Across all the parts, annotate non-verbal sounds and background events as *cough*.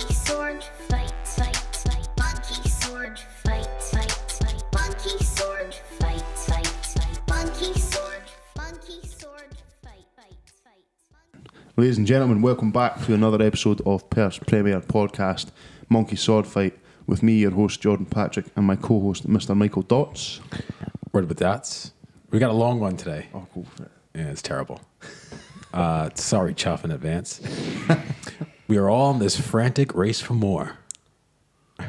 sword fight fight fight monkey sword fight fight fight monkey sword fight fight fight monkey sword monkey sword fight fight fight Ladies and gentlemen, welcome back to another episode of Perth's Premier Podcast, Monkey Sword Fight, with me, your host Jordan Patrick, and my co-host Mr. Michael Dots. Word with that. We got a long one today. Oh, go for it. Yeah, it's terrible. *laughs* Uh, sorry, Chuff, in advance. *laughs* we are all in this frantic race for more,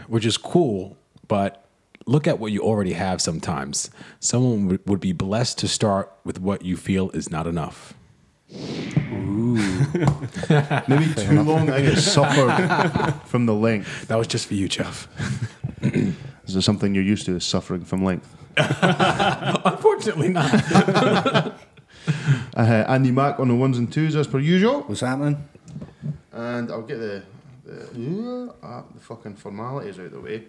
which is cool, but look at what you already have sometimes. Someone would, would be blessed to start with what you feel is not enough. *laughs* Maybe too long. I get suffered from the length. That was just for you, Chuff. Is there something you're used to? Is suffering from length? *laughs* Unfortunately, not. Uh, Andy Mack on the ones and twos as per usual, What's happening? and I'll get the the, uh, the fucking formalities out of the way.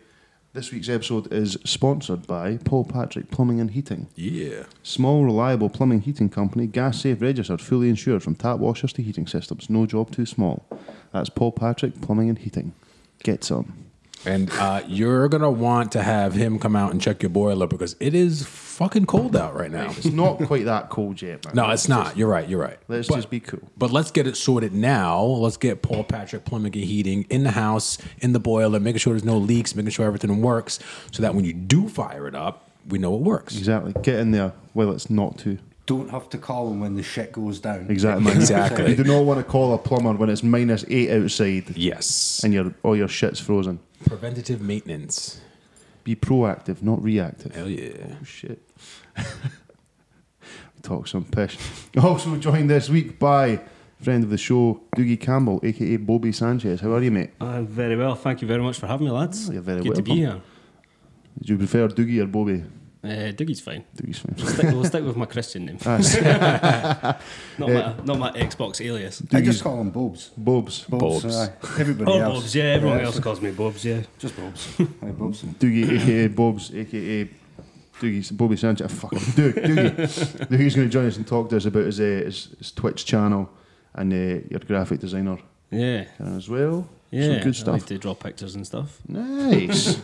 This week's episode is sponsored by Paul Patrick Plumbing and Heating. Yeah. Small, reliable plumbing heating company, gas safe registered, fully insured from tap washers to heating systems. No job too small. That's Paul Patrick Plumbing and Heating. Get some. And uh, you're going to want to have him come out and check your boiler because it is fucking cold out right now. It's not quite that cold yet, man. No, it's not. You're right. You're right. Let's But- just be cool. But let's get it sorted now. Let's get Paul Patrick Plumbing and Heating in the house, in the boiler, making sure there's no leaks, making sure everything works, so that when you do fire it up, we know it works. Exactly. Get in there while it's not too. Don't have to call him when the shit goes down. *laughs* Exactly. *laughs* Exactly. you do not want to call a plumber when it's minus eight outside Yes. and your all your shit's frozen. preventative maintenance. Be proactive, not reactive. Hell yeah. Oh, shit. *laughs* Talk some pish. *laughs* Also joined this week by friend of the show, Doogie Campbell, aka Bobby Sanchez. How are you, mate? Uh, very well. Thank you very much for having me, lads. Oh, you're very Good to be here. Do you prefer Doogie or Bobby? Uh, Doogie's fine. Doogie's fine. We'll stick, we'll stick with my Christian name, That's *laughs* not my not my Xbox alias. I just call him Bobs. Bob's. Bobs. Bobs. *laughs* aye. Everybody Oh, else. Bob's. Yeah, everyone else calls me Bob's. Yeah. *laughs* Just Bobs. Aye, Bobs. Doogie, aka Bob's, aka Doogie's, Bobby Sanchez. Ah, Fucking Doog, Doogie. *laughs* Doogie's going to join us and talk to us about his, uh, his, his Twitch channel and uh, your graphic designer Yeah. as well. Some Yeah. good I like stuff. to draw pictures and stuff. Nice.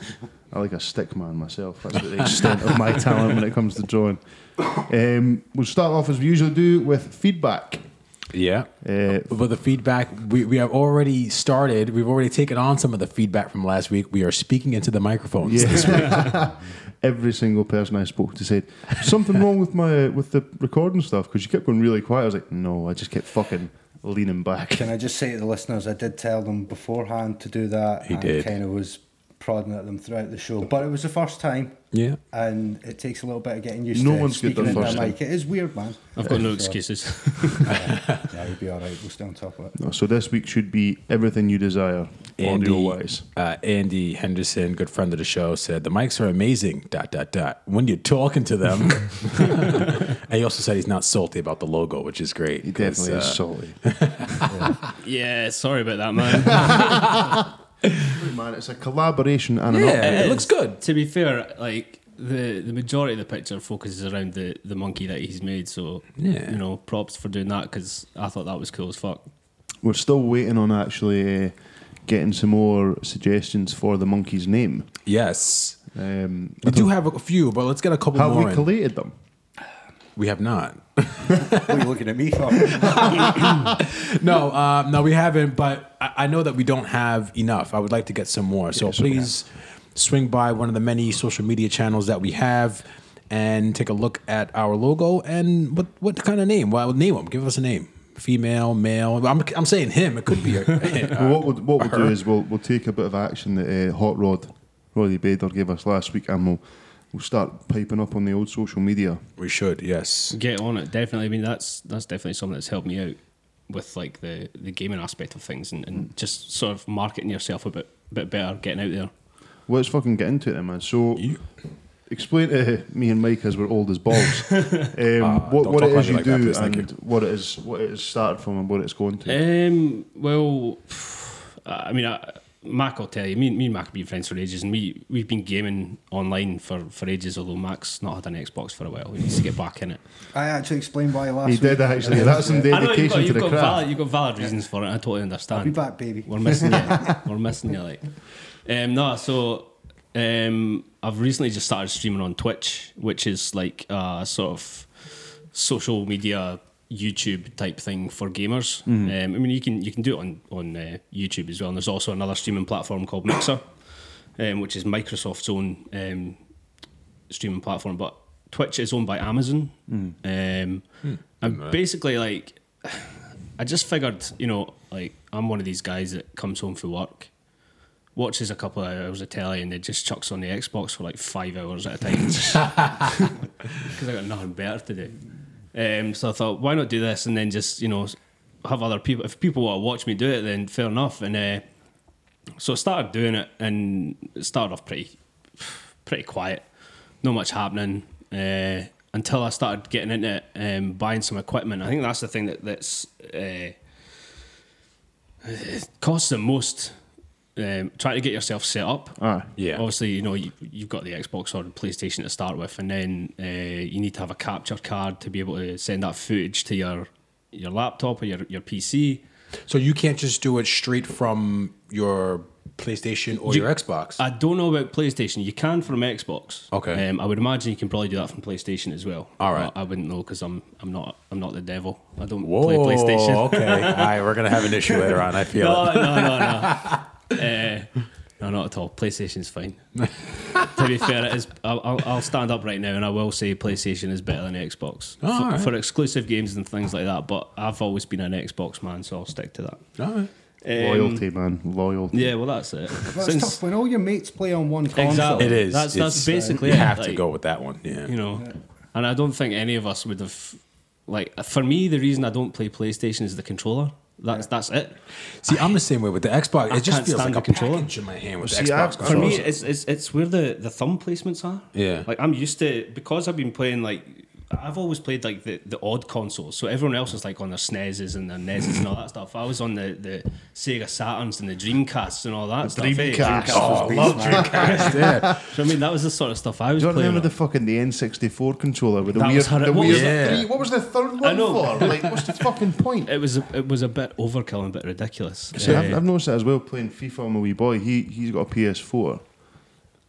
I like a stick man myself. That's the extent of my talent when it comes to drawing. Um, we'll start off as we usually do with feedback. Yeah. *laughs* Uh, But the feedback, we, we have already started. We've already taken on some of the feedback from last week. We are speaking into the microphones. yeah. Every single person I spoke to said something wrong with my with the recording stuff because you kept going really quiet. I was like, no, I just kept fucking leaning back. Can I just say to the listeners, I did tell them beforehand to do that. He and did. kind of was prodding at them throughout the show. But it was the first time. Yeah. And it takes a little bit of getting used No to one's good speaking the into first a mic. It is weird, man. I've got no So, excuses. *laughs* *laughs* Yeah, you'll be all right. We'll stay on top of it. No, Oh, so this week should be everything you desire, Andy, audio wise. uh, Andy Henderson, good friend of the show, said the mics are amazing. Dot dot dot. When you're talking to them, and he also said he's not salty about the logo, which is great. He definitely 'cause, is uh, salty. yeah. Sorry about that, man. Man, it's a collaboration and an Yeah, it is. looks good. to be fair, like the the majority of the picture focuses around the the monkey that he's made. So Yeah. you know, props for doing that because I thought that was cool as fuck. We're still waiting on actually uh, getting some more suggestions for the monkey's name. Yes, Um, we do have a few, but let's get a couple have more. we in. collated them? we have not. What are you looking at me for? *laughs* no, um, no, we haven't. But I, I know that we don't have enough. I would like to get some more. So please swing by one of the many social media channels that we have and take a look at our logo and what what kind of name? Well, name them. Give us a name. Female, male. I'm, I'm saying him. It could be. A, *laughs* Well, what we'll, what we'll do is we'll, we'll take a bit of action that uh, Hot Rod, Roddy Bader gave us last week, and we'll, we'll start piping up on the old social media. we should. Yes. Get on it, definitely. I mean, that's that's definitely something that's helped me out with like the the gaming aspect of things and, and just sort of marketing yourself a bit bit better, getting out there. Let's fucking get into it, then, man. So, explain to me and Mike as we're old as *laughs* balls um, what, Ah, don't what talk it like is me you like that, do please, thank and what it is what it is started from and what it's going to. Um. Well, Um, I mean, I Mac will tell you. Me, and- me and Mac have been friends for ages, and we we've been gaming online for, for ages. Although Mac's not had an Xbox for a while, he needs to get back in it. I actually explained why last He week. did actually. That's some I know you've dedication got, to you've the got craft. valid you've got valid reasons for it. I totally understand. I'll be back, baby. We're missing *laughs* you. We're missing you. Like, um, no. So, um, I've recently just started streaming on Twitch, which is like a sort of social media YouTube type thing for gamers. Um, I mean, you can you can do it on on uh, YouTube as well. And there's also another streaming platform called Mixer, um, which is Microsoft's own um, streaming platform, but Twitch is owned by Amazon. Um, And basically, like, I just figured, you know, like, I'm one of these guys that comes home from work, watches a couple of hours of telly, and then just chucks on the Xbox for like five hours at a time *laughs* because I got nothing better to do. Um, so I thought, why not do this and then just, you know, have other people, if people want to watch me do it, then fair enough. And, uh, so I started doing it and it started off pretty pretty quiet, not much happening uh, until I started getting into it, um, buying some equipment. I think that's the thing that that's uh, it costs the most. Um, try to get yourself set up. Aye. Yeah. Obviously, you know you, you've got the Xbox or the PlayStation to start with, and then uh, you need to have a capture card to be able to send that footage to your your laptop or your, your PC. So you can't just do it straight from your PlayStation or You- your Xbox. I don't know about PlayStation. You can from Xbox. Okay. Um, I would imagine you can probably do that from PlayStation as well. All right. I, I wouldn't know because I'm I'm not I'm not the devil. I don't play PlayStation. okay. All right, we're gonna have an issue later on. I feel *laughs* No, it. no, no, *laughs* no. uh, no, not at all. *laughs* PlayStation's fine. to be fair, it is. I'll, I'll- I'll stand up right now and I will say PlayStation is better than Xbox Oh, for, all right. for exclusive games and things like that. But I've always been an Xbox man, so I'll stick to that. All right. Loyalty, man. Loyalty. Yeah, well, that's it. Well, it's tough when all your mates play on one console. Exactly. It is. That's- It's- that's basically you it, have to like- go with that one. Yeah. you know. And I don't think any of us would have like for me the reason I don't play PlayStation is the controller. That's that's it. See, I'm the same way with the Xbox. I It just can't feels like stand a the controller. package in my hand with the See, I've- Xbox. For me controller. it's, it's it's where the the thumb placements are. Yeah. Like I'm used to because I've been playing like I've always played like the, the odd consoles. So everyone else was like on their SNESes and their NESes and all that stuff. I was on the, the Sega Saturns and the Dreamcasts and all that stuff. eh? Dreamcast. Oh, I love *laughs* yeah. So, I mean that was the sort of stuff I was Do you not playing. remember on. the fucking the N64 controller with the That weird, was horri- the what weird was that? three- What was the third one know. *laughs* for? Like, what's the fucking point? it was a, it was a bit overkill and a bit ridiculous. *laughs* See, Eh, I've, I've noticed that as well. Playing FIFA on my wee boy, he he's got a PS4,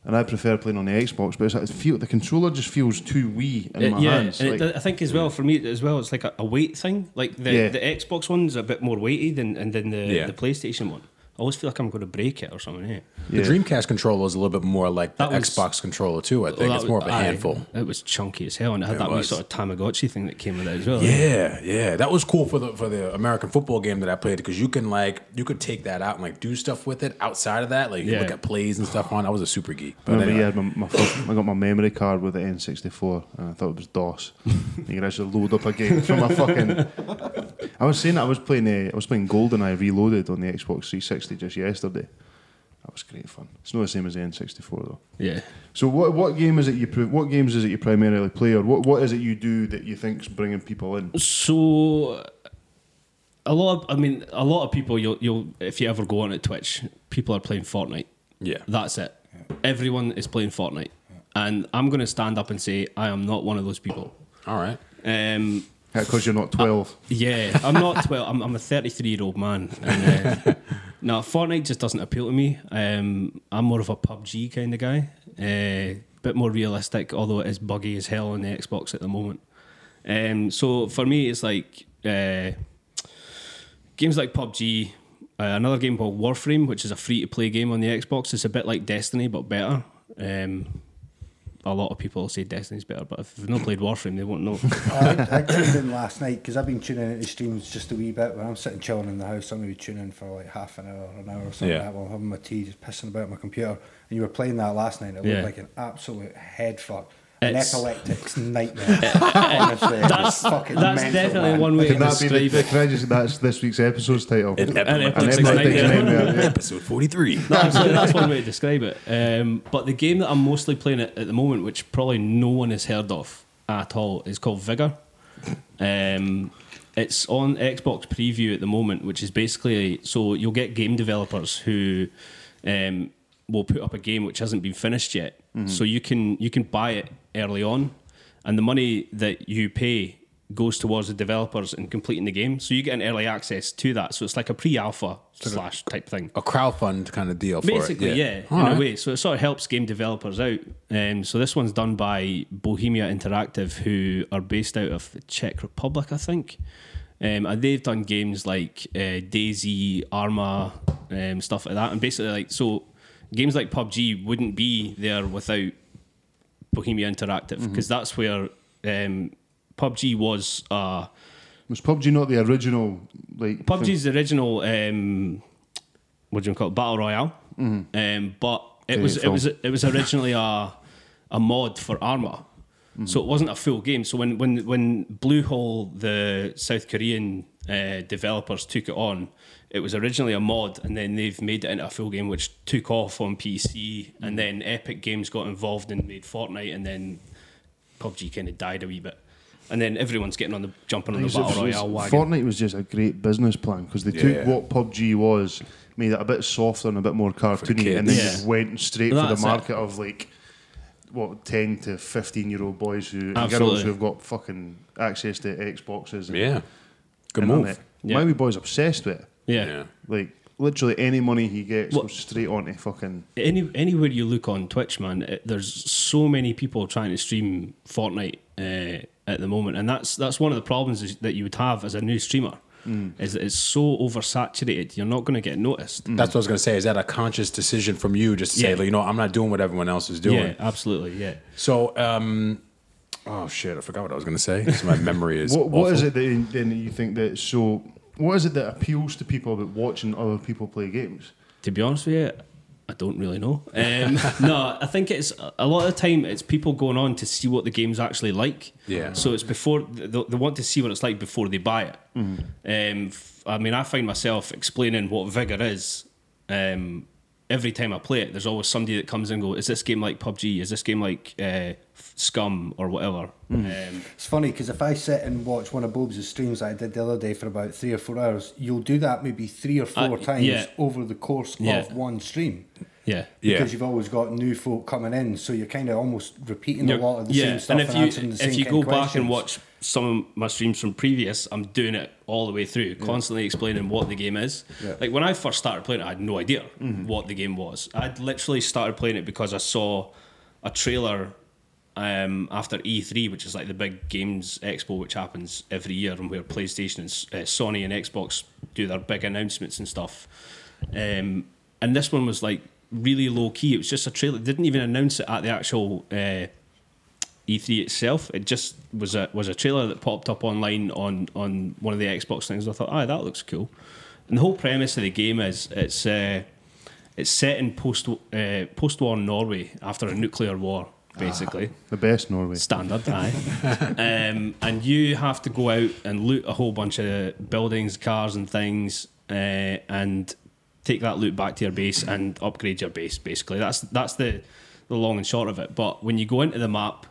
and I prefer playing on the Xbox. But it's, like, it feel the controller just feels too wee in It- my yeah, hands. and like- it, I think as well for me as well, it's like a, a weight thing. Like the, Yeah. the Xbox one's a bit more weighty than and than the, Yeah. the PlayStation one. I always feel like I'm going to break it or something. eh? Yeah, The Yeah. Dreamcast controller is a little bit more like the That was- Xbox controller too. I think Well, it's that more of was- a aye, handful. It was chunky as hell, and it had It that wee was. sort of Tamagotchi thing that came with it as well. Yeah, yeah, that was cool for the for the American football game that I played because you can like you could take that out and like do stuff with it outside of that. Like you Yeah. look at plays and stuff on. I was a super geek, I but remember, anyway, yeah, my, my first, I got my memory card with the N64, and I thought it was DOS. and you could actually load up a game *laughs* from a fucking. I was saying that I was playing, uh, I was playing GoldenEye Reloaded on the Xbox 360 just yesterday. That was great fun. It's not the same as the N64 though. yeah. So what what game is it you pri- what games is it you primarily play, or what, what is it you do that you think's bringing people in? So a lot. Of, I mean, a lot of people. You'll you'll if you ever go on at Twitch, people are playing Fortnite. Yeah. that's it. Everyone is playing Fortnite, and I'm going to stand up and say I am not one of those people. all right, Um, Because Uh, you're not twelve. Uh, Yeah, I'm not 12. I'm, I'm a 33 year old man. And, uh, no, Fortnite just doesn't appeal to me. Um, I'm more of a PUBG kind of guy. A bit more realistic, although it is buggy as hell on the Xbox at the moment. Um, so for me, it's like uh, games like PUBG. Uh, another game called Warframe, which is a free to play game on the Xbox. It's a bit like Destiny, but better. Um, a lot of people say Destiny's better, but if they've not played Warframe, they won't know. I, I tuned in *coughs* last night because I've been tuning into streams just a wee bit when I'm sitting chilling in the house. I'm going to be tuning in for like half an hour, an hour or something Yeah. like that while I'm having my tea, just pissing about my computer. And you were playing that last night. and It looked Yeah. like an absolute head fuck. An It's- *laughs* epileptic's nightmare. Uh, Honestly, it was that's fucking that's mental, definitely man. one way to Can that be describe the, it. can I just, that's this week's episode's title? An epileptic An epileptic nightmare. nightmare, yeah. episode forty three. Absolutely, that's one way to describe it. Um, but the game that I'm mostly playing at, at the moment, which probably no one has heard of at all, is called Vigor. Um, It's on Xbox Preview at the moment, which is basically so you'll get game developers who um, will put up a game which hasn't been finished yet. So you can you can buy it early on, and the money that you pay goes towards the developers in completing the game. So you get an early access to that. So it's like a pre-alpha slash type thing. A crowdfund kind of deal for it. Basically, yeah, in Alright. a way. So it sort of helps game developers out. Um, so this one's done by Bohemia Interactive, who are based out of Czech Republic, I think. Um, and they've done games like uh, Daisy, Arma, um, stuff like that. And basically, like so, games like PUBG wouldn't be there without Bohemia Interactive because that's where um, PUBG was. Uh, Was PUBG not the original like thing? PUBG's original um, what do you call it? Battle Royale. Mm-hmm. Um, but it Yeah, was it film. was it was originally a a mod for Arma. Mm-hmm. So it wasn't a full game. So when when when Bluehole, the South Korean uh, developers, took it on, it was originally a mod, and then they've made it into a full game, which took off on PC, Mm-hmm. and then Epic Games got involved and made Fortnite, and then PUBG kind of died a wee bit, and then everyone's getting on the jumping on the Because it battle was- royale wagon. Fortnite was just a great business plan because they took Yeah. what PUBG was, made it a bit softer and a bit more cartoony, and then kids. just Yeah. went straight for That's the it. market of like what ten to fifteen year old boys who and girls Absolutely. who have got fucking access to Xboxes. And, Yeah. Good and on move. it. Yeah. My wee boy's obsessed with it. yeah. Yeah. Like literally any money he gets What- goes straight onto fucking. any anywhere you look on Twitch, man, it, there's so many people trying to stream Fortnite uh, at the moment, and that's that's one of the problems is, that you would have as a new streamer. Is that it's so oversaturated, you're not going to get noticed. That's what I was gonna say. Is that a conscious decision from you just to say, Yeah. like, you know, I'm not doing what everyone else is doing. Yeah, absolutely. Yeah, So, um, oh shit, I forgot what I was gonna say. 'cause my memory is. *laughs* What what is awful. it that then you think that so? What is it that appeals to people about watching other people play games? to be honest with you, I don't really know. Um, *laughs* no, I think it's a lot of the time it's people going on to see what the game's actually like. Yeah. So it's before they, they want to see what it's like before they buy it. Um, f- I mean, I find myself explaining what vigor is. Um, every time I play it, there's always somebody that comes and go, "Is this game like PUBG? Is this game like uh, Scum or whatever?" Um, It's funny because if I sit and watch one of Bob's streams that I did the other day for about three or four hours, you'll do that maybe three or four times Uh, yeah. over the course Yeah. of one stream. yeah. Yeah. Because you've always got new folk coming in, so you're kind of almost repeating a You're- lot of the same stuff and and, if you answering the same if you kind go of back and questions. watch some of my streams from previous, I'm doing it all the way through, constantly explaining what the game is. Like when I first started playing it, I had no idea Mm-hmm. what the game was. I'd literally started playing it because I saw a trailer um, after E3, which is like the big games expo, which happens every year, and where PlayStation and S- uh, Sony and Xbox do their big announcements and stuff. Um, and this one was like really low key. It was just a trailer. They didn't even announce it at the actual uh, E3 E itself. It just was a was a trailer that popped up online on on one of the Xbox things. I thought, ah, that looks cool. And the whole premise of the game is it's uh, it's set in post uh, post war Norway after a nuclear war, basically The best Norway. standard. Aye. um, and you have to go out and loot a whole bunch of buildings, cars, and things, uh, and take that loot back to your base and upgrade your base. Basically, that's that's the the long and short of it. But when you go into the map,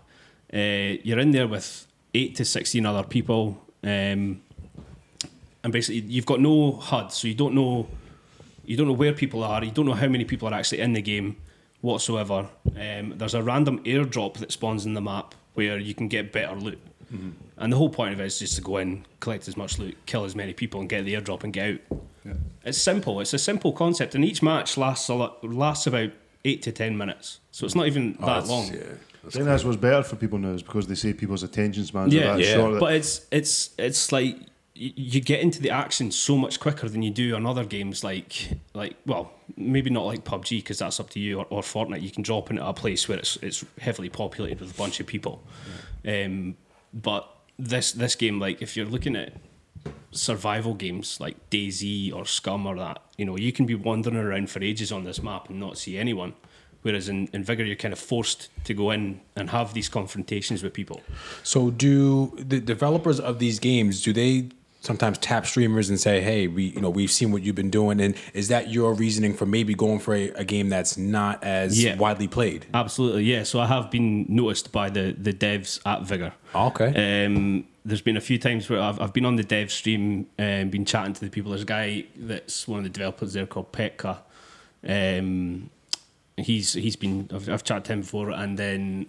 uh, you're in there with eight to sixteen other people. Um, and basically you've got no HUD, so you don't know you don't know where people are, you don't know how many people are actually in the game whatsoever. Um, there's a random airdrop that spawns in the map where you can get better loot. Mm-hmm. And the whole point of it is just to go in, collect as much loot, kill as many people, and get the airdrop and get out. It's simple. It's a simple concept, and each match lasts a lot, lasts about eight to ten minutes. So it's not even Oh, that that's- long. yeah. I think that's what's better for people now is because they say people's attention spans yeah, are that short. that- But it's it's it's like y- you get into the action so much quicker than you do on other games like like well maybe not like PUBG because that's up to you or, or Fortnite you can drop into a place where it's it's heavily populated with a bunch of people um, but this this game like if you're looking at survival games like Daisy or Scum or that you know you can be wandering around for ages on this map and not see anyone whereas in, in Vigor you're kind of forced to go in and have these confrontations with people So, do the developers of these games do they sometimes tap streamers and say, "Hey, we you know we've seen what you've been doing, and is that your reasoning for maybe going for a, a game that's not as Yeah. widely played?" Absolutely, yeah. So I have been noticed by the the devs at Vigor. Ah, Okay. Um, there's been a few times where I've, I've been on the dev stream and been chatting to the people. There's a guy that's one of the developers there called Petka. Um, he's he's been I've, I've chatted to him before, and then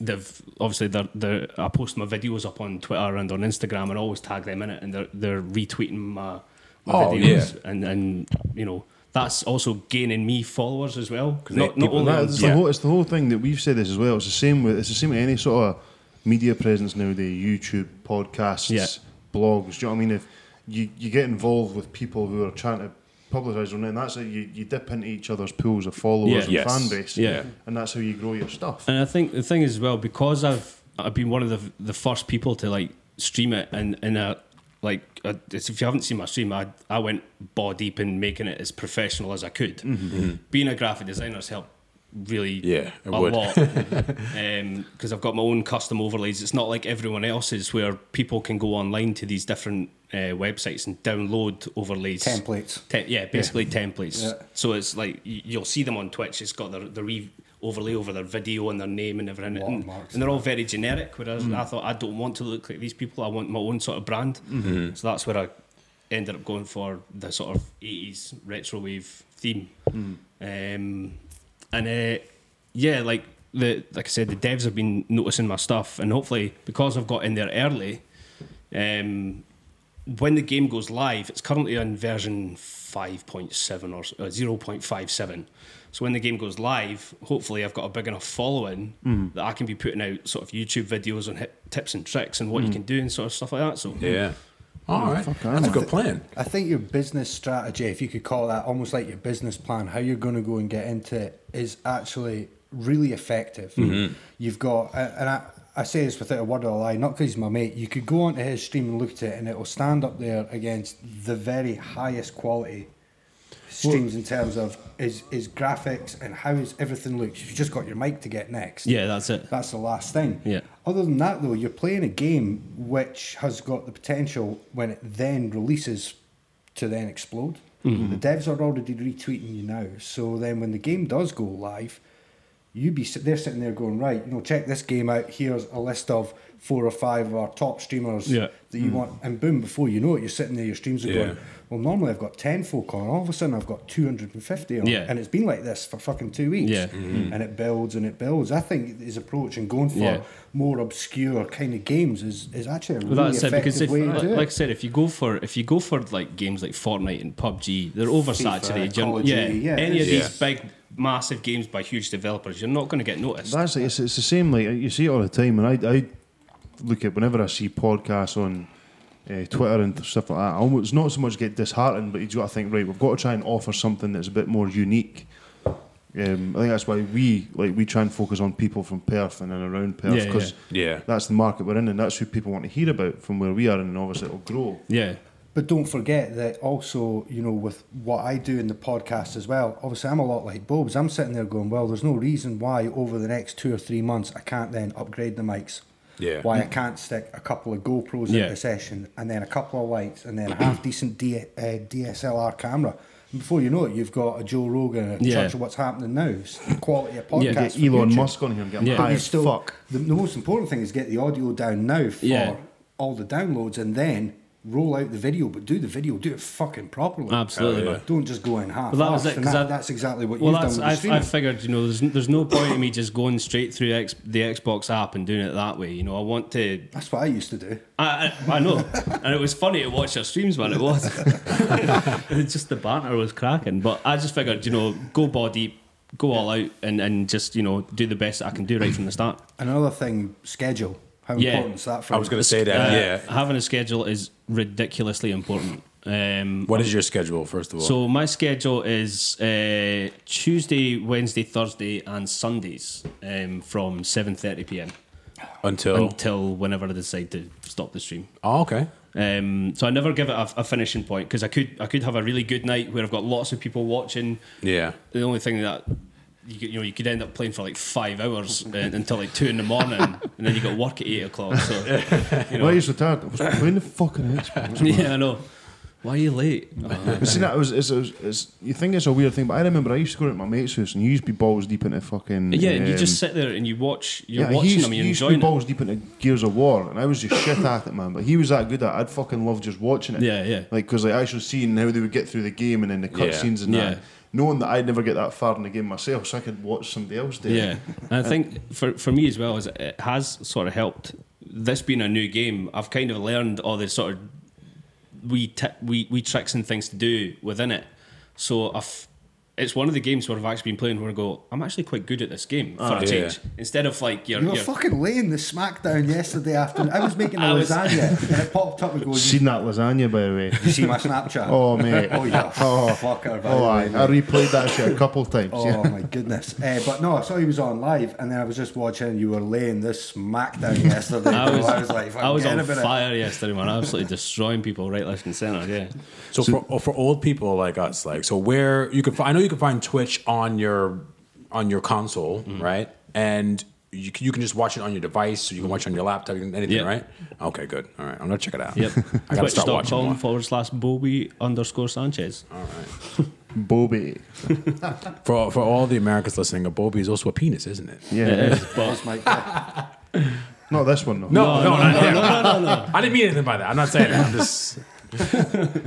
they've obviously they're, they're I post my videos up on Twitter and on Instagram, and always tag them in it, and they're they're retweeting my, my Oh, videos, and and you know. That's also gaining me followers as well. Not, not Well, people- only on that- it's, Twitter. the whole, it's the whole thing that we've said this as well. It's the same with it's the same with any sort of media presence nowadays. YouTube, podcasts, Yeah. blogs. Do you know what I mean? If you, you get involved with people who are trying to publicise on it, and that's how you, you dip into each other's pools of followers Yeah. and Yes. fan base. Yeah. and that's how you grow your stuff. And I think the thing as well, because I've I've been one of the the first people to like stream it, and and a like a, it's- if you haven't seen my stream, I I went ball deep in making it as professional as I could. Being a graphic designer has helped really Mm-hmm. Yeah, it a would. *laughs* lot because I've got my own custom overlays. It's not like everyone else's where people can go online to these different uh, websites and download overlays Templates. Te- yeah, basically templates. Yeah. So it's like y- you'll see them on Twitch. It's got their, their re- overlay over their video and their name and everything, and, Watermarks. Mm-hmm. and they're all very generic. Whereas I thought I don't want to look like these people. I want my own sort of brand. Mm-hmm. So that's where I ended up going for the sort of eighties retro wave theme. Mm-hmm. Um, and uh, yeah, like the like I said, the devs have been noticing my stuff, and hopefully because I've got in there early. Um, when the game goes live, it's currently on version 5.7 or s- uh, 0.57. So when the game goes live, hopefully I've got a big enough following Mm. that I can be putting out sort of YouTube videos on hip, tips and tricks and what Mm. you can do and sort of stuff like that. So yeah. All right. That's a good plan. I think your business strategy, if you could call it that, almost like your business plan, how you're going to go and get into it, is actually really effective. You've got, a- and I, I say this without a word of a lie, not because he's my mate. You could go onto his stream and look at it, and it will stand up there against the very highest quality streams in terms of his, his graphics and how his everything looks. You've just got your mic to get next. yeah, that's it. That's the last thing. Yeah. Other than that, though, you're playing a game which has got the potential when it then releases to then explode. Mm-hmm. The devs are already retweeting you now. So then, when the game does go live, you be sit- they're sitting there going, right, you know, check this game out. Here's a list of four or five of our top streamers Yeah. that you want, and boom, before you know it, you're sitting there, your streams are Yeah. going. Well, normally I've got ten folk on. All of a sudden, I've got two hundred and fifty on, Yeah. and it's been like this for fucking two weeks Yeah. and it builds and it builds. I think his approach and going for Yeah. more obscure kind of games is, is actually a really Well, that's it effective because if, way like, to do like I it. said, if you go for if you go for like games like Fortnite and PUBG, they're oversaturated. FIFA, You're- Call of yeah, Duty, yeah, any of it's- these big massive games by huge developers, you're not going to get noticed. That's like, it's, it's the same. Like you see it all the time, and I, I look at whenever I see podcasts on uh, Twitter and stuff like that. I almost not so much get disheartened, but you got to think right. We've got to try and offer something that's a bit more unique. Um, I think that's why we like we try and focus on people from Perth and then around Perth Yeah, because yeah. Yeah. that's the market we're in and that's who people want to hear about from where we are and obviously it'll grow. yeah, But don't forget that also, you know, with what I do in the podcast as well, obviously I'm a lot like Bob's. I'm sitting there going, well, there's no reason why over the next two or three months I can't then upgrade the mics. Yeah. Why I can't stick a couple of GoPros Yeah. in the session and then a couple of lights and then a half decent D- uh, DSLR camera. And before you know it, you've got a Joe Rogan, a Yeah. touch of what's happening now. It's the quality of Yeah, podcast. Get for Elon future. Musk on here and get him Yeah. high You as still- fuck. The, the most important thing is get the audio down now for Yeah. all the downloads and then roll out the video, but do the video, do it fucking properly. absolutely. Hell yeah. man. Don't just go in half. Well, that was it, 'cause I- that's exactly what Well, you've done that's with the I, streaming. I figured you know there's there's no point in me just going straight through X, the Xbox app and doing it that way. You know, I want to. that's what I used to do. I, I, I know, and it was funny to watch your streams, man. It was. *laughs* it's just the banter was cracking, but I just figured you know go body, go all out, and and just you know do the best I can do right from the start. Another thing, schedule. How Yeah. important is that for I was you? going to say that. Uh, yeah. having a schedule is ridiculously important. Um, What is your schedule, first of all? So my schedule is uh, Tuesday, Wednesday, Thursday, and Sundays um, from seven thirty p.m. until. until whenever I decide to stop the stream. oh, okay. Um, so I never give it a, a finishing point because I could I could have a really good night where I've got lots of people watching. Yeah. The only thing that you, could, you know you could end up playing for like five hours uh, until like two in the morning, and then you got work at eight o'clock. So you know. Why he's retired? I was playing the fucking Xbox. *laughs* yeah, I know. Why are you late? Oh, But see, that was, it's, it's, it's, you think it's a weird thing, but I remember I used to go to my mate's house and you used to be balls deep into fucking. yeah, and you um, just sit there and you watch. You're he watching used, them. he You're used to be enjoying it. balls deep into Gears of War, and I was just shit at it, man. But he was that good at it. I'd fucking love just watching it. Yeah, yeah. Like, because like actually seeing how they would get through the game and then the Yeah. cutscenes and Yeah. that, knowing that I'd never get that far in the game myself, so I could watch somebody else do Yeah, it. and I think for for me as well is it has sort of helped. This being a new game, I've kind of learned all the sort of wee t- wee, wee tricks and things to do within it. So I've it's one of the games where I've actually been playing where I go, I'm actually quite good at this game Ah, for a yeah. change. Instead of like your, You were your fucking laying the smackdown yesterday afternoon. I was making a *laughs* I was- lasagna and it popped up and goes, Seen that lasagna, by the way. *laughs* you see my Snapchat? Oh, mate. Oh, yeah. Oh, Fucker. by oh, the I, way, I mate. replayed that shit a couple times. yeah. Oh my goodness! Uh, but no, I saw he was on live, and then I was just watching. You were laying this smackdown yesterday. I bro. was, I was like, I was "Forget on about it." fire yesterday, man. Absolutely destroying people right, left, and centre. *laughs* Yeah, So, for oh, for old people like us, like so, where you can find, I know you can find Twitch on your on your console, right? And you can, you can just watch it on your device, so you can watch it on your laptop, you can- anything, Yeah. right? Okay, good. All right, I'm gonna check it out. yep. *laughs* I gotta start watching Twitch.com more. forward slash Bobby underscore Sanchez. All right. Bobby. For for all the Americans listening, a Bobby is also a penis, isn't it? Yeah. *laughs* But That's my- I Not this one, though. No, no, no, no, no, no, no. I didn't mean anything by that. I'm not saying that. I'm *laughs* just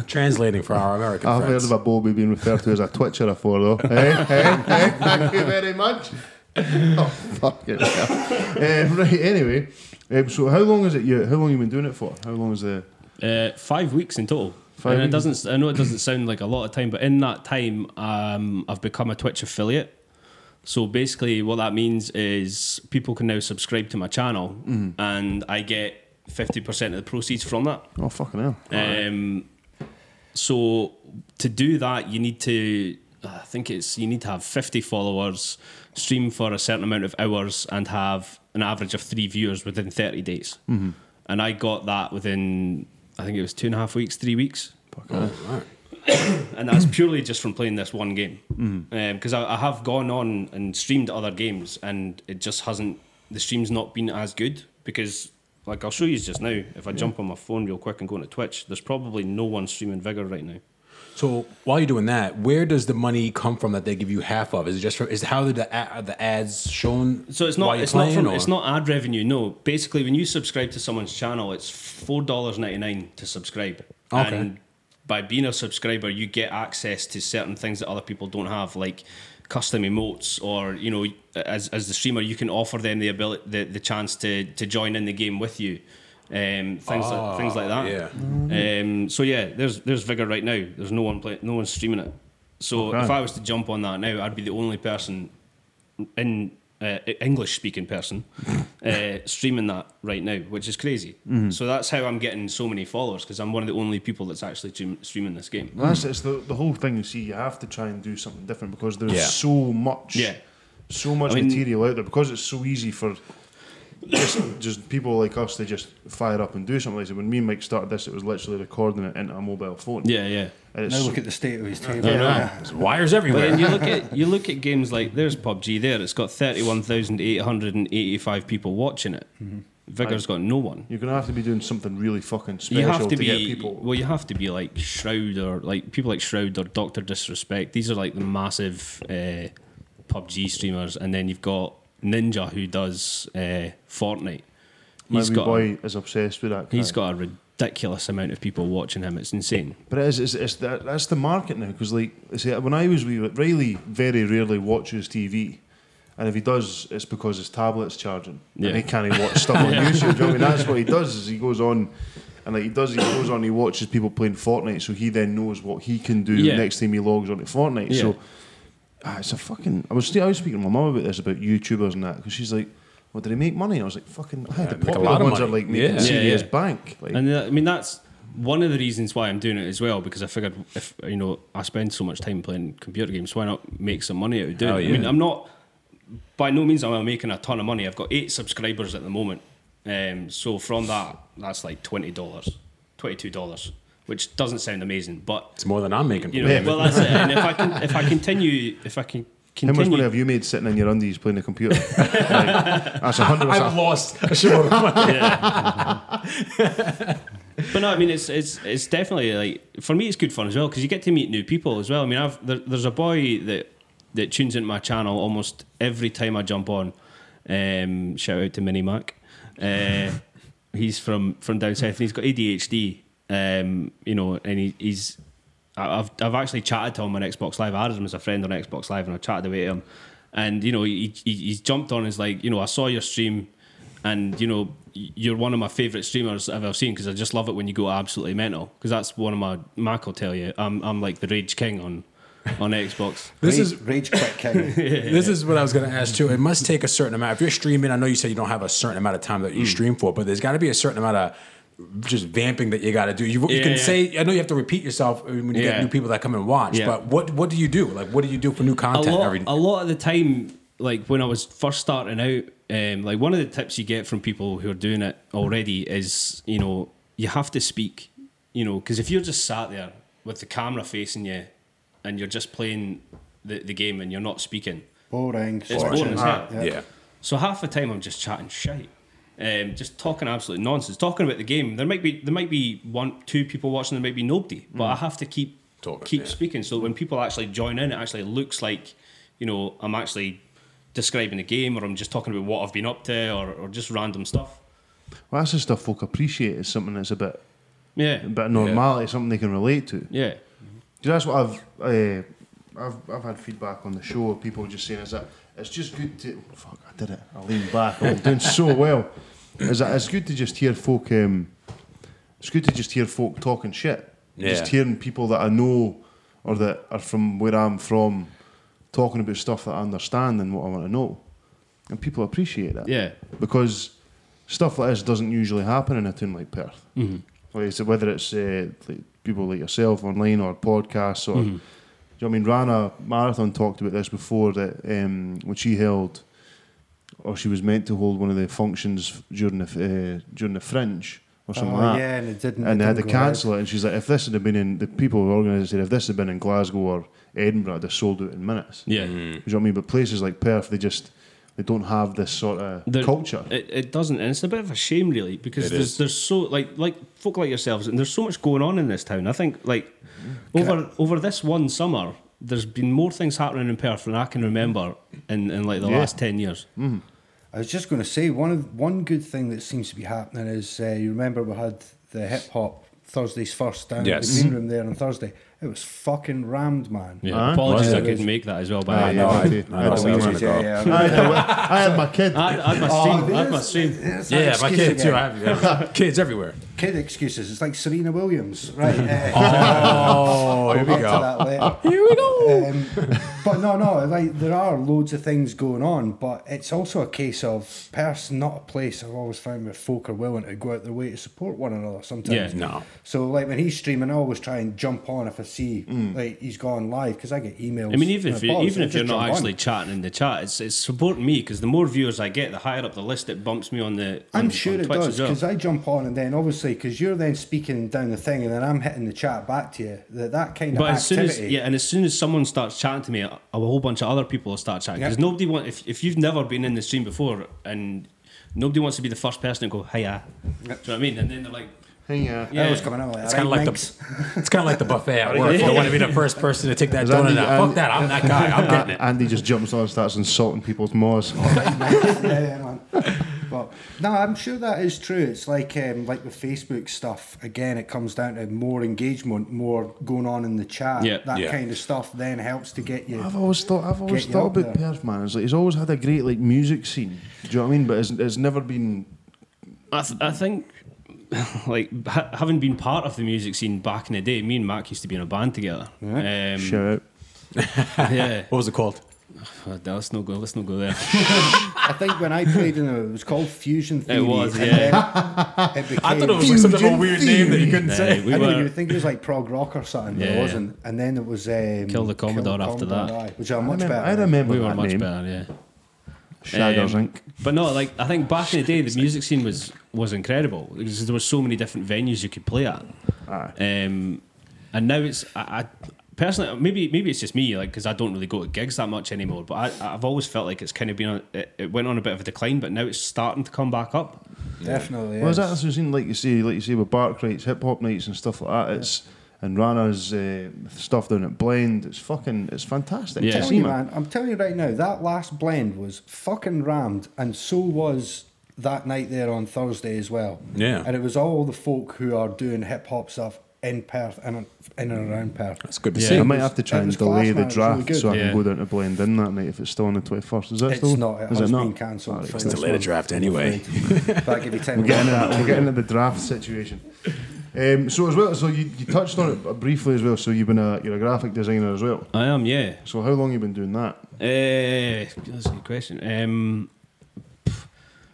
translating for our American I've heard friends. of a Bobby being referred to as a twitcher before, though. hey, hey, hey, thank you very much. *laughs* Oh, fucking hell. Um, right, anyway. Um, so how long is it you, how long you been doing it for? How long is the... Uh, five weeks in total. Five and it weeks. doesn't. I know it doesn't sound like a lot of time, but in that time, um, I've become a Twitch affiliate. So basically, what that means is people can now subscribe to my channel, Mm-hmm. and I get fifty percent of the proceeds from that. Oh, fucking hell. Um, so to do that, you need to. I think it's you need to have fifty followers, stream for a certain amount of hours, and have an average of three viewers within thirty days. And I got that within, I think it was two and a half weeks, three weeks and that's purely just from playing this one game. Because I, I have gone on and streamed other games, and it just hasn't. The stream's not been as good because, like, I'll show you just now. If I jump on my phone real quick and go into Twitch, there's probably no one streaming Vigor right now. So while you're doing that, where does the money come from that they give you half of? Is it just from, is how did the ad, are the ads shown? So it's while not. you're It's not. playing, From, or- it's not ad revenue. No. Basically, when you subscribe to someone's channel, it's four dollars ninety nine to subscribe. Okay. And by being a subscriber, you get access to certain things that other people don't have, like custom emotes, or you know, as as the streamer, you can offer them the ability, the, the chance to to join in the game with you. Um, things like things like that. yeah. Um, so yeah, there's there's vigor right now. There's no one play, no one streaming it. So if I was to jump on that now, I'd be the only person in uh, English speaking *laughs* person uh, streaming that right now, which is crazy. So that's how I'm getting so many followers because I'm one of the only people that's actually stream- streaming this game. That's it's the, the whole thing you see, you have to try and do something different because there's Yeah. so much Yeah. so much I mean- material out there because it's so easy for just, just people like us to just fire up and do something like that. When me and Mike started this, it was literally recording it into a mobile phone. Yeah, yeah. And it's now so- look at the state of his table. Yeah. There's wires everywhere. But then you look at you look at games like there's PUBG there. It's got thirty one thousand eight hundred and eighty five people watching it. Vigor's got no one. You're gonna have to be doing something really fucking special you have to, to, be get people. well. You have to be like Shroud or like people like Shroud or Doctor Disrespect. These are like the massive uh, PUBG streamers, and then you've got Ninja who does uh, Fortnite. My He's wee got a, boy is obsessed with that. he's guy. got a ridiculous amount of people watching him. It's insane. but it is, it's, it's that, that's the market now because like I say, when I was wee, Riley very rarely watches TV. And if he does, it's because his tablet's charging, Yeah. and he can't watch stuff *laughs* on YouTube. do you know what I mean, that's what he does. Is he goes on, and like he does, he goes on. He watches people playing Fortnite, so he then knows what he can do Yeah. next time he logs on to Fortnite. Yeah. So Ah, it's a fucking. I was I was speaking to my mum about this about YouTubers and that because she's like, "Well, do they make money?" And I was like, "Fucking, aye, the make a popular lot of ones money. are like making Yeah. Yeah, serious yeah. bank." Like, And that, I mean that's one of the reasons why I'm doing it as well because I figured if you know I spend so much time playing computer games, why not make some money out of doing? Hell it? I yeah. mean I'm not by no means am I making a ton of money. I've got eight subscribers at the moment, um, so from that that's like twenty dollars, twenty two dollars, which doesn't sound amazing, but *laughs* it's more than I'm making. you know, well that's it. And if I can, if I continue, if I can How much money continue- have you made sitting in your undies playing the *laughs* computer? like, that's a hundred. I've percent. lost a shitload *laughs* of money. But no, I mean, it's it's it's definitely like for me, it's good fun as well because you get to meet new people as well. I mean, I've there, there's a boy that that tunes into my channel almost every time I jump on. Um, shout out to Mini Mac. Uh, *laughs* he's from from down south and he's got ADHD. Um, you know, and he, he's I- I've I've actually chatted to him on Xbox Live. I added him as a friend on Xbox Live, and I chatted away to him. And you know, he, he he's jumped on. Is like, you know, I saw your stream, and you know, y- you're one of my favorite streamers I've ever seen because I just love it when you go absolutely mental. Because that's one of my Mac will tell you. I'm I'm like the rage king on on Xbox. This rage, is rage quit king. this is what I was going to ask too. It must take a certain amount. If you're streaming, I know you said you don't have a certain amount of time that you Mm. stream for, but there's got to be a certain amount of just vamping that you got to do. You, you Yeah, can yeah. say, I know you have to repeat yourself when you get Yeah. new people that come and watch, Yeah. but what what do you do? Like, what do you do for new content? a lot, every, a lot of the time, like when I was first starting out, um, like one of the tips you get from people who are doing it already is, you know, you have to speak, you know, because if you're just sat there with the camera facing you and you're just playing the, the game and you're not speaking, Boring. it's boring as hell. yeah. So half the time I'm just chatting shite, um, just talking absolute nonsense, talking about the game. There might be there might be one, two people watching. There might be nobody, but I have to keep Mm. Talking, keep yeah. speaking. So when people actually join in, it actually looks like you know I'm actually describing the game, or I'm just talking about what I've been up to, or, or just random stuff. Well, that's the stuff folk appreciate. Is something that's a bit, Yeah, a bit of normality, something they can relate to. yeah, Do you know, that's what I've, uh, I've I've had feedback on the show of people just saying is that it's just good to oh, fuck I did it I leaned back I'm doing so well is that it's good to just hear folk um, it's good to just hear folk talking shit just Yeah. hearing people that I know or that are from where I'm from talking about stuff that I understand and what I want to know and people appreciate that yeah, because stuff like this doesn't usually happen in a town like Perth. Mm-hmm. Like it's, whether it's uh, like people like yourself online or podcasts or, do you know what I mean? Rana Marathon talked about this before that um, when she held, or she was meant to hold one of the functions during the uh, during the Fringe or something Oh, like that. yeah, and it didn't. And it they had to didn't go ahead. cancel it, and she's like, "If this had been in the people who organised it, if this had been in Glasgow or Edinburgh, they'd have sold out in minutes." yeah. Mm. Do you know what I mean? But places like Perth, they just they don't have this sort of There- culture. It, it doesn't, and it's a bit of a shame, really, because there's there's so like like folk like yourselves, and there's so much going on in this town. I think like over over this one summer, there's been more things happening in Perth than I can remember in, in like the Yeah. last ten years. I was just going to say one of one good thing that seems to be happening is uh, you remember we had the hip hop Thursdays first down at Yes. the green room there on Thursday. It was fucking rammed, man. Yeah. Apologies, I couldn't make that as well. By Ah, the way. no, I- I- I I- Yeah, don't yeah, know. yeah, *laughs* yeah. I had a- I had my kid. I, I had my Oh, stream. I had my there's- stream. It's like Yeah, my excuses kids too. I again. have yeah. kids *laughs* everywhere. Kid excuses. It's like Serena Williams, right? eh. Oh, here we I'll go. get to *laughs* that later. Here we go. um, but no, no, like there are loads of things going on, but it's also a case of Perth's not a place I've always found where folk are willing to go out their way to support one another sometimes. Yeah, no. So like when he's streaming, I always try and jump on if I see like he's gone live because I get emails. Mm. I mean, even and if you, apologies, even if I you're just not jump on. actually chatting in the chat, it's it's supporting me because the more viewers I get, the higher up the list it bumps me on the. I'm on- sure on it Twitch does as well. because I jump on and then obviously because you're then speaking down the thing and then I'm hitting the chat back to you that that kind But of as soon activity. as yeah, and as soon as someone starts chatting to me, a, a whole bunch of other people will start chatting because Yeah. nobody want if if you've never been in the stream before and nobody wants to be the first person to go hiya, do you know what I mean? And then they're like, Hang on. yeah, I was coming out like, It's kind of like the *laughs* it's kind of like the buffet *laughs* at work. You don't want to be the first person to take that um, Is that donut the- out. Fuck that! I'm that guy. I'm getting it. Andy just jumps on and starts insulting people's *laughs* maws. yeah, yeah, man. But no, I'm sure that is true. It's like um, like with Facebook stuff. Again, it comes down to more engagement, more going on in the chat. Yeah. that Yeah. kind of stuff then helps to get you. I've always thought I've always Get you thought up about there. Perth man. It's like he's always had a great like music scene. Do you know what I mean? But it's, it's never been I, th- I think *laughs* like ha- having been part of the music scene back in the day, me and Mac used to be in a band together. Mm. Um, shout out. Yeah, *laughs* *laughs* What was it called? Oh, let's not go. Let's not go there. I think when I played in it, it was called Fusion Theory. was, and then it became, I thought it was like some type of weird name that you couldn't Uh, say. we I know, were you would think it was like prog rock or something, but Yeah. it wasn't. And then it was um, Kill the Commodore after that. aye, which are I much remember, better. I remember we were that much name. better. Yeah. Shaggers Um, Inc. But no, like I think back in the day, the music scene was was incredible because there were so many different venues you could play at. Um, and now it's I, I personally, maybe maybe it's just me, like because I don't really go to gigs that much anymore. But I, I've always felt like it's kind of been on, it, it went on a bit of a decline, but now it's starting to come back up. Definitely. Well, is is. that that's what I've seen, like you see, like you see with Bark Rights, hip hop nights, and stuff like that. It's and Rana's uh, stuff down at Blend. It's fucking, it's fantastic. Yeah. to I'm Tell see, telling you, man. man, I'm telling you right now, that last blend was fucking rammed, and so was that night there on Thursday as well. Yeah. And it was all the folk who are doing hip hop stuff in Perth and in and around Perth. That's good to Yeah. see. I might have to try It and was class, delay man. It the was draft really good. so I Yeah. can go down to Blend in that night if it's still on the twenty first. Is that It's still? not. It Is has it not? been cancelled. All right, for cool. *laughs* this delayed one, the draft I'm anyway. afraid. but I'll give you time. We're getting into that. We're getting into the draft situation. Um, so as well, so you, you touched on it briefly as well. So you've been a you're a graphic designer as well. I am, yeah. So how long you been doing that? Uh, that's a good question. Um, p-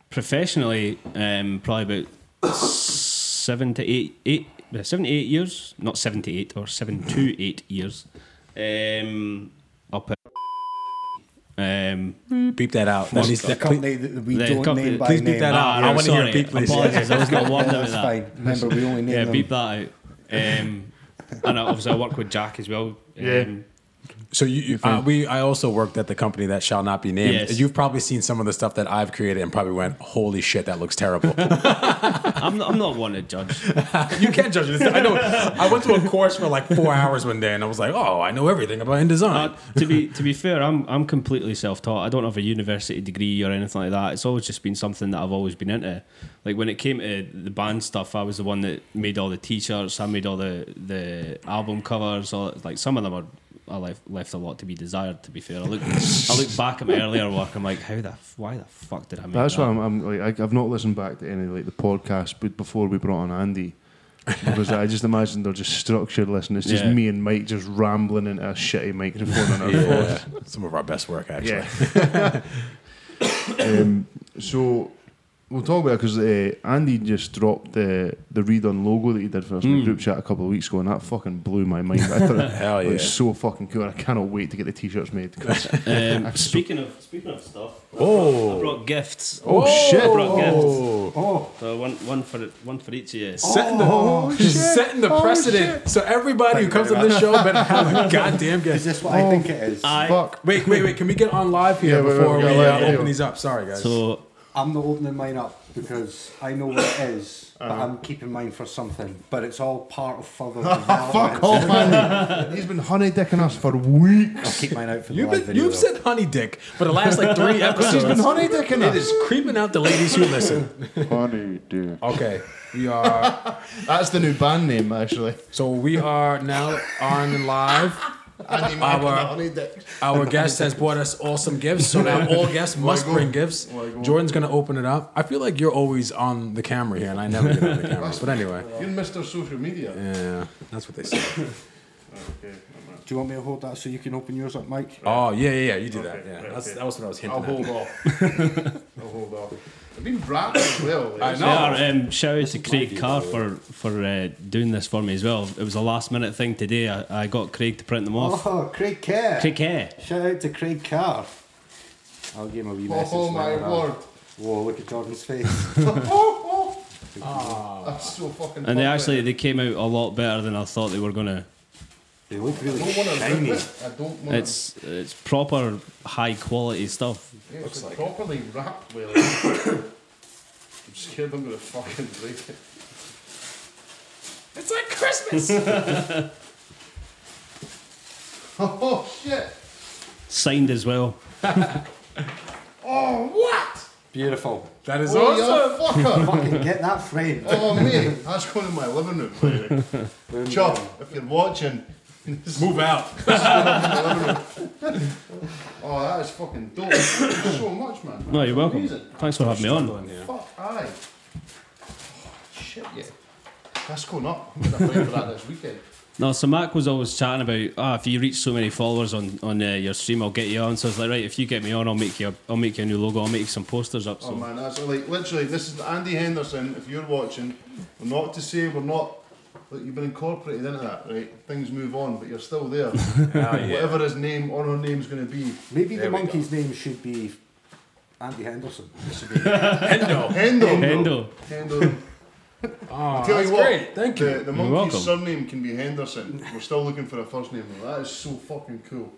professionally, um, probably about seven to eight, eight, uh, seven to eight years. Not seven to eight, or seven to eight years. Um, up at um, Beep that out. That needs The that, please, company that we The don't company- name by please beep name. Oh, that out. Ah, I yeah, want to hear sorry. a beep, please. Apologies, I was *laughs* gonna warn them That's to that. fine. Remember, we only name yeah, them. beep that out. Um, and I- obviously, I work with Jack as well. Yeah. Um, So you, you uh, we, I also worked at the company that shall not be named. Yes. You've probably seen some of the stuff that I've created and probably went, "Holy shit, that looks terrible." I'm, not, I'm not one to judge. *laughs* you can't judge it. I know. I went to a course for like four hours one day, and I was like, "Oh, I know everything about InDesign." Uh, to be to be fair, I'm I'm completely self taught. I don't have a university degree or anything like that. It's always just been something that I've always been into. Like when it came to the band stuff, I was the one that made all the t-shirts. I made all the the album covers. All like some of them are. I left, left a lot to be desired. To be fair, I look I look back at my earlier work. I'm like, how the f- why the fuck did I make That's that? why I'm, I'm like I, I've not listened back to any like the podcast but before we brought on Andy because I just imagine they're just structured listening. It's just Yeah. me and Mike just rambling into a shitty microphone on our phone. yeah. Some of our best work, actually. Yeah. um, so we'll talk about because uh, Andy just dropped the the read on logo that he did for us in the group chat a couple of weeks ago, and that fucking blew my mind. I thought Hell it yeah. was so fucking cool, and I cannot wait to get the t-shirts made. 'cause- Um, speaking of speaking of stuff, I Oh. brought gifts. oh shit! I brought gifts. Oh, So one one for one for each of you. Oh, Setting the, setting the precedent. So everybody who comes on this show better have a goddamn is guest. this what I think it is? I- Fuck. Wait, wait, wait. Can we get on live Yeah, here wait, wait, before we we, got uh, live video. open these up? Sorry, guys. So I'm not opening mine up because I know what it is, but I'm keeping mine for something. But it's all part of further development. Fuck off, Andy. He's been honey dicking us for weeks. I'll keep mine out for the You've, live been, video. you've said honey dick for the last like three episodes. He's been honey dicking It us. is creeping out the ladies who listen. Honey dick. *laughs* Okay, we are. That's the new band name, *laughs* actually. So we are now on live. Ah, Our, our guest has brought us awesome gifts, so now all *laughs* guests must bring gifts. Jordan's gonna open it up. I feel like you're always on the camera here, and I never get on *laughs* the camera. But anyway, You're Mr. Social Media. yeah, that's what they say. Do you want me to hold that so you can open yours up, Mike? Oh yeah, yeah, yeah. You do that. Okay, Yeah, okay. that's, that was what I was I'll hinting hold at. *laughs* off. I'll hold off. I've been wrapped as well. eh? like, I it's- know. Yeah, um, shout out to Craig Carr for for uh, doing this for me as well. It was a last minute thing today. I, I got Craig to print them off. Oh, Craig Kerr. *laughs* Craig Kerr. Shout out to Craig Kerr. I'll give him a wee message. Oh my later on. word. Whoa, look at Jordan's face. *laughs* That's so fucking And popular. they actually they came out a lot better than I thought they were gonna. they look I really don't want to shiny. rip it. I don't want to. It's it's proper high quality stuff. It's like properly wrapped well. I'm scared *coughs* I'm going to fucking break it. It's like *laughs* *laughs* Christmas. Oh shit. Signed as well. Oh, what? Beautiful. that is Oh, awesome. you fucker. Fucking get that framed. oh, mate. That's going in my living room. Baby. *laughs* Boom, Chop, boom. if you're watching. Move out. Oh, that is fucking dope. *coughs* Thank you so much, man. No, you're welcome. Amazing. Thanks for having me on. Fuck, aye. Oh, Shit, yeah. That's going up. I'm going to fight for that this weekend. No, so Mac was always chatting about ah, if you reach so many followers on on uh, your stream, I'll get you on. So I was like, right, if you get me on, I'll make you a, I'll make you a new logo. I'll make some posters up. So. Oh man, that's like literally. This is Andy Henderson. If you're watching, we're not to say we're not. Look, you've been incorporated into that, right? Things move on, but you're still *laughs* there. Ah, Whatever his name or her name's going to be. Maybe There we go. the monkey's name should be Andy Henderson. *laughs* *laughs* Hendo. Hendo. Hendo. *laughs* Hendo. Oh, Tell that's you what, great. Thank you. the, The monkey's welcome. surname can be Henderson. We're still looking for a first name. though. That is so fucking cool.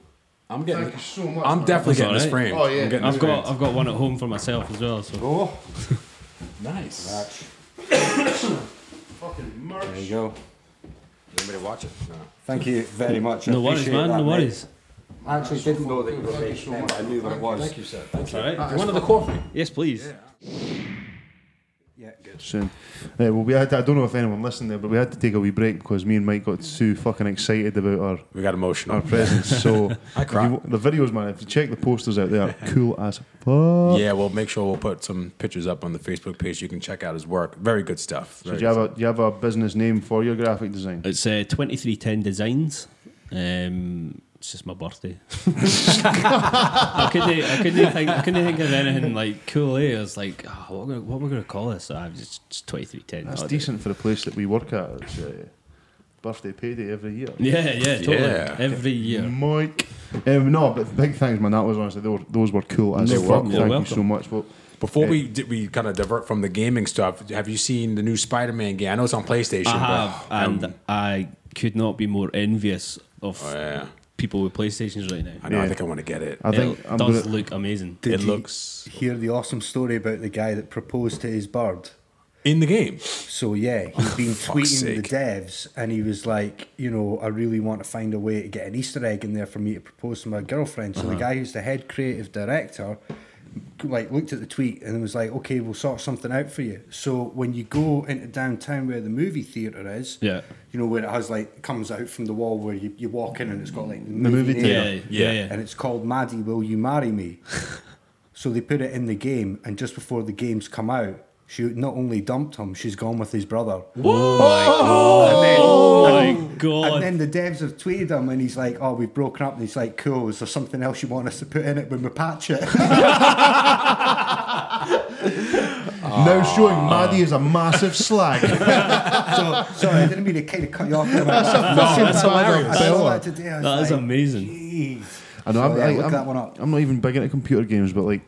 I'm getting. Thank you so much. I'm man. definitely That's getting this alright. frame. Oh, yeah. I'm getting I've this got framed. I've got one at home for myself as well. So Oh, nice. fucking there you merch. go. Anybody watch it? No. Thank you very much. I no worries, appreciate man. that, No mate. worries. I actually didn't know that you were making them, but I knew what it was. Thank you, sir. Thank you. All right. You wanted the coffee. Yes, please. Yeah, good. Soon. Yeah, well, we had to, I don't know if anyone listened there, but we had to take a wee break because me and Mike got too fucking excited about our We got our emotional. presents. So *laughs* I if cried. you- the videos, man. If you check the posters out, they are cool as fuck. Yeah, we'll make sure we'll put some pictures up on the Facebook page. You can check out his work. Very good stuff. So Very do you have good a do you have a business name for your graphic design? It's uh, twenty three ten designs. Um, it's just my birthday. *laughs* I couldn't I couldn't think I couldn't think of anything like cool. Eh? I was like, oh, what, we're gonna, what we're gonna call this? Ah, just, just twenty three ten. That's decent for the place that we work at. It's uh, birthday payday every year. Yeah, yeah, totally. Yeah. Every year. Mike. Um, no, but big thanks, man. That was honestly they were, those were cool as No fuck. problem. Thank You're you welcome. so much. Well, Before we did, we kind of divert from the gaming stuff. Have you seen the new Spider-Man game? I know it's on PlayStation. I have, but and I'm- I could not be more envious of Oh, yeah. people with PlayStations right now. I know. I yeah. Uh, think I want to get it. I think it I'm does gonna, look amazing. Did it you looks hear the awesome story about the guy that proposed to his bird? in the game. So yeah, he'd been fuck's tweeting the sake. devs, and he was like, you know, I really want to find a way to get an Easter egg in there for me to propose to my girlfriend. So the guy who's the head creative director, like, looked at the tweet and was like, okay, we'll sort something out for you. So when you go into downtown where the movie theater is, Yeah. you know where it has like comes out from the wall where you, you walk in and it's got like the The movie, movie name Yeah, theater. yeah, yeah. and it's called Maddie, Will You Marry *laughs* Me? so they put it in the game, and just before the games come out, she not only dumped him, she's gone with his brother. Oh my And god! then the devs have tweeted him, and he's like, "Oh, we've broken up." And he's like, "Cool, is there something else you want us to put in it when we patch it?" *laughs* Now showing Ah. Maddie is a massive *laughs* slag. so, sorry, I didn't mean to kind of cut you off. There, that's no, that's hilarious. I saw that today. I was That is like, amazing. Jeez. I know. I'm, So, yeah, I, look am that one up. I'm not even big into computer games, but like,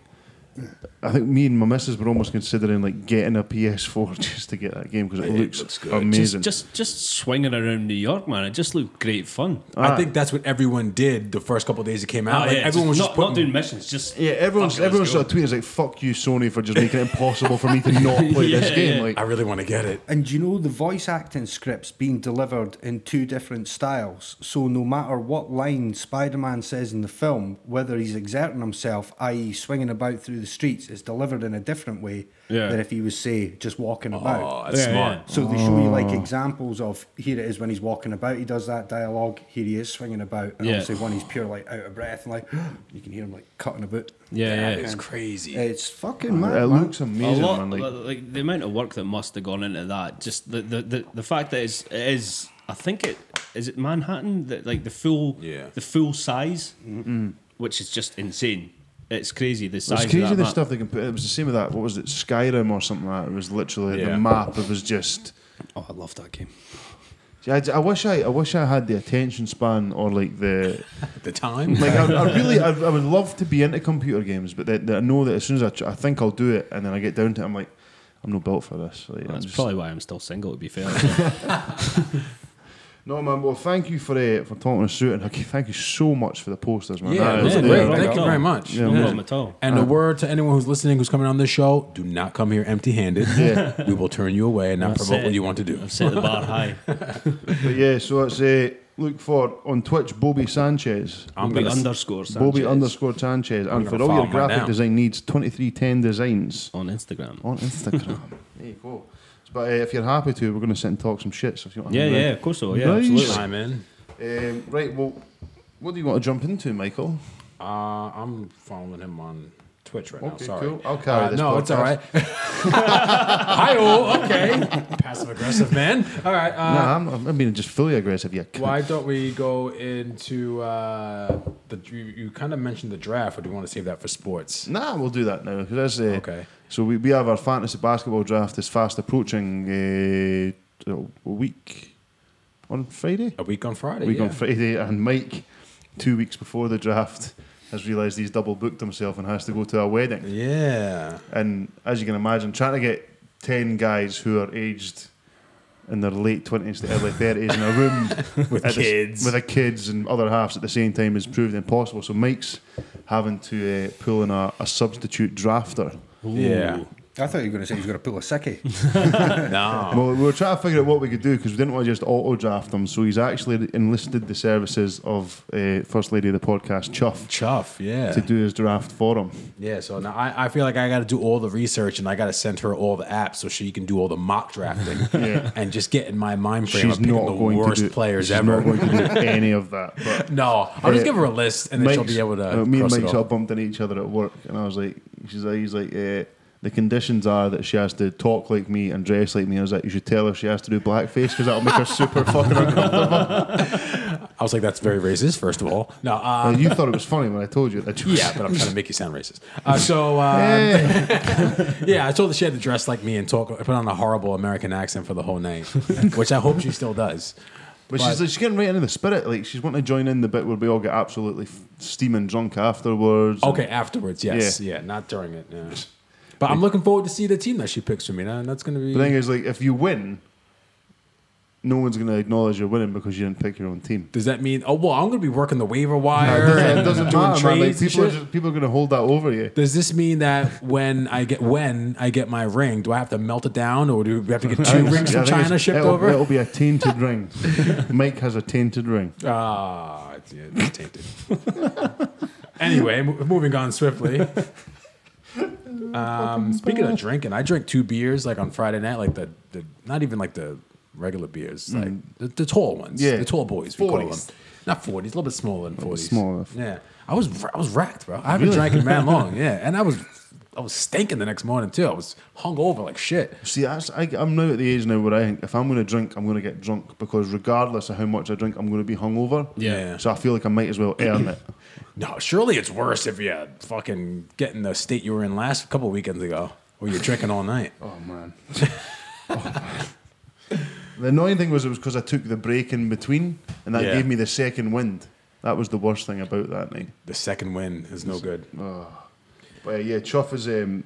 I think me and my missus were almost considering like getting a PS4 *laughs* just to get that game because it, looks, looks good. amazing. Just, just, just swinging around New York, man. It just looked great fun. I uh. think that's what everyone did the first couple of days it came out. Ah, like yeah, everyone was just just not, putting, not doing missions. Just yeah, everyone's fuck it, everyone's let's go. sort of tweeting is like, "Fuck you, Sony, for just making it impossible for me to *laughs* not play this Yeah, game." yeah. Like, I really want to get it. And you know the voice acting scripts being delivered in two different styles. So no matter what line Spider-Man says in the film, whether he's exerting himself, i.e., swinging about through the streets, is delivered in a different way Yeah. than if he was, say, just walking Oh, about. that's Oh. Yeah, smart. So they show you like examples of here it is when he's walking about, he does that dialogue. Here he is swinging about, and Yeah. obviously when he's pure like out of breath and like *gasps* you can hear him like cutting about. yeah, yeah. That is crazy. It's fucking mad. it man. looks a amazing, lot, man. like, Like, the amount of work that must have gone into that. Just the the, the, the fact that it's, it is, I think it is it Manhattan that like the full Yeah. the full size, which is just insane. It's crazy the size. It's crazy of that the map. stuff they can put. It was the same with that. What was it, Skyrim or something like that? It was literally Yeah. the map. It was just. Oh, I love that game. See, I, I wish I, I wish I had the attention span or like the At the time, like. I, I really, I, I would love to be into computer games, but that, that I know that as soon as I, tr- I think I'll do it, and then I get down to it, I'm like, I'm not built for this. Like, I'm That's just- probably why I'm still single. To *laughs* be fair, No, man. Well, thank you for uh, for talking us through it, and I thank you so much for the posters, man. yeah, That those is- are yeah, great. no Thank you problem. very much. no problem at all. And a Uh-huh. word to anyone who's listening, who's coming on this show: do not come here empty-handed. Yeah. We will turn you away and not That's promote it. what you want to do. I've set the *laughs* bar high. But yeah, so it's uh, look for on Twitch, Bobby Sanchez. I'm Bobby gonna underscore Bobby Sanchez underscore Sanchez, and for gonna all follow your him right graphic now. design needs, twenty three ten designs on Instagram. on *laughs* Instagram. there you go. But uh, if you're happy to, we're going to sit and talk some shit. So if you want, to Yeah, hang around. yeah, of course so. Yeah, Nice. absolutely. chime in. Um, right, well, what do you want to jump into, Michael? Uh, I'm following him on Twitch right now. Okay, Sorry. cool. I'll carry Uh, this No, it's all right. *laughs* podcast. Hi, oh, okay. Passive aggressive man. All right. Uh, nah, I'm, I'm being just fully aggressive. Yeah, cunt. Why don't we go into uh, the? You, you kind of mentioned the draft, or do you want to save that for sports? Nah, we'll do that now. 'cause that's, uh, Okay. So we, we have our fantasy basketball draft is fast approaching uh, a week on Friday. A week on Friday. week on yeah. Friday, and Mike, two weeks before the draft, has realised he's double booked himself and has to go to a wedding. Yeah. And as you can imagine, trying to get ten guys who are aged in their late twenties to early thirties in a room *laughs* With at the s- kids. with their kids and other halves at the same time has proved impossible. So Mike's having to uh, pull in a, a substitute drafter. Yeah. I thought you were going to say he was going to pull a sickie. No. Well, we were trying to figure out what we could do because we didn't want to just auto draft him. So he's actually enlisted the services of uh, First Lady of the podcast, Chuff, Chuff, yeah. to do his draft for him. Yeah, so now I, I feel like I got to do all the research and I got to send her all the apps so she can do all the *laughs* mock drafting and just get in my mind frame. She's of picking not the going worst to do players she's ever. Not going to do any of that. But *laughs* no, I'll just Uh, give her a list and then she'll be able to. uh, me and cross it Mike's off. all bumped into each other at work, and I was like, she's like, he's like, eh, the conditions are that she has to talk like me and dress like me. And I was like, you should tell her she has to do blackface because that'll make her *laughs* super fucking uncomfortable. I was like, that's very racist, first of all. No, uh, you thought it was funny when I told you that. yeah, but I'm trying to make you sound racist. Uh, *laughs* so, uh, Eh. *laughs* yeah, I told her she had to dress like me and talk, put on a horrible American accent for the whole night, which I hope she still does. But, But- she's like, she's getting right into the spirit. Like she's wanting to join in the bit where we all get absolutely f- steaming drunk afterwards. Okay, afterwards, yes. Yeah, not during it. Yeah. *laughs* But I'm looking forward to see the team that she picks for me. And that's going to be. The thing is, like, if you win, no one's going to acknowledge you're winning because you didn't pick your own team. Does that mean? Oh well, I'm going to be working the waiver wire. It doesn't, and it doesn't doing matter, man. Like, trades and people, are shit? just, people are going to hold that over you. Does this mean that when I get when I get my ring, do I have to melt it down, or do we have to get two rings Yeah, *laughs* I from think it's- China shipped it'll, over? It'll be a tainted *laughs* ring. Mike has a tainted ring. Ah, it's, yeah, it's tainted. *laughs* anyway, mo- moving on swiftly. Um, speaking of drinking, I drink two beers like on Friday night, like the, the not even like the regular beers, like the, the tall ones, Yeah. the tall boys we call them. 40s. Not Mm. forties, a little bit smaller than forties. smaller. Yeah, I was ra- I was racked, bro. I haven't drank in *laughs* man long. Yeah, and I was I was stinking the next morning too. I was hungover like shit. See, that's, I, I'm now at the age now where I think if I'm going to drink, I'm going to get drunk because regardless of how much I drink, I'm going to be hungover. Yeah. So I feel like I might as well earn *coughs* it. No, surely it's worse if you fucking get in the state you were in last couple weekends ago, where you're drinking all night. Oh man. The annoying thing was it was because I took the break in between, and that Yeah. gave me the second wind. That was the worst thing about that night. The second win is no good. But uh, yeah, Chuff is um,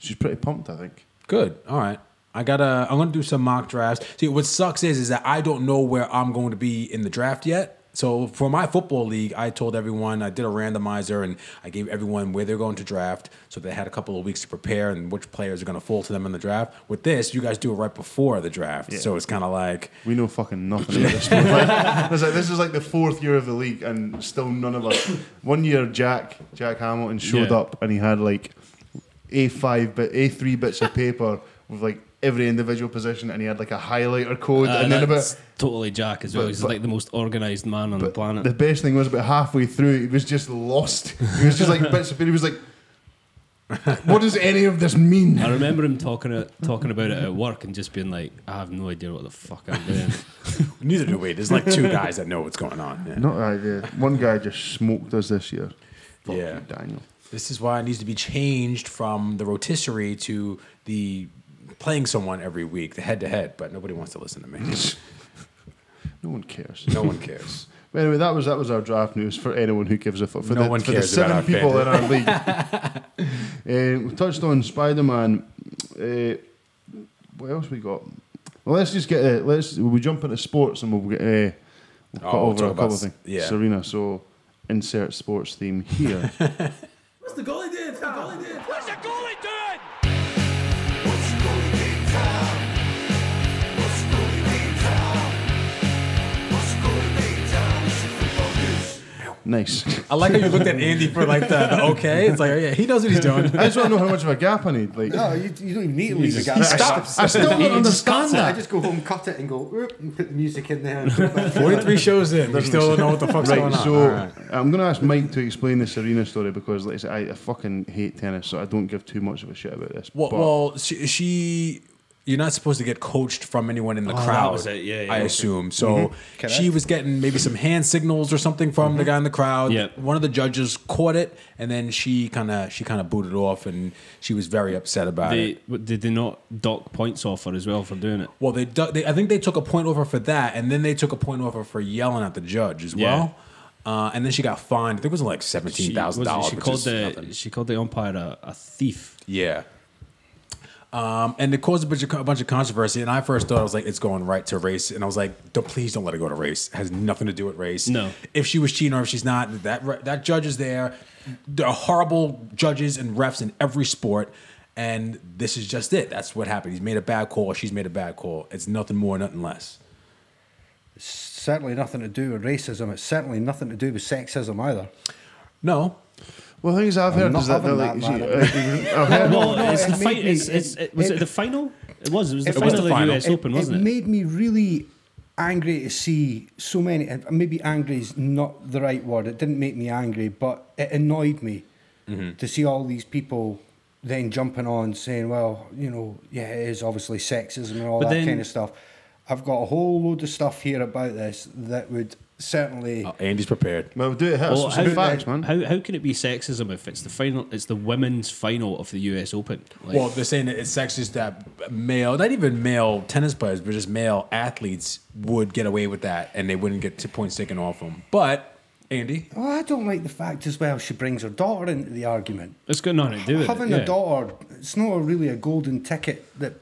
she's pretty pumped. I think. Good. All right. I gotta. I'm gonna do some mock drafts. See, what sucks is, is that I don't know where I'm going to be in the draft yet. So for my football league, I told everyone I did a randomizer and I gave everyone where they're going to draft, so they had a couple of weeks to prepare and which players are going to fall to them in the draft. With this, you guys do it right before the draft, so it's kind of like We know fucking nothing about this. *laughs* Like, I was like, this is like the fourth year of the league, and still none of us. One year, Jack Jack Hamilton showed Yeah. up, and he had like a five but a three bits of paper with like every individual position, and he had like a highlighter code, Uh, and then about that's totally Jack as well. He's but- like the most organised man on the planet. The best thing was about halfway through, he was just lost. He was just *laughs* like bits of. He was like, "What does any of this mean?" *laughs* I remember him talking uh, talking about it at work and just being like, I have no idea what the fuck I'm *laughs* doing. neither do we. There's like *laughs* two guys that know what's going on. Yeah. Not idea. One guy just smoked us this year. Fuck Yeah. you, Daniel. This is why it needs to be changed from the rotisserie to the playing someone every week, the head to head. But nobody wants to listen to me. No one cares. No one cares. But anyway, that was that was our draft news for anyone who gives a fuck. For No the, one for cares the seven about our people in our league. *laughs* Uh, we touched on Spider Man. Uh, what else we got? Well, let's just get uh, let's we jump into sports and we'll get uh, we'll cut Oh, we'll over talk a couple about of things. s- yeah. Serena. So insert sports theme here. *laughs* nice. I like how you looked at Andy for like the, the okay. It's like, oh, yeah, he knows what he's doing. I just want to know how much of a gap I need. Like, No, you, you don't even need to leave the I, guy. I- I still don't understand I that. just go home, cut it, and go whoop, and put the music in there. And put it *laughs* back in. 43 shows in. We still don't know what the fuck's Right, going on. so All right. I'm going to ask Mike to explain the Serena story because like, I, said, I, I fucking hate tennis, so I don't give too much of a shit about this. Well, but well she, she, you're not supposed to get coached from anyone in the Oh, that crowd. was it. Yeah, Mm-hmm. yeah, I okay. assume. So she Correct. was getting maybe some hand signals or something from Mm-hmm. the guy in the crowd. Yep. One of the judges caught it, and then she kind of she kind of booted off, and she was very upset about it. they, what, did they not dock points off her as well for doing it? Well, they, du- they I think they took a point over for that, and then they took a point over for yelling at the judge as Yeah. well. Uh, and then she got fined. I think it was like She- seventeen thousand was it- dollars. She called the she called the umpire a, a thief. yeah. Um, and it caused a bunch, of, a bunch of controversy. And I first thought I was like, it's going right to race. And I was like, don't, please don't let it go to race. It has nothing to do with race. No. If she was cheating or if she's not, that that judge is there. There are horrible judges and refs in every sport. And this is just it. That's what happened. He's made a bad call. She's made a bad call. It's nothing more, nothing less. *laughs* certainly nothing to do with racism. It's certainly nothing to do with sexism either. No. Well, the thing is, I've heard not is that they're having like, that, *laughs* man. I've heard Well, no, it's it the made fight. me- it's, it's, it- it, was it, it- the final? It was. It was the it final was of the the final. US It- Open, wasn't it? made me really angry to see so many. and Maybe angry is not the right word. It didn't make me angry, but it annoyed me Mm-hmm. to see all these people then jumping on saying, "Well, you know, yeah, it is obviously sexism and all But that then- kind of stuff." I've got a whole load of stuff here about this that would certainly. Oh, Andy's prepared. Well, do it here. Well, Well, how, facts, man. How, how can it be sexism if it's the final? It's the women's final of the U.S. Open. Like, Well, they're saying that it's sexist that male, not even male tennis players, but just male athletes would get away with that and they wouldn't get t- points taken off them. But, Andy, Well, I don't like the fact as well. She brings her daughter into the argument. it's got nothing to do with having it. a daughter, it's not really a golden ticket that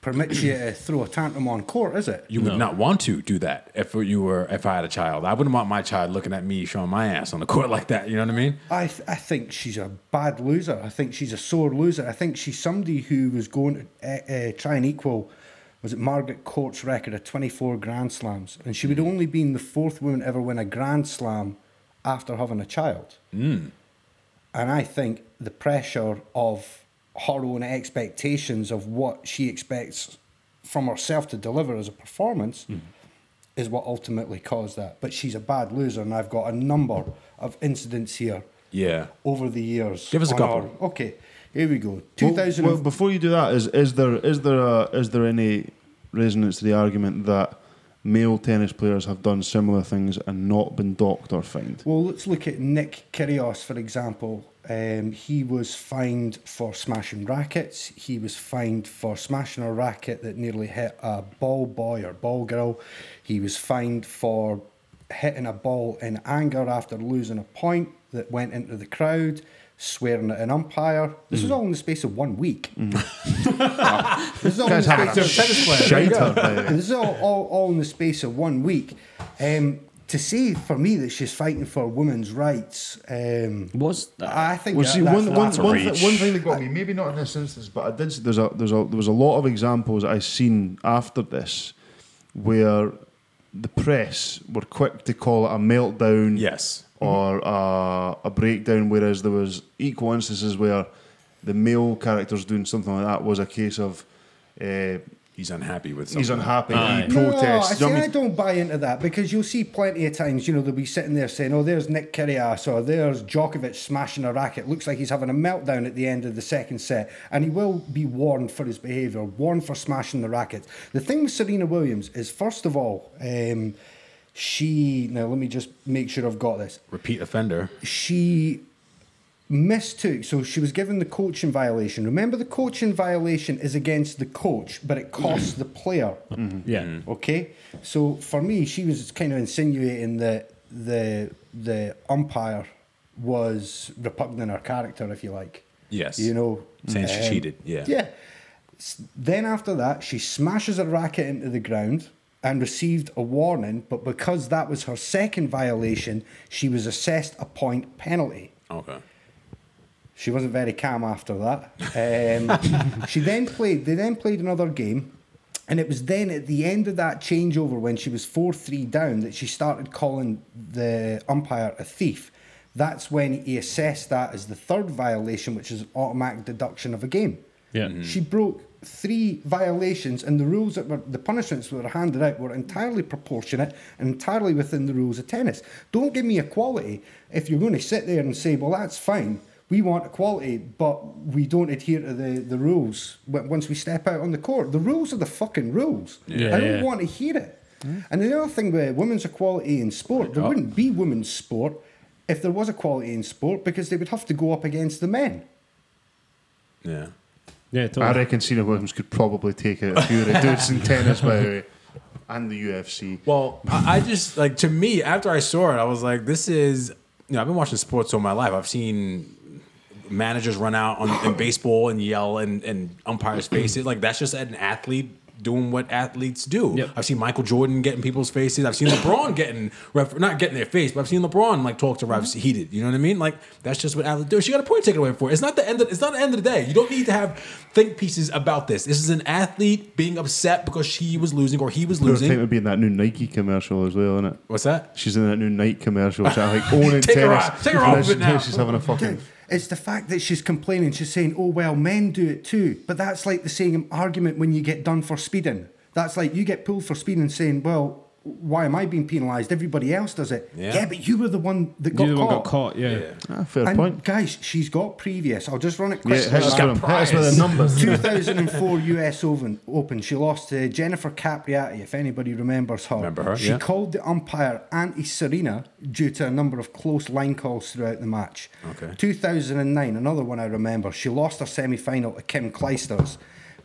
permits you to throw a tantrum on court, is it? you would not want to do that if you were, if I had a child. I wouldn't want my child looking at me showing my ass on the *laughs* court like that. You know what I mean? I, th- I think she's a bad loser. I think she's a sore loser. I think she's somebody who was going to uh, uh, try and equal, was it Margaret Court's record of 24 Grand Slams? And she would Hmm. only been the fourth woman to ever win a Grand Slam after having a child. And I think the pressure of her own expectations of what she expects from herself to deliver as a performance Mm. is what ultimately caused that. But she's a bad loser, and I've got a number of incidents here Yeah. over the years. Give us a on couple. our- okay, here we go. Well, 2000. well, before you do that, is is there is there a, is there any resonance to the argument that male tennis players have done similar things and not been docked or fined? Well, let's look at Nick Kyrgios, for example. Um, he was fined for smashing rackets. He was fined for smashing a racket that nearly hit a ball boy or ball girl. He was fined for hitting a ball in anger after losing a point that went into the crowd, swearing at an umpire. This was all in the space of one week. this is all in the Guys having space a of tennis player. There you go. Shite out there. And this is all, all, all in the space of one week. Um, to say for me that she's fighting for women's rights, um, Was that? I think Well, that- see, that's, one, one, that's one, thi- one thing that got me, maybe not in this instance, but I did see there's a, there's a, there was a lot of examples I seen after this where the press were quick to call it a meltdown Yes. or a, a breakdown, whereas there was equal instances where the male characters doing something like that was a case of uh, He's unhappy with something. he's unhappy, Aye. he No, protests. I, you know see, what I I mean? don't buy into that because you'll see plenty of times, you know, they'll be sitting there saying, "Oh, there's Nick Kyrgios or there's Djokovic smashing a racket. Looks like he's having a meltdown at the end of the second set," and he will be warned for his behaviour, warned for smashing the racket. The thing with Serena Williams is, first of all, um, she now let me just make sure I've got this Repeat offender. she mistook so she was given the coaching violation remember the coaching violation is against the coach but it Mm. costs the player Mm-hmm. yeah. okay so for me she was kind of insinuating that the the umpire was repugnant her character if you like Yes. you know Saying she cheated, yeah. yeah S- then after that she smashes a racket into the ground and received a warning but because that was her second violation she was assessed a point penalty Okay. she wasn't very calm after that. Um, she then played. They then played another game, and it was then at the end of that changeover when she was four three down that she started calling the umpire a thief. That's when he assessed that as the third violation, which is automatic deduction of a game. Yeah. Mhm. She broke three violations, and the rules that were the punishments that were handed out were entirely proportionate and entirely within the rules of tennis. Don't give me equality if you're going to sit there and say, "Well, that's fine. We want equality, but we don't adhere to the, the rules w- once we step out on the court." The rules are the fucking rules. Yeah, I don't yeah. want to hear it. And the other thing with women's equality in sport, there wouldn't be women's sport if there was equality in sport because they would have to go up against the men. Yeah. Yeah. I Totally. reckon Serena Williams could probably take out a few of the dudes in tennis, by the way, and the UFC. Well, I, I just like to me after I saw it, I was like, this is you know I've been watching sports all my life. I've seen managers run out on in baseball and yell and and umpires faces. Like that's just an athlete doing what athletes do. Yep. I've seen Michael Jordan getting people's faces. I've seen LeBron getting ref- not getting their face, but I've seen LeBron like talk to refs heated. You know what I mean? Like that's just what athletes do. She got a point taken away for it. It's not the end. Of, it's not the end of the day. You don't need to have think pieces about this. This is an athlete being upset because she was losing or he was Her time losing. would be in that new Nike commercial as well, isn't it? What's that? She's in that new Nike commercial. She's *laughs* like owning Take her tennis. off- take her And off then of it she- now. She's having a fucking. *coughs* It's the fact that she's complaining. She's saying, "Oh well, men do it too." But that's like the same argument when you get done for speeding. That's like you get pulled for speeding, saying, "Well, why am I being penalised? Everybody else does it." Yeah. but you were the one that got You're the one caught. got caught, yeah. Ah, fair And point. guys, she's got previous. I'll just run it Yeah, quickly. hit us with them. Hit us with the *laughs* numbers. 2004 US Open. Open. She lost to Jennifer Capriati, if anybody remembers her. Remember her, She yeah. called the umpire anti Serena due to a number of close line calls throughout the match. Okay. 2009, another one I remember. She lost her semi final to Kim Kleisters.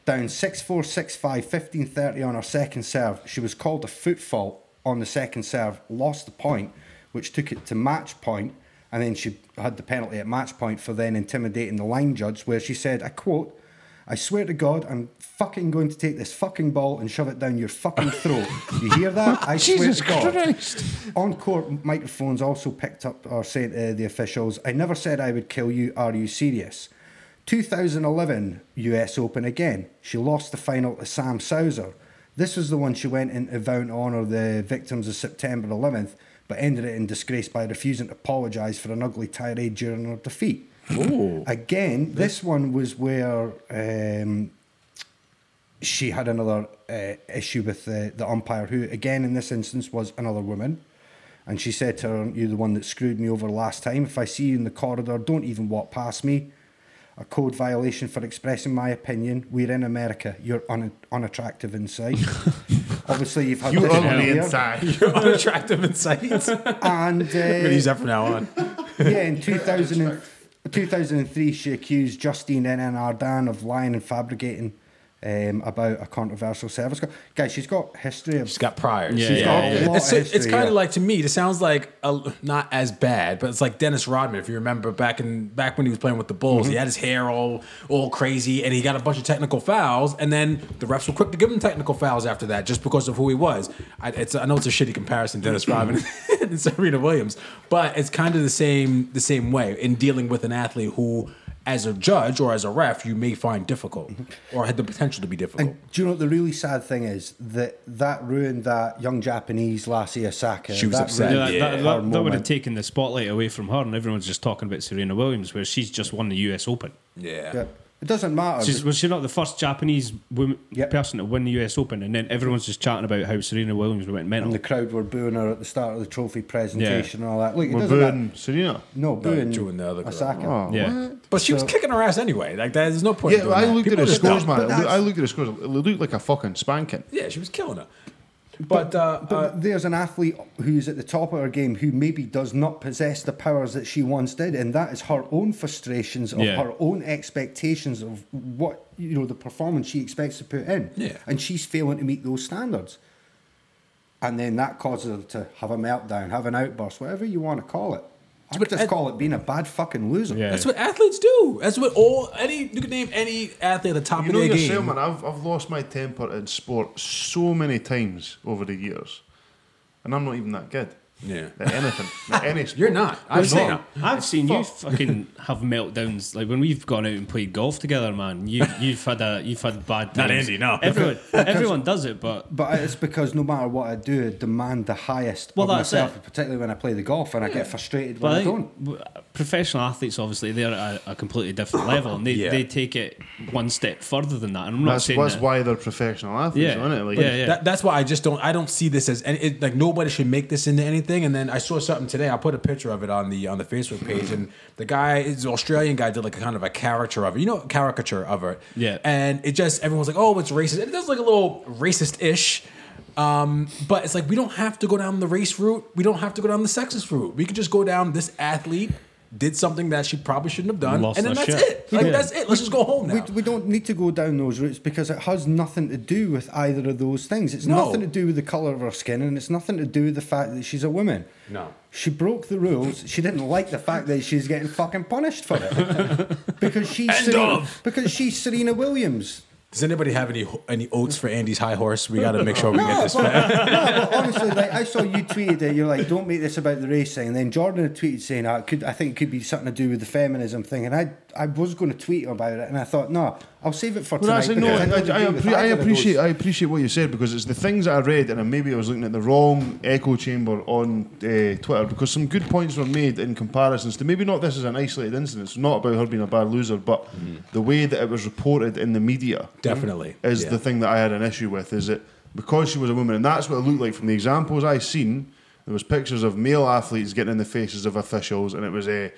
Down 6 4, 6 5, 15 30 on her second serve. She was called a foot fault on the second serve, lost the point, which took it to match point, and then she had the penalty at match point for then intimidating the line judge, where she said, I quote, I swear to God, I'm fucking going to take this fucking ball and shove it down your fucking throat. You hear that? *laughs* I swear Jesus to God. Christ. On court microphones also picked up or said to the officials, I never said I would kill you. Are you serious? 2011 US Open again. She lost the final to Sam Souser. This was the one she went in to vow to honour the victims of September 11th, but ended it in disgrace by refusing to apologise for an ugly tirade during her defeat. Again, this one was where um, she had another uh, issue with the, the umpire, who again in this instance was another woman. And she said to her, Aren't you the one that screwed me over last time? If I see you in the corridor, don't even walk past me. A code violation for expressing my opinion. We're in America. You're un- unattractive *laughs* inside. Obviously, you've had You this on one the here. inside. You're unattractive and *laughs* sights. I'm *laughs* And gonna uh, use that from now on. yeah, in 2000 and- 2003, she accused Justine N. Ardan of lying and fabricating um, about a controversial service. call. Guys, she's got history of. She's got priors. Yeah, She's yeah, got a yeah. lot It's, of history, it's kind of yeah. like to me. It sounds like a, not as bad, but it's like Dennis Rodman. If you remember back in back when he was playing with the Bulls, Mm-hmm. he had his hair all all crazy, and he got a bunch of technical fouls, and then the refs were quick to give him technical fouls after that, just because of who he was. I, it's, I know it's a shitty comparison, Mm-hmm. Dennis Rodman *laughs* and Serena Williams, but it's kind of the same the same way in dealing with an athlete who. As a judge or as a ref, you may find difficult, Mm-hmm. or had the potential to be difficult. Do you know what the really sad thing is? That that ruined that young Japanese lassie Osaka. She was that upset. Yeah, ruined that, Yeah. that, her that, that would have moment. taken the spotlight away from her, and everyone's just talking about Serena Williams, where she's just won the U.S. Open. Yeah. It doesn't matter. She's, was she not the first Japanese woman Yep. person to win the U.S. Open? And then everyone's just chatting about how Serena Williams went mental. and the crowd were booing her at the start of the trophy presentation and all that. Look, it We're doesn't matter. booing Serena. No, booing doing the other girl. Osaka. Oh, yeah, But she was kicking her ass anyway. Like that, there's no point. in Yeah, doing I that. looked at People her just don't- scores, man. But It looked- that's- I looked at her scores. It looked like a fucking spanking. Yeah, she was killing her. But, uh, But uh, there's an athlete who's at the top of her game who maybe does not possess the powers that she once did, and that is her own frustrations of Yeah. her own expectations of what you know the performance she expects to put in, Yeah. and she's failing to meet those standards, and then that causes her to have a meltdown, have an outburst, whatever you want to call it. I But just at- call it being a bad fucking loser. Yeah. that's what athletes do. That's what all any you can name any athlete at the top You of know their yourself, game. man. I've, I've lost my temper in sport so many times over the years, and I'm not even that good. Yeah. At anything, at any sport. You're not. I've You're seen not. I've seen you fucking have meltdowns. Like when we've gone out and played golf together, man. You you've had a you've had bad times. Not Andy, no. Everyone everyone does it, but But it's because no matter what I do, I demand the highest Well, of that's myself, it. particularly when I play the golf and I get frustrated when but I, I don't. think w- professional athletes obviously they're at a, a completely different level, and they, Yeah. they take it one step further than that. And I'm not That's, saying that's that- why they're professional athletes, Yeah. isn't it? Like, Yeah, yeah. That, that's why I just don't. I don't see this as any, it, like nobody should make this into anything. And then I saw something today. I put a picture of it on the on the Facebook page, and the guy, is Australian guy, did like a kind of a caricature of it. You know, caricature of it. Yeah. And it just everyone's like, oh, it's racist. And it does like a little racist ish. Um, but it's like we don't have to go down the race route. We don't have to go down the sexist route. We could just go down this athlete did something that she probably shouldn't have done, Lost and then her that's shit. it. Like Yeah. that's it. Let's just go home now. We, we don't need to go down those routes because it has nothing to do with either of those things. It's No. nothing to do with the colour of her skin and it's nothing to do with the fact that she's a woman. No. She broke the rules. She didn't like the fact that she's getting fucking punished for *laughs* it. because she's End Serena, of. because she's Serena Williams. Does anybody have any any oats for Andy's high horse? We got to make sure we get No, this. but, no, but honestly, like I saw you tweeted it. You're like, don't make this about the racing. And then Jordan had tweeted saying, oh, it could, I think it could be something to do with the feminism thing. And I, I was going to tweet about it, and I thought, no, I'll save it for Well, tonight. actually, no. I, because don't I, I, agree with appre- I either of those. appreciate I appreciate what you said because it's the things that I read and maybe I was looking at the wrong echo chamber on uh, Twitter because some good points were made in comparisons to maybe not this is an isolated incident. It's not about her being a bad loser, but the way that it was reported in the media Definitely, is yeah. the thing that I had an issue with. Is it because she was a woman and that's what it looked like from the examples I seen. There was pictures of male athletes getting in the faces of officials, and it was a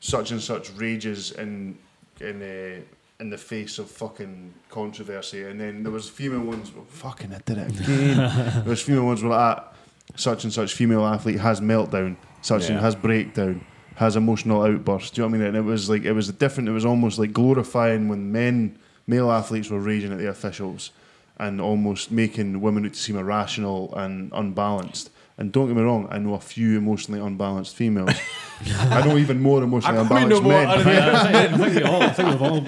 such and such rages in in uh, in the face of fucking controversy, and then there was female ones. Well, fucking, I did it again. there was female ones were like, "Ah, such and such female athlete has meltdown, such and Yeah. has breakdown, has emotional outburst. Do you know what I mean? And it was like it was different. It was almost like glorifying when men, male athletes, were raging at the officials, and almost making women seem irrational and unbalanced. And don't get me wrong, I know a few emotionally unbalanced females. I know even more emotionally probably know unbalanced more men. out of I *laughs* think we all, I think we've all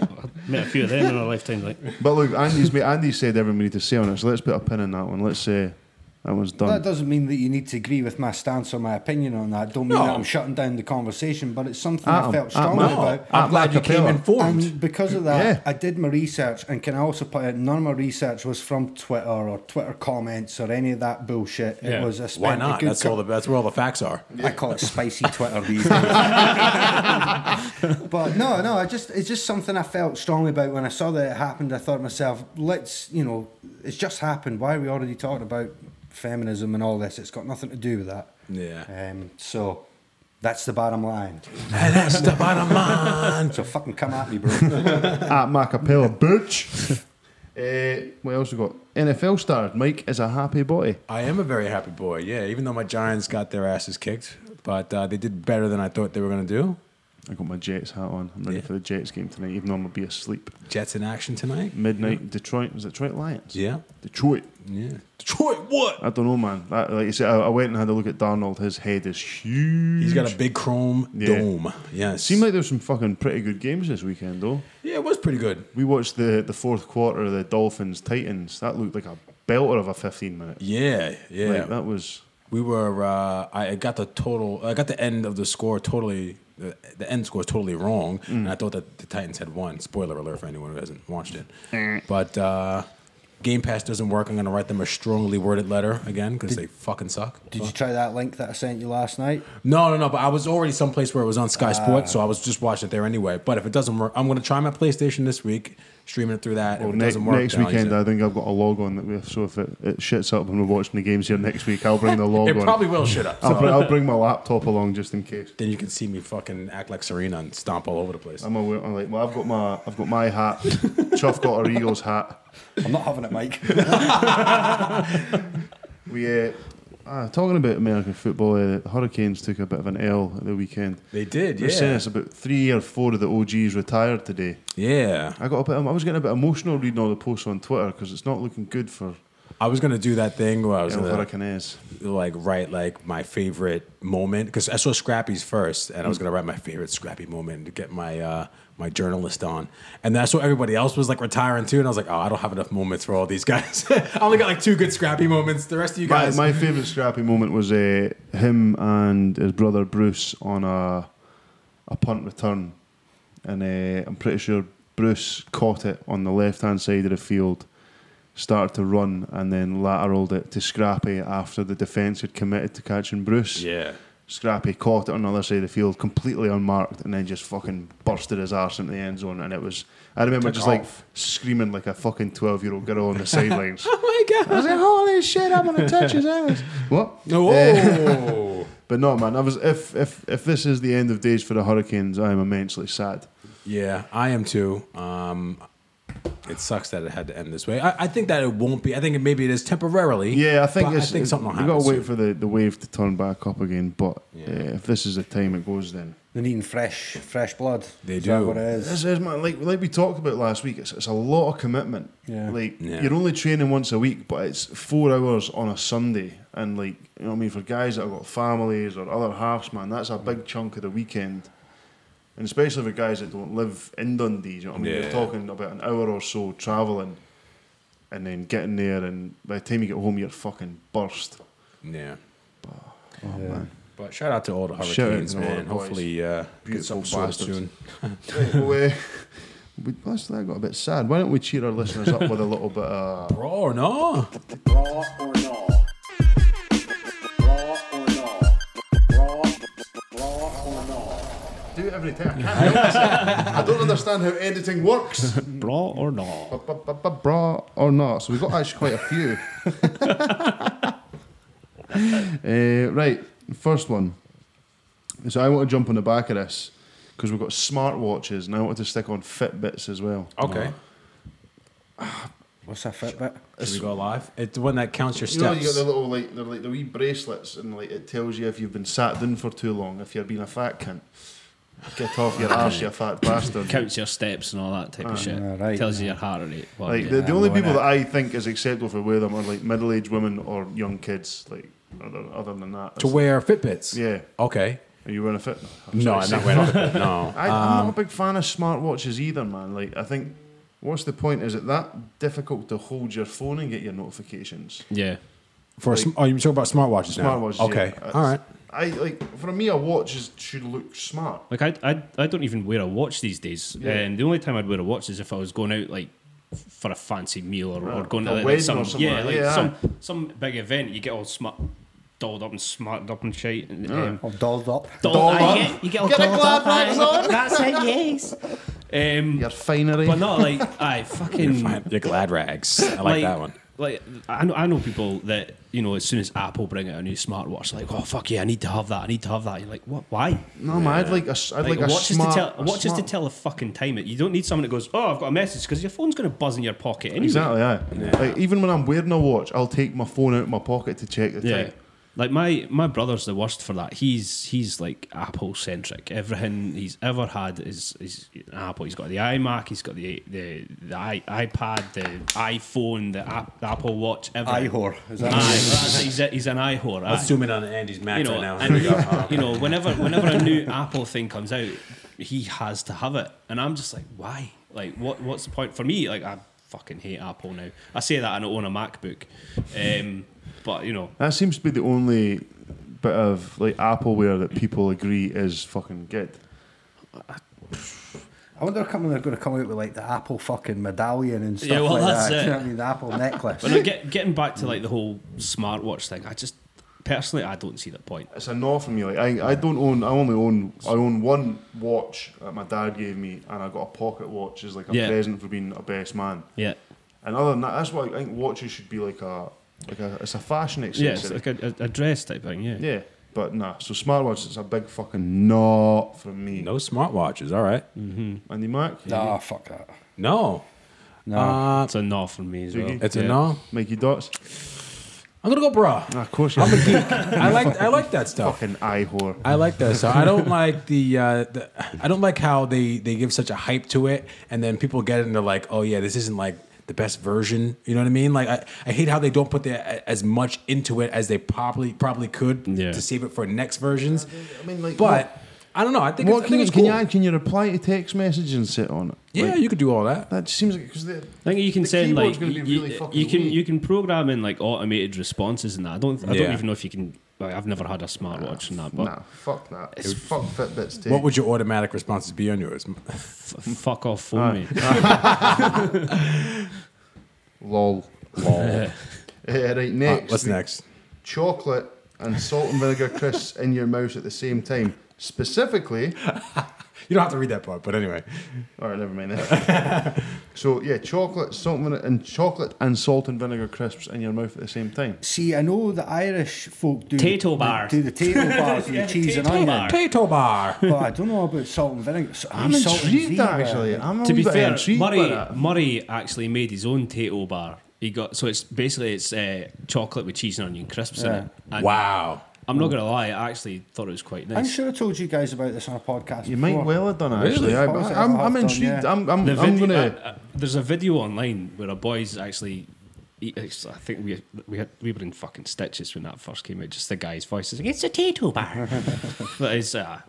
met a few of them in our lifetime. Like, But look, Andy's mate, Andy said everything we need to say on it, so let's put a pin in that one. Let's say that one's That Um, done. doesn't mean that you need to agree with my stance or my opinion on that. Don't mean No. that I'm shutting down the conversation, but it's something Atom. I felt Atom. strongly No. about. I'm Ah, glad you acapella. came informed. And because of that, Yeah. I did my research, and can I also put out none of my research was from Twitter or Twitter comments or any of that bullshit. Yeah. It was a Why spent a not? good That's cou- all the that's where all the *laughs* facts are. I call it spicy Twitter these *laughs* days. but no, no, I just it's just something I felt strongly about when I saw that it happened. I thought to myself, let's you know, it's just happened. Why are we already talking about feminism and all this? It's got nothing to do with that. Yeah. Um, so that's the bottom line. And that's the *laughs* bottom line. *laughs* So fucking come at me, bro. At Macapella, bitch. *laughs* uh, what else we got? NFL stars. Mike is a happy body. I am a very happy boy. Yeah, even though my Giants got their asses kicked, but uh, they did better than I thought they were going to do. I got my Jets hat on. I'm ready Yeah. for the Jets game tonight, even though I'm gonna be asleep. Jets in action tonight. Midnight, Detroit. Was it Detroit Lions? Yeah. Detroit. Yeah. Detroit, what? I don't know, man. That, like you said, I, I went and had a look at Darnold. His head is huge. He's got a big chrome Yeah. dome. Yes. Seemed like there was some fucking pretty good games this weekend, though. yeah, it was pretty good. We watched the the fourth quarter of the Dolphins Titans. That looked like a belter of a 15 minute. Yeah, yeah. Like, that was. We were. Uh, I I got the total. I got the end of the score totally. The, the end score is totally wrong, Mm. and I thought that the Titans had won. Spoiler alert for anyone who hasn't watched it. But uh, Game Pass doesn't work. I'm gonna write them a strongly worded letter again because they fucking suck. Did you try that link that I sent you last night? No, no, no. But I was already someplace where it was on Ah. Sky Sports, so I was just watching it there anyway. But if it doesn't work, I'm gonna try my PlayStation this week, streaming it through that. Well, if it oh, ne- doesn't work, next then I'll use weekend, uh, it. I think I've got a log on that we have. So if it, it shits up when we're watching the games here next week, I'll *laughs* bring the log it on. probably will shit up. I'll, So. bring, I'll bring my laptop along just in case. then you can see me fucking act like Serena and stomp all over the place. I'm aware. I'm like, well, I've got my, I've got my *laughs* hat. Chuff got our Eagles hat. I'm not having it, Mike. We uh, ah, talking about American football. Uh, the Hurricanes took a bit of an L at the weekend. They did, They're saying yeah. it's about three or four of the OGs retired today. Yeah. I got a bit. um, I was getting a bit emotional reading all the posts on Twitter because it's not looking good for I was gonna do that thing where I was El gonna Hurricanes. like write like my favorite moment because I saw Scrappy's first, and I Mm. was gonna write my favorite Scrappy moment to get my uh, my journalist on, and then I saw everybody else was like retiring too, and I was like, oh, I don't have enough moments for all these guys. *laughs* I only got like two good Scrappy moments. The rest of you My, *laughs* guys, my favourite scrappy moment was uh, him and his brother Bruce on a a punt return, and uh, I'm pretty sure Bruce caught it on the left hand side of the field, started to run, and then lateraled it to Scrappy after the defence had committed to catching Bruce. yeah, Scrappy caught it on the other side of the field, completely unmarked, and then just fucking bursted his arse into the end zone. And it was, I remember Took just like off. screaming like a fucking 12 year old girl on *laughs* the sidelines. oh my I god, was like, holy shit, I'm gonna touch his ass. What? Eh. no, *laughs* oh. But no, man. I was if if if this is the end of days for the Hurricanes, I am immensely sad. yeah, I am too. Um, it sucks that it had to end this way. I, I think that it won't be. I think it, maybe it is temporarily. Yeah, I think but it's, I think something will You happen. got to soon. wait for the, the wave to turn back up again. But Yeah. uh, if this is the time it goes, then They're needing fresh, fresh blood. They is That do. what it is. this is man. Like like we talked about last week, it's, it's a lot of commitment. Yeah. Like Yeah. you're only training once a week, but it's four hours on a Sunday, and like you know, what I mean, for guys that have got families or other halves, man, that's a big chunk of the weekend. And especially for guys that don't live in Dundee, do you know what I mean? Yeah. You're talking about an hour or so travelling and then getting there, and by the time you get home, you're fucking burst. Yeah. Oh, man. But shout out to all the Shout out Hurricanes, to all the man. boys. Hopefully, uh, get Beautiful some sort bastards. soon. Right, well, uh, *laughs* we, that's, that got a bit sad. Why don't we cheer our listeners up with a little bit of. Bro or no? Raw or no? Raw or no? Raw, raw or no? do it every time. I can't help myself. I don't understand how editing *laughs* works. Bra or not? Bra or not. So we've got actually quite a few. *laughs* uh, right, first one. So I want to jump on the back of this because we've got smartwatches and I wanted to stick on Fitbits as well. Okay. What's that Fitbit? Should we go live? It's the one that counts your You know, steps. you got the little like they're like the wee bracelets, and like it tells you if you've been sat down for too long, if you're being a fat cunt. Get off your arse, you fat bastard. Counts your steps and all that type of shit. Ah, yeah, right. Tells you your heart rate. Well, Like yeah. the, the only why people not? that I think is acceptable for wear them are like middle aged women or young kids. Like other, other than that, to it's- wear Fitbits. Yeah, Okay. are you wearing a fit? I'm No, sorry, I'm see- not wearing a Fitbit. No. *laughs* I, I'm Um, not a big fan of smartwatches either, man. Like I think, what's the point? Is it that difficult to hold your phone and get your notifications? yeah. For a sm- oh, you're talking about smartwatches now. Smartwatches. Okay. yeah. Uh, All right. I like for me, a watch is, should look smart. Like I, I, I don't even wear a watch these days. Yeah. And the only time I'd wear a watch is if I was going out like f- for a fancy meal or, or Right. going A to like, wedding some or something yeah, like- like yeah, some some big event. You get all smart, dolled up and smarted up and shit. And, um, All Oh, dolled up. dolled up. You get, you get all Get the dolled glad up, aye. rags on. That's it. Yes. Um, Your finery. but not like I fucking. Your glad rags. I Mm. like, that one. Like I know, I know people that you know. As soon as Apple bring out a new smartwatch, like oh fuck yeah, I need to have that. I need to have that. You're like, what? Why? no, man. I'd like a, s- I'd like, Like, a watches smart. to tell a watches smart- to tell the fucking time. It you don't need someone that goes, oh, I've got a message because your phone's going to buzz in your pocket anyway. Exactly, aye. Like, even when I'm wearing a watch, I'll take my phone out of my pocket to check the Yeah. time. Like my my brother's the worst for that. He's he's like Apple centric. Everything he's ever had is is an Apple. He's got the iMac. He's got the the, the I, iPad, the iPhone, the, app, the Apple Watch. Eye Everything. whore. Is Aye, that that's- he's, a, he's an eye whore. aye. Let's zoom in on Andy's Mac you know, right now. and *laughs* he- you know, whenever whenever a new Apple thing comes out, he has to have it, and I'm just like, why? Like, what what's the point for me? Like, I fucking hate Apple now. I say that I don't own a MacBook, um, but you know, That seems to be the only bit of like Appleware that people agree is fucking good. I wonder how come they're going to come out with like the Apple fucking medallion and stuff Yeah, well, like that's that. it. Do you know what I mean? The Apple necklace. *laughs* but no, get, getting back to like the whole smartwatch thing, I just personally I don't see the point. It's a no from you. Like I, I don't own. I only own. I own one watch that my dad gave me, and I got a pocket watch as like a Yeah. present for being a best man. Yeah, And other than that, that's why I think watches should be like a like a. It's a fashion accessory. yeah, it's like a, a, a dress type thing. Yeah, yeah. But nah, so smartwatch is a big fucking no from me. *laughs* no smartwatches. All right. Andy Mac, Nah, fuck that. No. No. Uh, that's a no for me as well. Ziggy? it's a Yeah. no. Mikey Dots. I'm gonna *laughs* go bra. Ah, of course, you're a I like I like that stuff. fucking eye whore. I like that stuff. I don't like the, uh, the I don't like how they they give such a hype to it, and then people get it and they're like, oh yeah, this isn't like the best version. You know what I mean? Like I, I hate how they don't put their, as much into it as they probably probably could Yeah. to save it for next versions. I mean, like, But I don't know. I think What it's, can I think you, it's can you cool. add? Can you reply to text message and sit on it? yeah, Like, you could do all that. that just seems like because the I think you can the send keyboard's like gonna you, be really you- fucking you can weak. you can program in like automated responses and that. I don't I Yeah. don't even know if you can. Like, I've never had a smartwatch and that, but nah, fuck that. It's fuck Fitbits. Take. What would your automatic responses be on yours? f- fuck off for me. lol? *laughs* Lol. Eh, right Uh, next. *laughs* what's we- next? Chocolate and salt and vinegar crisps in your mouth at the same time. Specifically, You don't have to read that part, but anyway. All right, never mind that. so yeah, chocolate, salt and, vine- and chocolate and salt and vinegar crisps in your mouth at the same time. See, I know the Irish folk do Tato the, bar. do the tato *laughs* bars and the cheese and tato onion, bar. Potato bar. but I don't know about salt and vinegar. So I'm salt and intrigued vinegar. actually. I'm a to be wee bit fair, intrigued by Murray, that. Murray actually made his own tato bar. He got so it's basically it's uh, chocolate with cheese and onion crisps in it. And Wow. I'm not gonna lie, I actually thought it was quite nice. I'm sure I told you guys about this on a podcast. You might before. well have done it, actually. Really? I, Oh, I am have I'm done, intrigued. yeah. I'm, I'm, The I'm video- gonna. uh, uh, there's a video online where a boy's actually. He, it's- I think we we had, we were in fucking stitches when that first came out. Just the guy's voice is like it's a tato bar, but it's uh,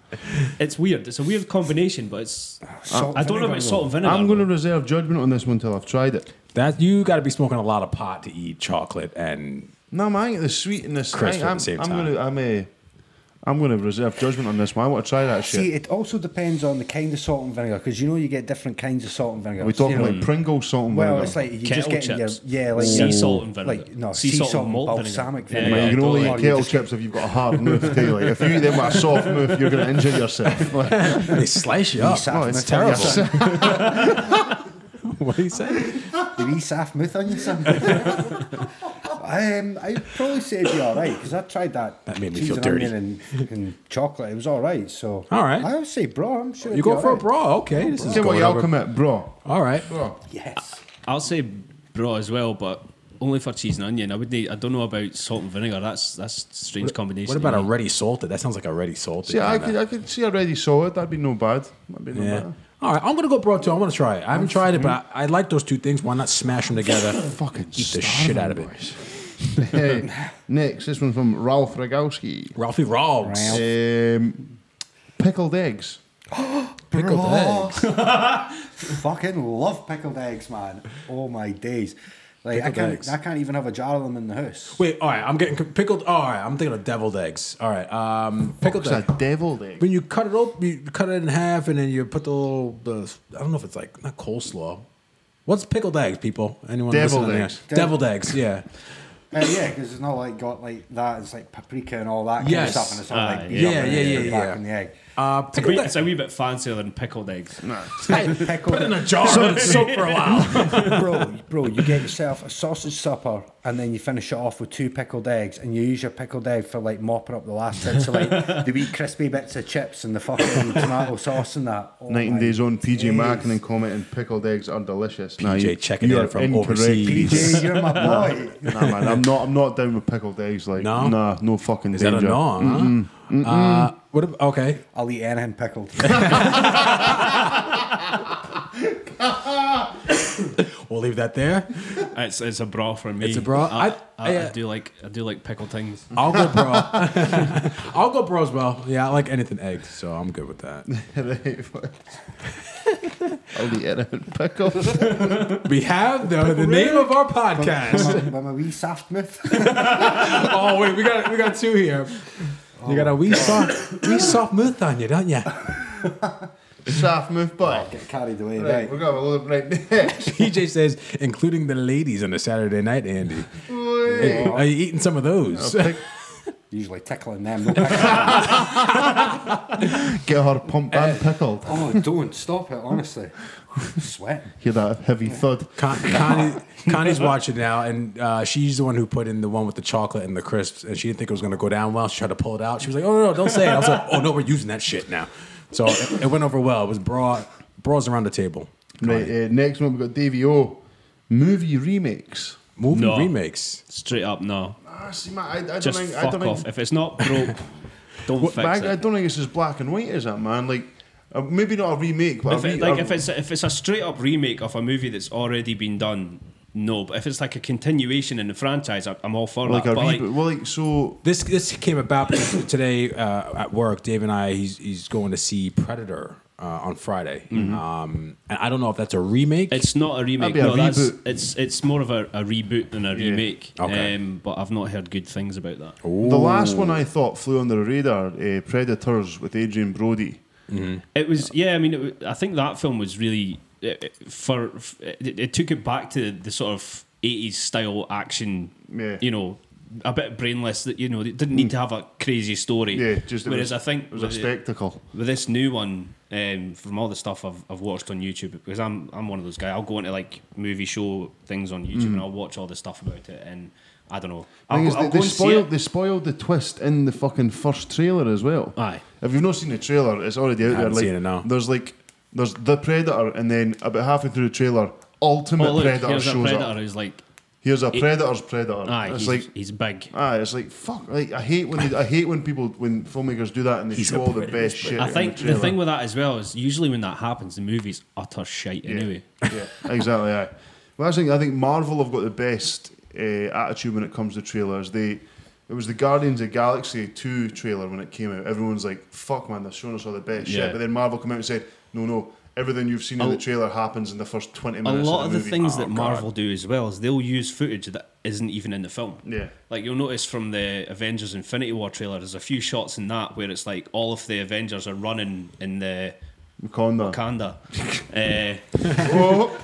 it's weird. It's a weird combination, but it's Salt I don't know vinegar, about salt and vinegar. I'm going to reserve judgment on this one until I've tried it. That you got to be smoking a lot of pot to eat chocolate and No, man, I ain't the sweetness. I Crisp ain't- at the I'm, same I'm time. Gonna, I'm a. I'm going to reserve judgment on this one. I want to try that See, shit. it also depends on the kind of salt and vinegar because you know you get different kinds of salt and vinegar. Are we talking you know, like Pringle salt and well, vinegar? it's like you just Kettle get your chips. yeah, like sea your- salt and vinegar. like no sea, salt, and malt vinegar. balsamic Yeah, vinegar. Man, you can only Or eat you kettle just get- chips if you've got a hard mouth. *laughs* too. Like if you eat them with a soft mouth, you're going to injure *laughs* yourself. Like, they slice you up. Saf oh, mouth it's on terrible. your son. *laughs* What do you say? The wee saf mouth on your son. *laughs* um, I'd probably say it'd be all right because I tried that. That made me cheese feel and dirty. onion And, and chocolate, it was all right. So All right. I would say bro. I'm sure You it'd go be for all a bra, okay? This is Say what going y'all over- commit, bro. All right. right. Yes. I'll say bra as well, but only for cheese and onion. I would need. I don't know about salt and vinegar. That's that's a strange combination. What to about me. already salted? That sounds like already salted. See, I kinda. could, I could see already saw it. That'd be no bad. That'd be no Yeah. bad. All right, I'm gonna go bro too. I'm gonna try it. I haven't tried it, but I, I like those two things. Why not smash them *laughs* together? Fucking eat the shit out of *laughs* it. it. next, this one's from Ralph Rogowski. Ralphie Rawls. Um, pickled eggs. Pickled Bro. eggs. *laughs* Fucking love pickled eggs, man. Oh my days. Like I Pickled can't, eggs. I can't even have a jar of them in the house. Wait, all right. I'm getting con- pickled. all right, I'm thinking of deviled eggs. All right, um, pickled It's a egg. deviled egg. When you cut it open, you cut it in half, and then you put the little. The, I don't know if it's like not coleslaw. What's pickled eggs, people? Anyone Deviled listening eggs. There? Deviled eggs. Yeah. Uh, yeah, because it's not like got like that. It's like paprika and all that kind Yes. of stuff, and it's not Ah, like yeah. beat up Yeah, and yeah, then yeah, put back yeah. in the egg. Uh, It's a, wee, pickled it's eggs. a wee bit fancier than pickled eggs. Put it in a jar. and soak for a while. *laughs* bro, bro, you get yourself a sausage supper, and then you finish it off with two pickled eggs, and you use your pickled egg for like mopping up the last bits of like the wee crispy bits of chips and the fucking tomato sauce and that. Oh 19 my days on PJ Mack days. and then commenting pickled eggs are delicious. PJ you checking in from overseas. *laughs* PJ, you're my boy. *laughs* nah, man, I'm not. I'm not down with pickled eggs. Like, No? nah, no fucking Is that danger. a no? Huh? Uh, what? ab- Okay. I'll eat anything *laughs* pickled. We'll leave that there. It's it's a bra for me. It's a bra. I, I- I, I, I, uh, do like I do like pickled things. Mm. I'll go bro. *laughs* I'll go bro as well. Yeah, I like anything eggs, so I'm good with that. *laughs* Right, fuck. I'll eat anything *laughs* pickled. We have the, the name of our *laughs* podcast. By my wee soft mouth. oh wait, we got we got two here. You got a wee soft wee soft mouth on you, don't you? Saff move back. *laughs* Get carried away, Right, right? we're gonna have a look right next. PJ says, including the ladies on a Saturday night, Andy. Are you eating some of those? Usually tickling them. no pickling. Get her pumped and pickled. oh, don't stop it, honestly. Sweat. Hear that heavy thud. Con- Connie, Connie's watching now, and uh, she's the one who put in the one with the chocolate and the crisps, and she didn't think it was going to go down well. She tried to pull it out. She was like, "Oh no, no, don't say it." I was like, "Oh no, we're using that shit now." So it, it went over well. It was broad, bras around the table. Right, uh, next one we've got Davey O. Movie remakes. Movie No. remakes. Straight up, no. Ah, see, man, I, I don't Just think, I fuck don't off. Think, If it's *laughs* not broke, don't What- but fix I, I it. don't think it's as black and white as that, man. Like, uh, maybe not a remake, but if a re- it, like a- if it's if it's a straight up remake of a movie that's already been done, no. But if it's like a continuation in the franchise, I- I'm all for like a that. But reboot. like, well, like so. This this came about because today uh, at work. Dave and I he's he's going to see Predator uh, on Friday, um, and I don't know if that's a remake. Mm-hmm. it's not a remake. That'd be No, a that's reboot. it's it's more of a, a reboot than a remake. Okay. Um, but I've not heard good things about that. The last one I thought flew under the radar, uh, Predators with Adrian Brody. It was yeah. I mean, it, wa- I think that film was really it, it- for f- it, it took it back to the sort of eighties style action. Yeah. You know, a bit brainless. That you know, it didn't need to have a crazy story. Yeah, just it whereas was- I think It was a with, spectacle. with this new one, um, from all the stuff I've, I've watched on YouTube because I'm I'm one of those guys. I'll go into like movie show things on YouTube and I'll watch all the stuff about it and I don't know. I'll, Mm. Thing go, is, I'll they, go they and see spoiled it. they spoiled the twist in the fucking first trailer as well. Aye. If you've not seen the trailer, it's already out there. haven't Like, seen it, no. There's like there's the Predator, and then about halfway through the trailer, Ultimate Oh, look, Predator here's a shows predator up. who's like, Here's a Predator's Predator. aye, it's he's, like he's big. aye, it's like fuck. Like I hate when they, I hate when people when filmmakers do that and they show all the best shit. I in think the, the trailer. thing with that as well is usually when that happens, the movie's utter shite anyway. yeah, exactly. Aye. Well, I think I think Marvel have got the best uh, attitude when it comes to trailers. They it was the Guardians of the Galaxy two trailer when it came out. Everyone's like, "Fuck, man, they're showing us all the best Yeah. shit." But then Marvel come out and said, "No, no, everything you've seen in the trailer happens in the first twenty a minutes." of lot of the, the movie." things Oh, that God. Marvel do as well is they'll use footage that isn't even in the film. Yeah. Like you'll notice from the Avengers Infinity War trailer, there's a few shots in that where it's like all of the Avengers are running in the Wakanda. *laughs* Wakanda. uh, Oh,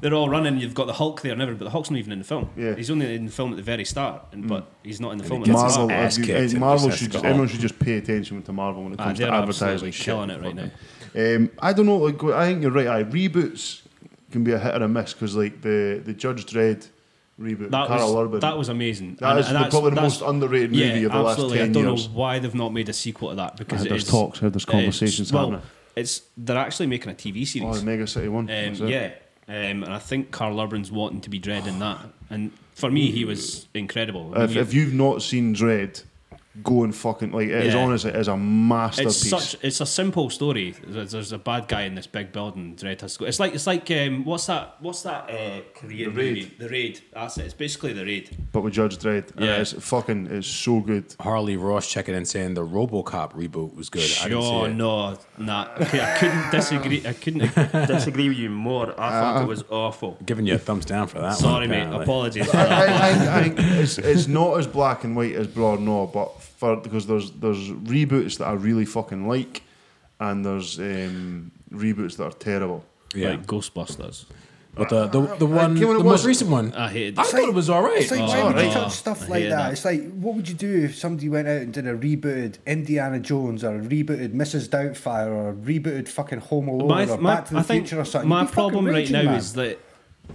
they're all running. You've got the Hulk there and everything, but the Hulk's not even in the film. Yeah. Mm. He's only in the film at the very start, and but he's not in the film. at the Marvel, start. have ass you- kicked eh, and Marvel just has should to just, go. everyone should just pay attention to Marvel when it Ah, comes they're to advertising. absolutely shit. killing it right now. Um, I don't know. Like, I think you're right. I reboots can be a hit or a miss because like the the Judge Dredd reboot, That Carl was, Urban. that was amazing. That is the- probably the most underrated movie of the last 10 I don't years. know why they've not made a sequel to that because Uh, it there's is- talks, uh, there's it's- conversations well, happening. it's they're actually making a TV oh, series. the Mega City One. um, that's it. yeah, um, and I think Carl Urban's wanting to be Dread in that. And for me, he was incredible. I mean, If, if you've not seen Dread, go and fucking like it is Yeah. honestly it is a masterpiece. it's such it's a simple story. There's, there's a bad guy in this big building. Dread has to go. It's like it's like um, what's that? What's that? Uh, Korean The Raid. movie? The raid. That's it. It's basically the raid. but with Judge Dredd, and Yeah. it's fucking it's so good. Harley Ross checking in saying the RoboCop reboot was good. I didn't see Oh it. no, nah. Okay, I couldn't disagree. I *laughs* couldn't disagree with you more. I Uh-huh. thought it was awful. Giving you a thumbs down for that. Sorry, one, mate. apparently. *laughs* Apologies. For I, that. I, I, I, it's, it's not as black and white as Broad No, but for because there's there's reboots that I really fucking like, and there's um, reboots that are terrible. Yeah, Like Ghostbusters. but the the, the one, give it Uh, the what it most was. recent one. I hated I it. thought it was all right. It's like, Oh, why would you no. touch I stuff hear like that? that. It's like, what would you do if somebody went out and did a rebooted Indiana Jones or a rebooted Mrs. Doubtfire or a rebooted fucking Home Alone My, or my- Oh, Back to the I think Future or something? my You'd be fucking problem right raging, now man. is that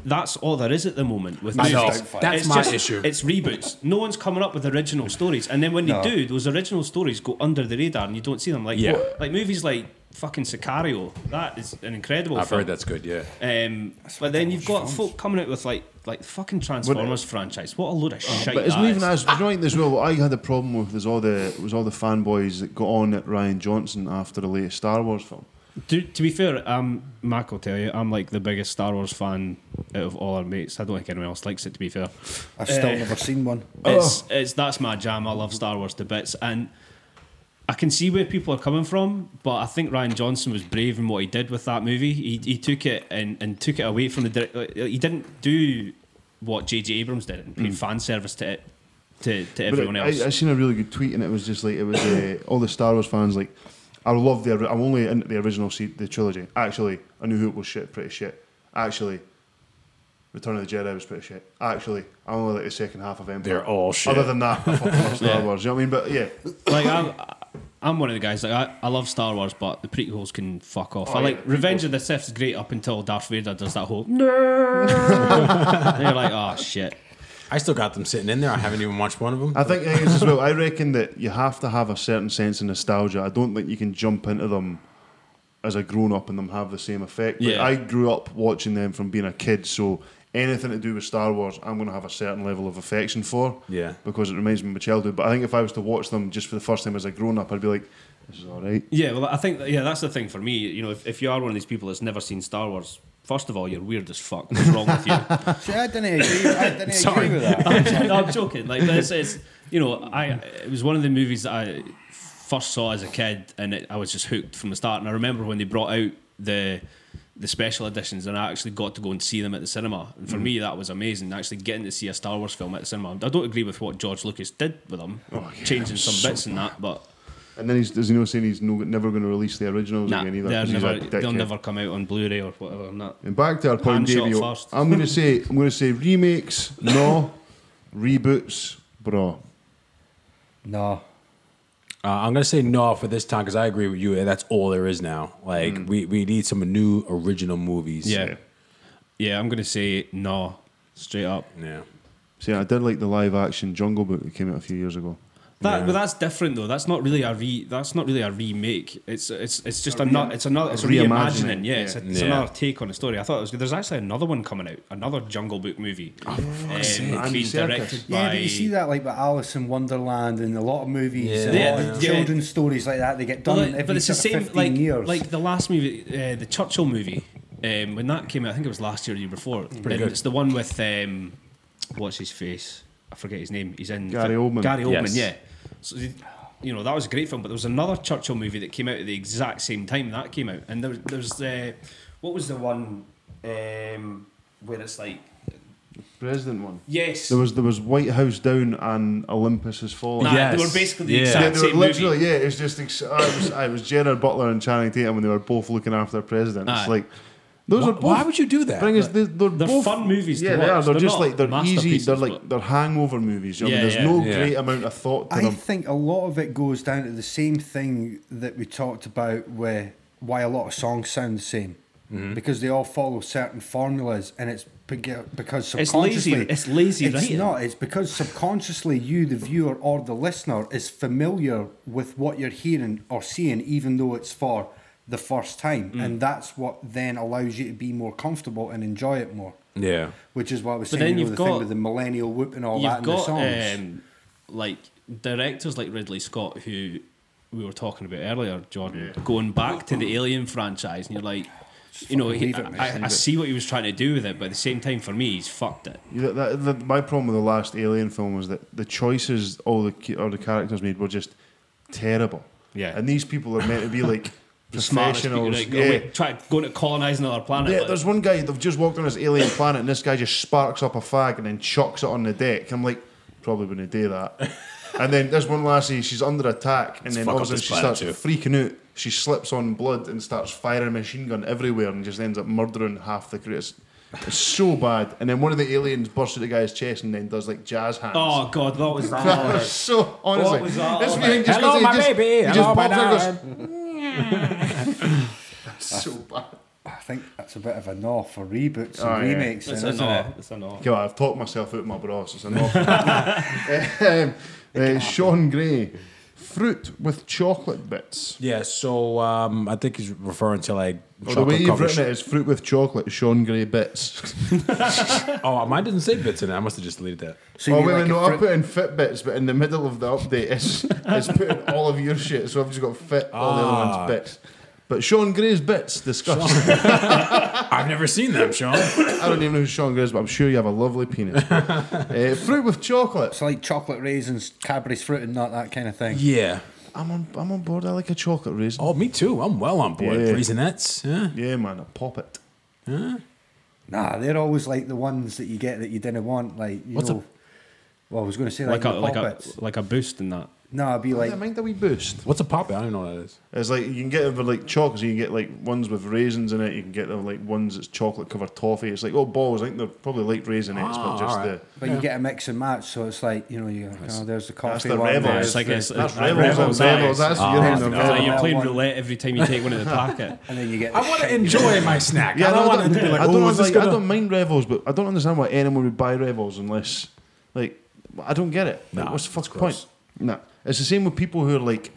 that's all there is at the moment with I know. movies. That's It's my just- issue. It's reboots. No one's coming up with original stories, and then when they No. do, those original stories go under the radar, and you don't see them. Like Yeah. like movies like fucking Sicario. That is an incredible. I've film. heard that's good. Yeah, Um, but then you've got folk coming out with like like the fucking Transformers franchise. What a load of shit! Uh, But it's not that even is. as joint as well. What I had a problem with was all the was all the fanboys that got on at Ryan Johnson after the latest Star Wars film. To, to be fair, um, Mac will tell you, I'm like the biggest Star Wars fan out of all our mates. I don't think anyone else likes it. To be fair, Uh, I've still Eh. never seen *laughs* one. Oh, Oh. it's it's that's my jam. I love Star Wars to bits, and I can see where people are coming from. But I think Ryan Johnson was brave in what he did with that movie. He he took it and, and took it away from the direct. like, He didn't do what J.J. Abrams did and paid fan service to it to, to Hmm. But everyone I- else. I, I seen a really good tweet, and it was just like it was *coughs* uh, all the Star Wars fans like, I love the. ori- I'm only into the original se- the trilogy. Actually, I knew who it was shit, pretty shit. Actually, Return of the Jedi was pretty shit. Actually, I only like the second half of Empire. They're all shit. Other than that, I fucking *laughs* love Star Yeah. Wars. You know what I mean? But yeah, like I'm, I'm one of the guys. Like I, I love Star Wars, but the prequels can fuck off. I like Revenge of the Sith is great up until Darth Vader does that whole. *laughs* No. They're like, oh shit. I still got them sitting in there. I haven't even watched one of them. I *laughs* think it's as well. I reckon that you have to have a certain sense of nostalgia. I don't think you can jump into them as a grown up and them have the same effect. Like, Yeah. I grew up watching them from being a kid, so anything to do with Star Wars, I'm going to have a certain level of affection for. Yeah. because it reminds me of my childhood. But I think if I was to watch them just for the first time as a grown up, I'd be like, "This is all right." Yeah, well, I think yeah, that's the thing for me. You know, if, if you are one of these people that's never seen Star Wars, first of all, you're weird as fuck. What's wrong with you? See, I didn't agree, I *laughs* didn't Sorry. agree with that. no, I'm joking. Like, but it's, it's you know, I it was one of the movies that I first saw as a kid, and it, I was just hooked from the start. And I remember when they brought out the the special editions, and I actually got to go and see them at the cinema. And for Mm. me, that was amazing. Actually, getting to see a Star Wars film at the cinema. I don't agree with what George Lucas did with them, Oh, changing some bits and that, but. And then he's does he know saying he's no, never going to release the originals Nah, again either? they're 'cause he's a never, they'll dickhead. never come out on Blu-ray or whatever. I'm not. And back to our point, Hand shot Davey, first. I'm going to say I'm going to say remakes, *laughs* no, reboots, bro. No. Uh, I'm gonna say no for this time because I agree with you. eh, That's all there is now. Like we, we need some new original movies. Mm. Yeah. Yeah, I'm going to say no, straight up. yeah. See, I did like the live action Jungle Book that came out a few years ago. That, But that's different though. That's not really a re. That's not really a remake. It's it's it's just a not. It's another. It's a reimagining. reimagining, Yeah, it's, a, it's Yeah. another take on the story. I thought it was. There's actually another one coming out. Another Jungle Book movie. Oh, um, Andy being Serkis. directed Yeah, by. but you see that like with Alice in Wonderland and a lot of movies, Yeah. and a lot Yeah, of yeah. children's stories like that. They get Well, done like- every but it's the sort of same. 15 Like years. like the last movie, uh, the Churchill movie. Um, when that came out, I think it was last year or the year before. Mm. Pretty good. It's the one with um, what's his face? I forget his name. He's in Gary Oldman. Gary Oldman, Yes. yeah. So you- you know that was a great film, but there was another Churchill movie that came out at the exact same time that came out, and there, there's uh, what was the one um, where it's like President one. yes, There was there was White House Down and Olympus Has Fallen. nah, Yes. they were basically the Yeah. exact Yeah, they were same movie. literally, yeah, it was just, ex- I was, I was Gerard Butler and Channing Tatum when they were both looking after their president. Aye. It's like, those Why, are both. why would you do that? Thing is, they, they're, They're both, fun movies to Yeah, they are. watch. They're, They're just not like they're easy. They're masterpieces, like but- they're hangover movies. You know, Yeah, there's yeah. no Yeah. great amount of thought to I them. think a lot of it goes down to the same thing that we talked about with why a lot of songs sound the same. Because they all follow certain formulas, and it's beg- because It's subconsciously lazy- it's lazy It's writing. not. It's because subconsciously you, the viewer or the listener, is familiar with what you're hearing or seeing, even though it's for the first time, Mm. and that's what then allows you to be more comfortable and enjoy it more. yeah. Which is what I was But saying. then you know, you've the thing got- with the millennial whoop and all that, You've and got the songs. um, like directors like Ridley Scott, who we were talking about earlier, Jordan, going back to the Alien franchise, and you're like, you know, he, leave it, mate, I, I see what he was trying to do with it, but at the same time, for me, he's fucked it. You know, that, that, my problem with the last Alien film was that the choices all the ca- all the characters made were just terrible. Yeah. and these people are meant to be like *laughs* The smartest people, professionals. like, yeah. away- try going to colonize another planet. Yeah, like- there's one guy they've just walked on this alien planet, and this guy just sparks up a fag and then chucks it on the deck. I'm like, probably wouldn't do that. and then there's one lassie, she's under attack, and then fuck all of up a sudden this she planet starts too. freaking out. She slips on blood and starts firing a machine gun everywhere, and just ends up murdering half the crew. It's, it's so bad. And then one of the aliens bursts at the guy's chest and then does like jazz hands. oh god, *laughs* that was that. That one. was *laughs* so honestly, was that this all man just Hello, goes- he my just- baby. he just Hello, my pops out and darling. goes, *laughs* so bad. I think that's a bit of a no for reboots and Oh, yeah. remakes, That's then, a isn't it? no. That's a no. Okay, well, I've talked myself out of my bras. It's *laughs* enough. um, uh, Sean Gray, fruit with chocolate bits. Yeah. So um, I think he's referring to like Or Oh, the way you've covered- written it is fruit with chocolate, Sean Gray *laughs* bits. Oh, mine didn't say bits in it. I must have just deleted that. So oh, you wait, like wait, a no, fruit- I'm putting Fitbits, but in the middle of the update, *laughs* it's, *laughs* it's putting all of your shit, so I've just got fit all the other Ah. ones' bits. But Sean Gray's bits, discussed. I've never seen them, Sean. I don't even know who Sean Gray is, but I'm sure you have a lovely penis. uh, fruit with chocolate. It's like chocolate raisins, Cadbury's fruit and nut, that kind of thing. *coughs* yeah. I'm on, I'm on board. I like a chocolate raisin. Oh, me too. I'm well on board. Yeah. Raisinets. Yeah. Yeah, man, I pop it. Nah, they're always like the ones that you get that you didn't want. Like you What's a- know, well, I was going to say like, Like a the like a poppets. like a boost in that. no, I'd be like, yeah, mind a wee boost. What's a pop? I don't even know what that is. It's like you can get them for like chocolates. You can get like ones with raisins in it. You can get them like ones that's chocolate covered toffee. It's like oh balls. I think they're probably like raisinettes, Ah, but just alright. the. but you get a mix and match, so it's like you know, you go, oh, there's the That's coffee the one. rebels. Yeah, there's it's like the- it's, That's it's rebels. That's rebels. That's Ah, what you're having. no. It's like rebels. you're playing One. roulette every time you take one in *laughs* the packet. and then you get. I the want to shit you enjoy my snack. Yeah, I don't no, want it to be like, I don't, oh, is this like, I gonna-" don't mind revels, but I don't understand why anyone would buy revels unless, like, I don't get it. Like, Nah, what's the fuck's it's point? Nah, it's the same with people who are like, you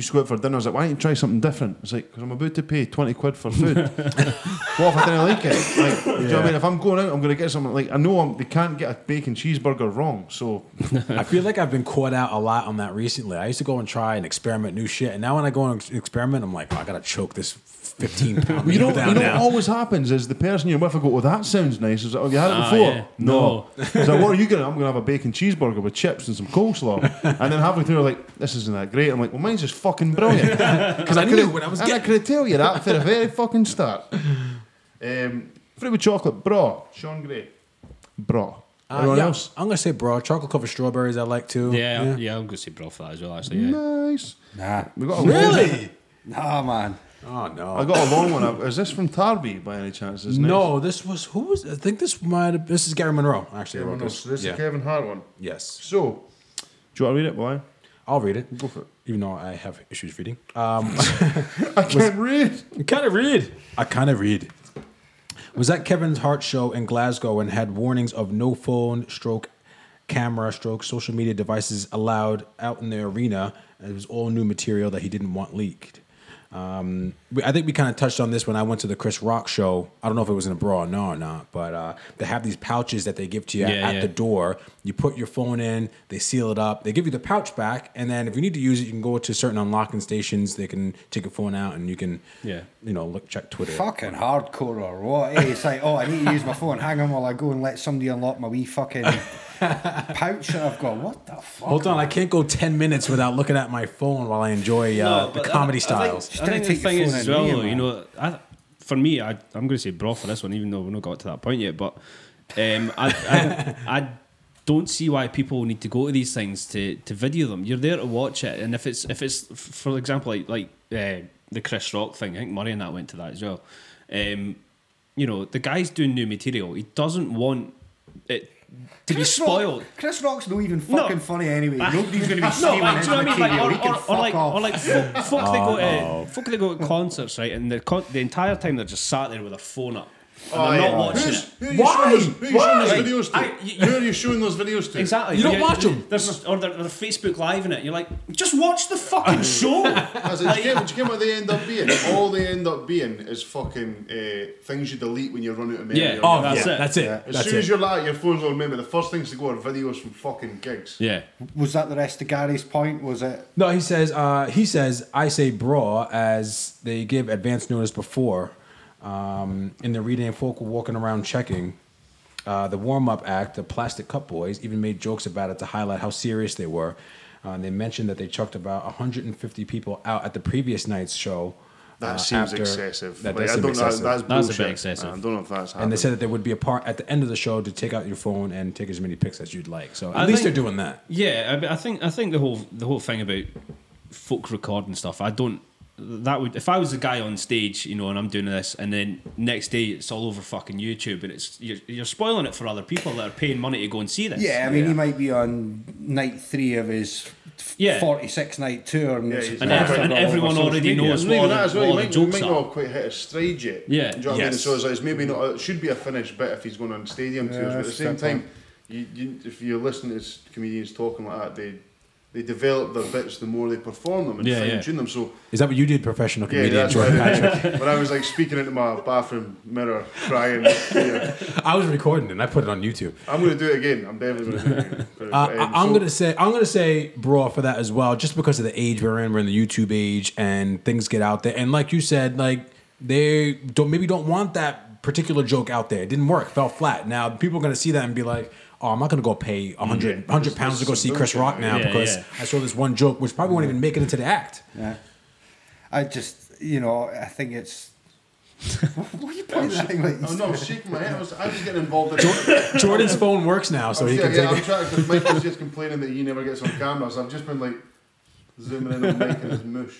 used to go out for dinner. I was like, why don't you try something different? It's like, because I'm about to pay twenty quid for *laughs* food. what if I didn't like it? Like, do you know what I mean? If I'm going out, I'm going to get something. Like, I know I'm, they can't get a bacon cheeseburger wrong, so I feel like I've been caught out a lot on that recently. I used to go and try and experiment new shit, and now when I go and ex- experiment, I'm like, oh, I gotta choke this 15 *laughs* pound You meal know, down you know now. what always happens is the person you're with will go, well, that sounds nice. Is like, oh, you had it Ah, before? yeah. No. It's like, what are you going to I'm going to have a bacon cheeseburger with chips and some coleslaw. and then halfway through, they're like, this isn't that great. I'm like, well, mine's just fucking *laughs* brilliant. Because I knew when I was And I getting could tell you that for the very fucking start. Um, fruit with chocolate, bra. Sean Gray. Bra. Uh, Everyone yeah, else? I'm gonna say bro, chocolate covered strawberries. I like too. Yeah, yeah, I'm gonna say bro for that as well. Actually, yeah. Nice. Nah, We got a Long, Really? nah, man. Oh no. I got a long one. Is this from Tarby by any chance? Isn't no, this was who was? I think this might. have This is Gary Monroe. Actually, It? wrote No, this. so this is yeah. a Kevin Hart one. Yes, So, do you want to read it, Brian? I'll read it. Go for it. even though I have issues reading. Um, I can't read. I kind of read. I kind of read. Was at Kevin's Hart show in Glasgow and had warnings of no phone, stroke, camera, stroke, social media devices allowed out in the arena. And it was all new material that he didn't want leaked. Um, we, I think we kind of touched on this when I went to the Chris Rock show. I don't know if it was in abroad, no or not, but uh, they have these pouches that they give to you at, Yeah, at yeah. the door. You put your phone in, they seal it up, they give you the pouch back, and then if you need to use it, you can go to certain unlocking stations. They can take your phone out and you can, Yeah. you know, look check Twitter. Fucking hardcore or what? Eh? It's like, oh, I need to use my phone. Hang on while I go and let somebody unlock my wee fucking pouch that I've got. What the fuck? Hold on, I can't go ten minutes without looking at my phone while I enjoy uh, the but comedy I- styles. I think, I Just think gotta the thing take your is phone as out well, and though, leave, you man. know, I, for me, I, I'm going to say bro for this one, even though we've not got to that point yet. But um, I, I, I don't see why people need to go to these things to, to video them. You're there to watch it, and if it's if it's f- for example like like uh, the Chris Rock thing, I think Murray and that went to that as well. Um, you know, the guy's doing new material. He doesn't want it to Chris be Rock- spoiled. Ah. Chris Rock's not even fucking funny *laughs* anyway. Nobody's going to be stealing No, like, his do you know what I mean? Like, material. or, he can or, fuck or like, off. or like, folk, folk they go to, Oh. folk they go to concerts, right? And the con- the entire time they're just sat there with their phone up, and Oh, they're not watching Who's, it. who are you Why? showing those, who are you showing those videos Why? to? I- you- who are you showing those videos to? Exactly. You don't Yeah, watch 'em. There's, or they're, they're Facebook Live in it. You're like, just watch *laughs* the fucking show. As in, do, you get, do you get what they end up being? All they end up being is fucking uh, things you delete when you run out of memory. Yeah. or Oh, whatever. That's yeah, it. that's it. As That's soon as it. you're like, your phone's on remember. The first things to go are videos from fucking gigs. yeah. was that the rest of Gary's point? Was it? No, he says. Uh, he says. I say bra as they give advance notice before. Um, in the reading, folk were walking around checking. Uh, the warm-up act, the Plastic Cup Boys, even made jokes about it to highlight how serious they were. Uh, they mentioned that they chucked about 150 people out at the previous night's show. That uh, seems after- excessive. That Like, does I seem don't excessive. know. That's, That's a bit bullshit. excessive. I don't know if that's happening. and they said that there would be a part at the end of the show to take out your phone and take as many pics as you'd like. So at I least think- they're doing that. Yeah, I, but I think I think the whole the whole thing about folk recording stuff. I don't. That would if I was the guy on stage, you know, and I'm doing this, and then next day it's all over fucking YouTube, and it's you're, you're spoiling it for other people that are paying money to go and see this. Yeah, I mean, he might be on night three of his f- Yeah. 46 night tour, and, it's he's- and, Yeah. ev- fucking and all over everyone social already media. knows It's not even what that all as well. You the might, you jokes might are. not have quite hit a stride yet. Yeah, Do you know what I mean? yes. So it's, it's maybe not. It should be a finished bit if he's going on stadium tours. But at that's the a same fair time, you, you, if you're listening to s- comedians talking like that, they they develop their bits the more they perform them and Yeah, fine yeah. tune them. So Is that what you did, professional yeah, comedian that's why. Jordan Patrick? when I was like speaking into my bathroom mirror, crying, yeah, I was recording it and I put it on YouTube. I'm going to do it again. I'm definitely going to do it again. But, Uh, um, I, am so- gonna say I'm gonna say bra for that as well, just because of the age we're in. We're in the YouTube age, and things get out there. And like you said, like they don't maybe don't want that particular joke out there. It didn't work, fell flat. Now people are gonna see that and be like. Oh, I'm not gonna go pay 100, 100 pounds to go see Chris Rock now Yeah, because yeah. I saw this one joke, which probably won't even make it into the act. Yeah. I just, you know, I think it's. what are you pointing at? Like, Oh, no, I'm shaking my head. I was, I was getting involved in Jordan's phone works now, so he yeah, can yeah, take I'm trying because Michael's just complaining that he never gets on camera, so I've just been like zooming in on Mike and his mush.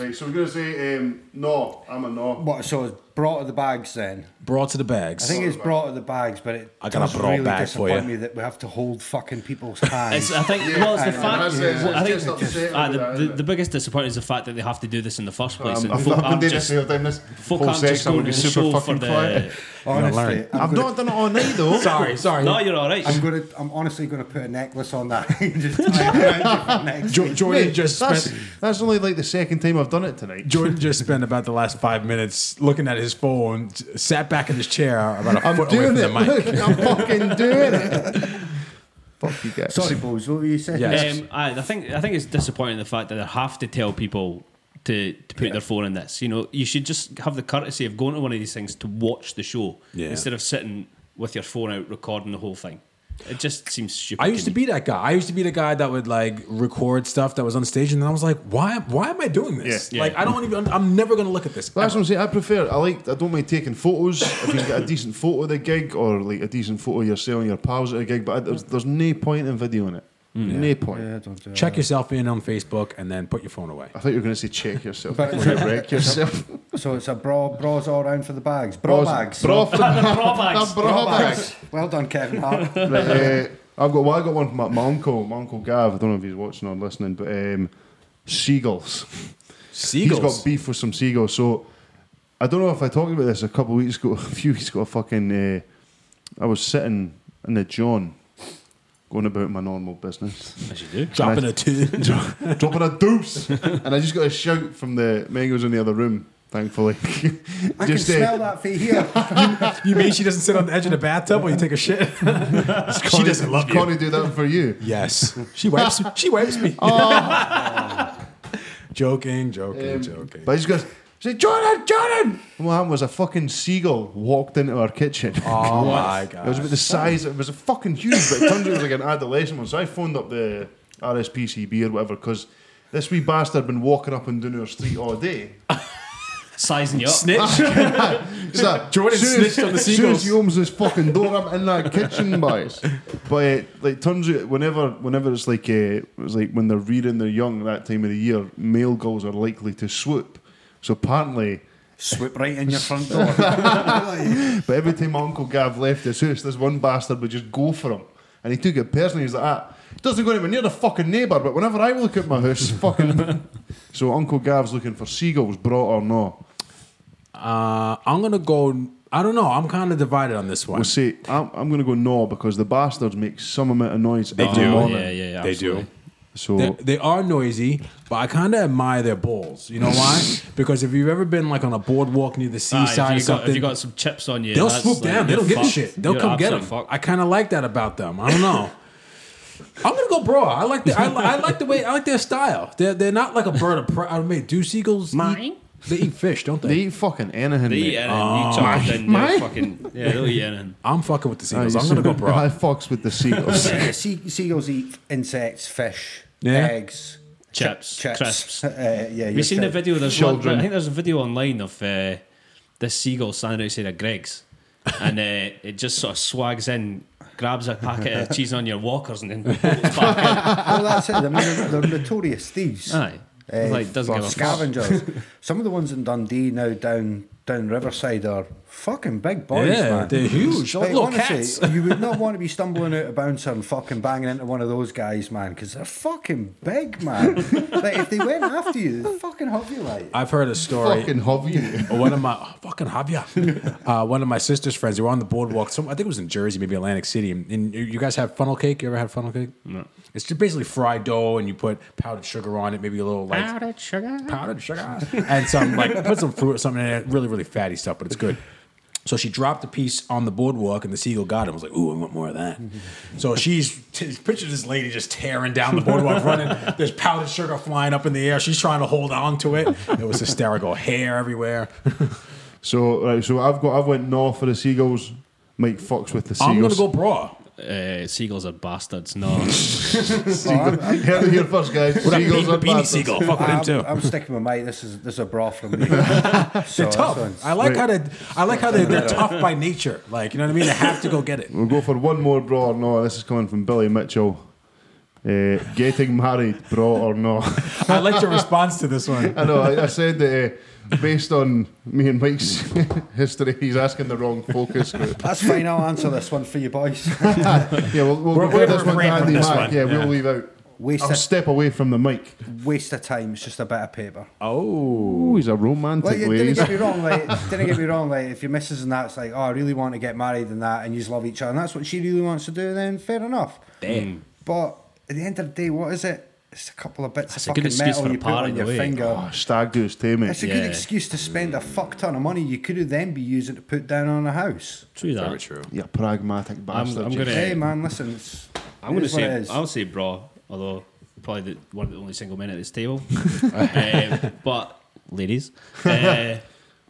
Right, so we're gonna say um, no. I'm a no. What, so it's brought to the bags then? brought to the bags. I think it's brought to the bags, but it I got a does bra really bag for disappoint you. me that we have to hold fucking *laughs* people's hands. It's, uh, I think. well, it's the I know, fact. that's- it's- I it's just think upsetting ah, about that, the, the, isn't the it? biggest disappointment is the fact that they have to do this in the first place. I'm, and I've folk not been aren't doing just- this the whole time. This folk whole aren't just section, I'm going gonna to be the super show for fucking the. quiet. *laughs* honestly, learn. I'm gonna- not done it all night *laughs* though. sorry, sorry. No, you're all right. I'm gonna. I'm honestly gonna put a necklace on that. *laughs* *laughs* Just tie it around your neck. Jo- Jordan just that's, spent that's only like the second time I've done it tonight. Jordan just spent about the last five minutes looking at his phone, sat back in his chair about a I'm foot away doing from it. the *laughs* mic. Look, I'm *laughs* fucking doing it. Fuck you guys. Sorry, Bose. What were you saying? Yeah. Yes. Um, aye, I think I think it's disappointing the fact that they have to tell people to, to put their phone in this. You know, you should just have the courtesy of going to one of these things to watch the show Yeah. instead of sitting with your phone out recording the whole thing. It just seems stupid. I used to be me. that guy. I used to be the guy that would like record stuff that was on stage, and then I was like, "Why? Why am I doing this? Yeah. Like, Yeah. I don't even. I'm never gonna look at this." Well, That's ever. what I'm saying. I prefer. I like. I don't mind taking photos if you get a decent photo of the gig or like a decent photo you're selling your pals at a gig. But I, there's, there's no point in videoing it. Mm. No point. Yeah, don't do Check yourself in on Facebook and then put your phone away. I thought you were going to say check *laughs* yourself. But- before you wreck yourself. that. So it's a bra, bras all round for the bags. Bra bags. Bra, bra, *laughs* Bra bags. bra bags. Well done, Kevin Hart. *laughs* Right, uh, eh, I've got. Well, I got one from my, my uncle. My uncle Gav. I don't know if he's watching or listening, but um, seagulls. Seagulls. He's got beef with some seagulls. So I don't know if I talked about this a couple of weeks ago. *laughs* A few weeks ago, fucking, uh, I was sitting in the John, going about my normal business. *laughs* As you do. dropping a *laughs* two. Dro- dropping a deuce. and I just got a shout from the mangoes in the other room, thankfully. *laughs* I just can uh, smell that for *laughs* here. you mean she doesn't sit on the edge of the bathtub when you take *laughs* a shit? she Connie- doesn't love *laughs* you. Connie do that for you. Yes, she wipes. she wipes *laughs* me. joking, joking, joking. Oh. But I just goes, say, Jordan, Jordan! And what happened was a fucking seagull walked into our kitchen. oh *laughs* my It was god. about the size. It was a fucking huge, but it turns out it was like an adolescent one. So I phoned up the RSPCB or whatever because this wee bastard been walking up and down our street all *laughs* day. Sizing you up. *laughs* Snitch. So Jordan soon snitched on the As soon seagulls. as he opens this fucking door, I'm in that kitchen, *laughs* boys. But it like turns out whenever whenever it's like uh, it's like when they're rearing their young that time of the year, male gulls are likely to swoop. So apparently. Swoop right in your front door. Like, But every time my Uncle Gav left his house, this one bastard would just go for him. And he took it personally. He's like, ah, doesn't go anywhere near the fucking neighbour, but whenever I look at my house, fucking. *laughs* so Uncle Gav's looking for seagulls, brought or no. Uh, I'm gonna go. I don't know. I'm kind of divided on this one. We'll see. I'm, I'm going to go no because the bastards make some amount of noise They every do. morning. Oh, Yeah, yeah, yeah. They do. absolutely. So, They, they are noisy, but I kind of admire their balls. You know *laughs* why? because if you've ever been like on a boardwalk near the Aye, Ah, if, you seaside or got, something, if you got some chips on you, they'll that's swoop like, down. They you're don't give a fucked. shit. They'll You're come get them. absolutely fucked. I kind of like that about them. I don't *laughs* know. I'm gonna go bro. I like the I, li- I like the way I like their style. They're they're not like a bird of prey. I mean, do seagulls? Mine? Eat, they eat fish, don't they? they eat fucking anything. They mate. *laughs* eat anything. you chop it in, my- they'll fucking. Yeah, they'll eat anything. I'm fucking with the Ah, seagulls. you I'm gonna see- go *laughs* I bro. fucks with the seagulls. yeah, sea- seagulls eat insects, fish, Yeah. eggs, Chips, chips. crisps. Uh, yeah, Have you seen the video? There's Children. One, I think there's a video online of uh, this seagull standing outside a Greg's, and uh, *laughs* it just sort of swags in, grabs a packet of cheese on your walkers, and then pulls back Oh, that's it. I mean, they're, they're notorious *laughs* thieves. in. Aye, Uh, like doesn't give a *laughs* fuck. scavengers. Some of the ones in Dundee now down down Riverside are fucking big boys, Yeah, man. they're huge. They're little honestly, cats. *laughs* you would not want to be stumbling out a bouncer and fucking banging into one of those guys, man, because they're fucking *laughs* big, man. like if they went after you, they'd fucking hug you like. I've heard a *laughs* story. fucking hobby. one of my oh, fucking Javier, uh, one of my sister's friends. They were on the boardwalk. Some, I think it was in Jersey, maybe Atlantic City. And, and you- you guys have funnel cake. You ever had funnel cake? No. It's just basically fried dough, and you put powdered sugar on it. Maybe a little like powdered sugar, powdered sugar, and some like put some fruit or something in it. Really, really fatty stuff, but it's good. So she dropped a piece on the boardwalk, and the seagull got it. I was like, "Ooh, I want more of that." so she's t- picture this lady just tearing down the boardwalk, running. There's powdered sugar flying up in the air. She's trying to hold on to it. It was hysterical. Hair everywhere. So, right, so I've got, I've went no for the seagulls. Mike fucks with the seagulls. I'm gonna go bra. Uh, seagulls are bastards. No, *laughs* Seagull- Heard it *laughs* here first, guys. Seagulls Be- are beanie bastards. *laughs* seagull. Fuck with him I'm, too. I'm sticking with mate. This is this is a bra from *laughs* me. so They're tough. this I one's- like how they. I like how they, they're *laughs* tough by nature. Like you know what I mean. They have to go get it. We'll go for one more, bra or no. This is coming from Billy Mitchell. Uh, getting married, bra or no? *laughs* I like your response to this one. I know. I, I said that uh, based on me and Mike's *laughs* history, he's asking the wrong focus group. That's fine. I'll answer this one for *laughs* you boys. Yeah, we'll, we'll We're- give this one we're to refrain from Andy this Mack. one. Yeah, we'll leave out. Waste I'll of- step away from the mic. Waste of time. It's just a bit of paper. Oh, he's a romantic, Well, you didn't ladies. get me wrong. Like, didn't get me wrong. Like, if your missus and that's like, oh, I really want to get married and that, and you love each other, and that's what she really wants to do, then fair enough. Damn. But at the end of the day, what is it? It's a couple of bits That's a of good fucking excuse metal for a you put party, on your though, eh? Oh, finger. stag do's tame, It's mate. a Yeah. good excuse to spend a fuck ton of money you could have then be using to put down on a house. true that. true. You pragmatic bastard. I'm you. gonna- Yeah. Hey man, listen, it's, I'm it gonna is what it say is. I'll say bra, although probably the, one of the only single men at *laughs* this table. um, but ladies, *laughs* uh,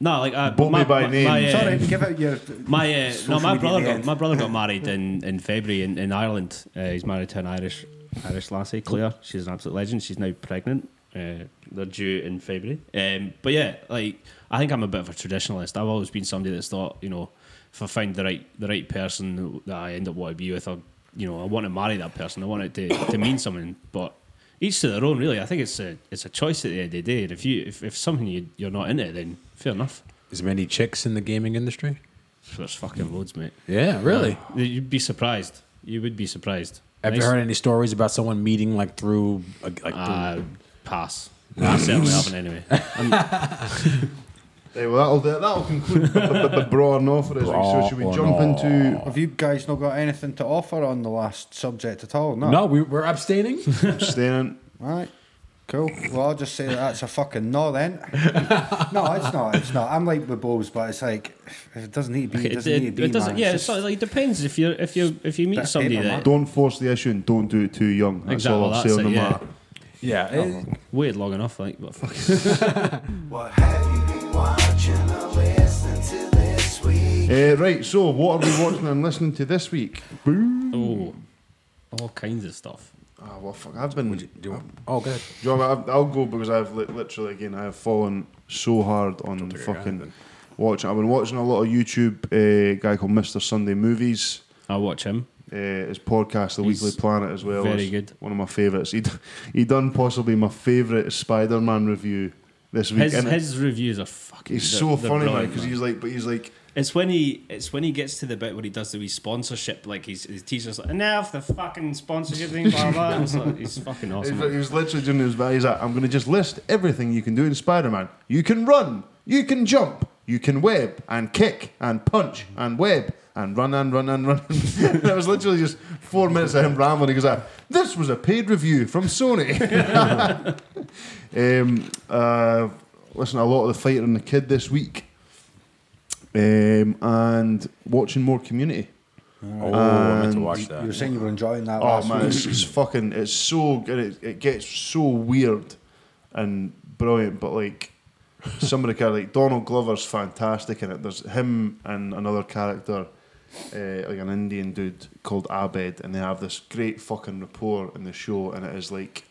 no, like uh, Bought me by name. uh, Sorry, give out your My uh, *laughs* no, social my media brother again. got, my brother *laughs* got married in, in February in, in Ireland. Uh, he's married to an Irish Irish lassie, Claire. She's an absolute legend. She's now pregnant. Uh, they're due in February. Um, but yeah, like I think I'm a bit of a traditionalist. I've always been somebody that's thought, you know, if I find the right the right person that I end up wanting to be with, I you know I want to marry that person. I want it to, to mean something. But each to their own, really. I think it's a it's a choice at the end of the day. And if you if, if something you you're not into, then fair enough. Is many chicks in the gaming industry? There's fucking loads, mate. Yeah, really. Yeah. You'd be surprised. You would be surprised. Have you Nice. heard any stories about someone meeting like through like, like Uh, pass. I certainly *laughs* haven't anyway. Hey, well, that'll do it. That'll conclude the, the, the bra and offer this week. So should we jump into Have you guys not got anything to offer on the last subject at all? No. No, we, we're *laughs* abstaining. abstaining? Right. Cool. Well, I'll just say that that's a fucking no then. no, it's not. It's not. I'm like with Bose, but it's like it doesn't need to be. It doesn't need to be. man. yeah, It's so, just- like, it depends if you if you if you meet Bit somebody paper, that Don't force the issue and don't do it too young. That's Exactly, all I'll say that's on it, the yeah. matter. yeah. it- waited long enough, like what the fuck. What have you been watching or listening to this week? Eh, right, so what are we watching and listening to this week? Oh, all kinds of stuff. Ah, well, fuck, I've been. Do you, oh, good. I've, I'll go because I've li- literally again I've fallen so hard on fucking watching. I've been watching a lot of YouTube. eh, A guy called Mister Sunday Movies. I watch him. Uh, his podcast, The He's Weekly Planet, as well. very is good. One of my favourites. He d- he done possibly my favourite Spider Man review this week. His and his reviews are fucking. he's they're- so they're funny, man, brilliant, because he's like, but he's like, It's when he it's when he gets to the bit where he does the wee sponsorship, like he's his teacher's like enough the fucking sponsorship thing, blah blah. *laughs* And it's like, he's fucking he's, awesome. like- he man. was literally doing his he's like, I'm going to just list everything you can do in Spider Man. You can run, you can jump, you can web and kick and punch and web. And run and run and run. *laughs* and it was literally just four minutes of him rambling. He goes, like, "This was a paid review from Sony." *laughs* Um, uh, listen, a lot of the fighter and the kid this week, um, and watching more Community. Um, Oh, I meant to watch You were that. saying you were enjoying that. Oh last man, week. it's, it's fucking, it's so good. It, it gets so weird and brilliant, but like some of the characters, like Donald Glover's fantastic in it. There's him and another character, uh, like an Indian dude called Abed, and they have this great fucking rapport in the show, and it is like,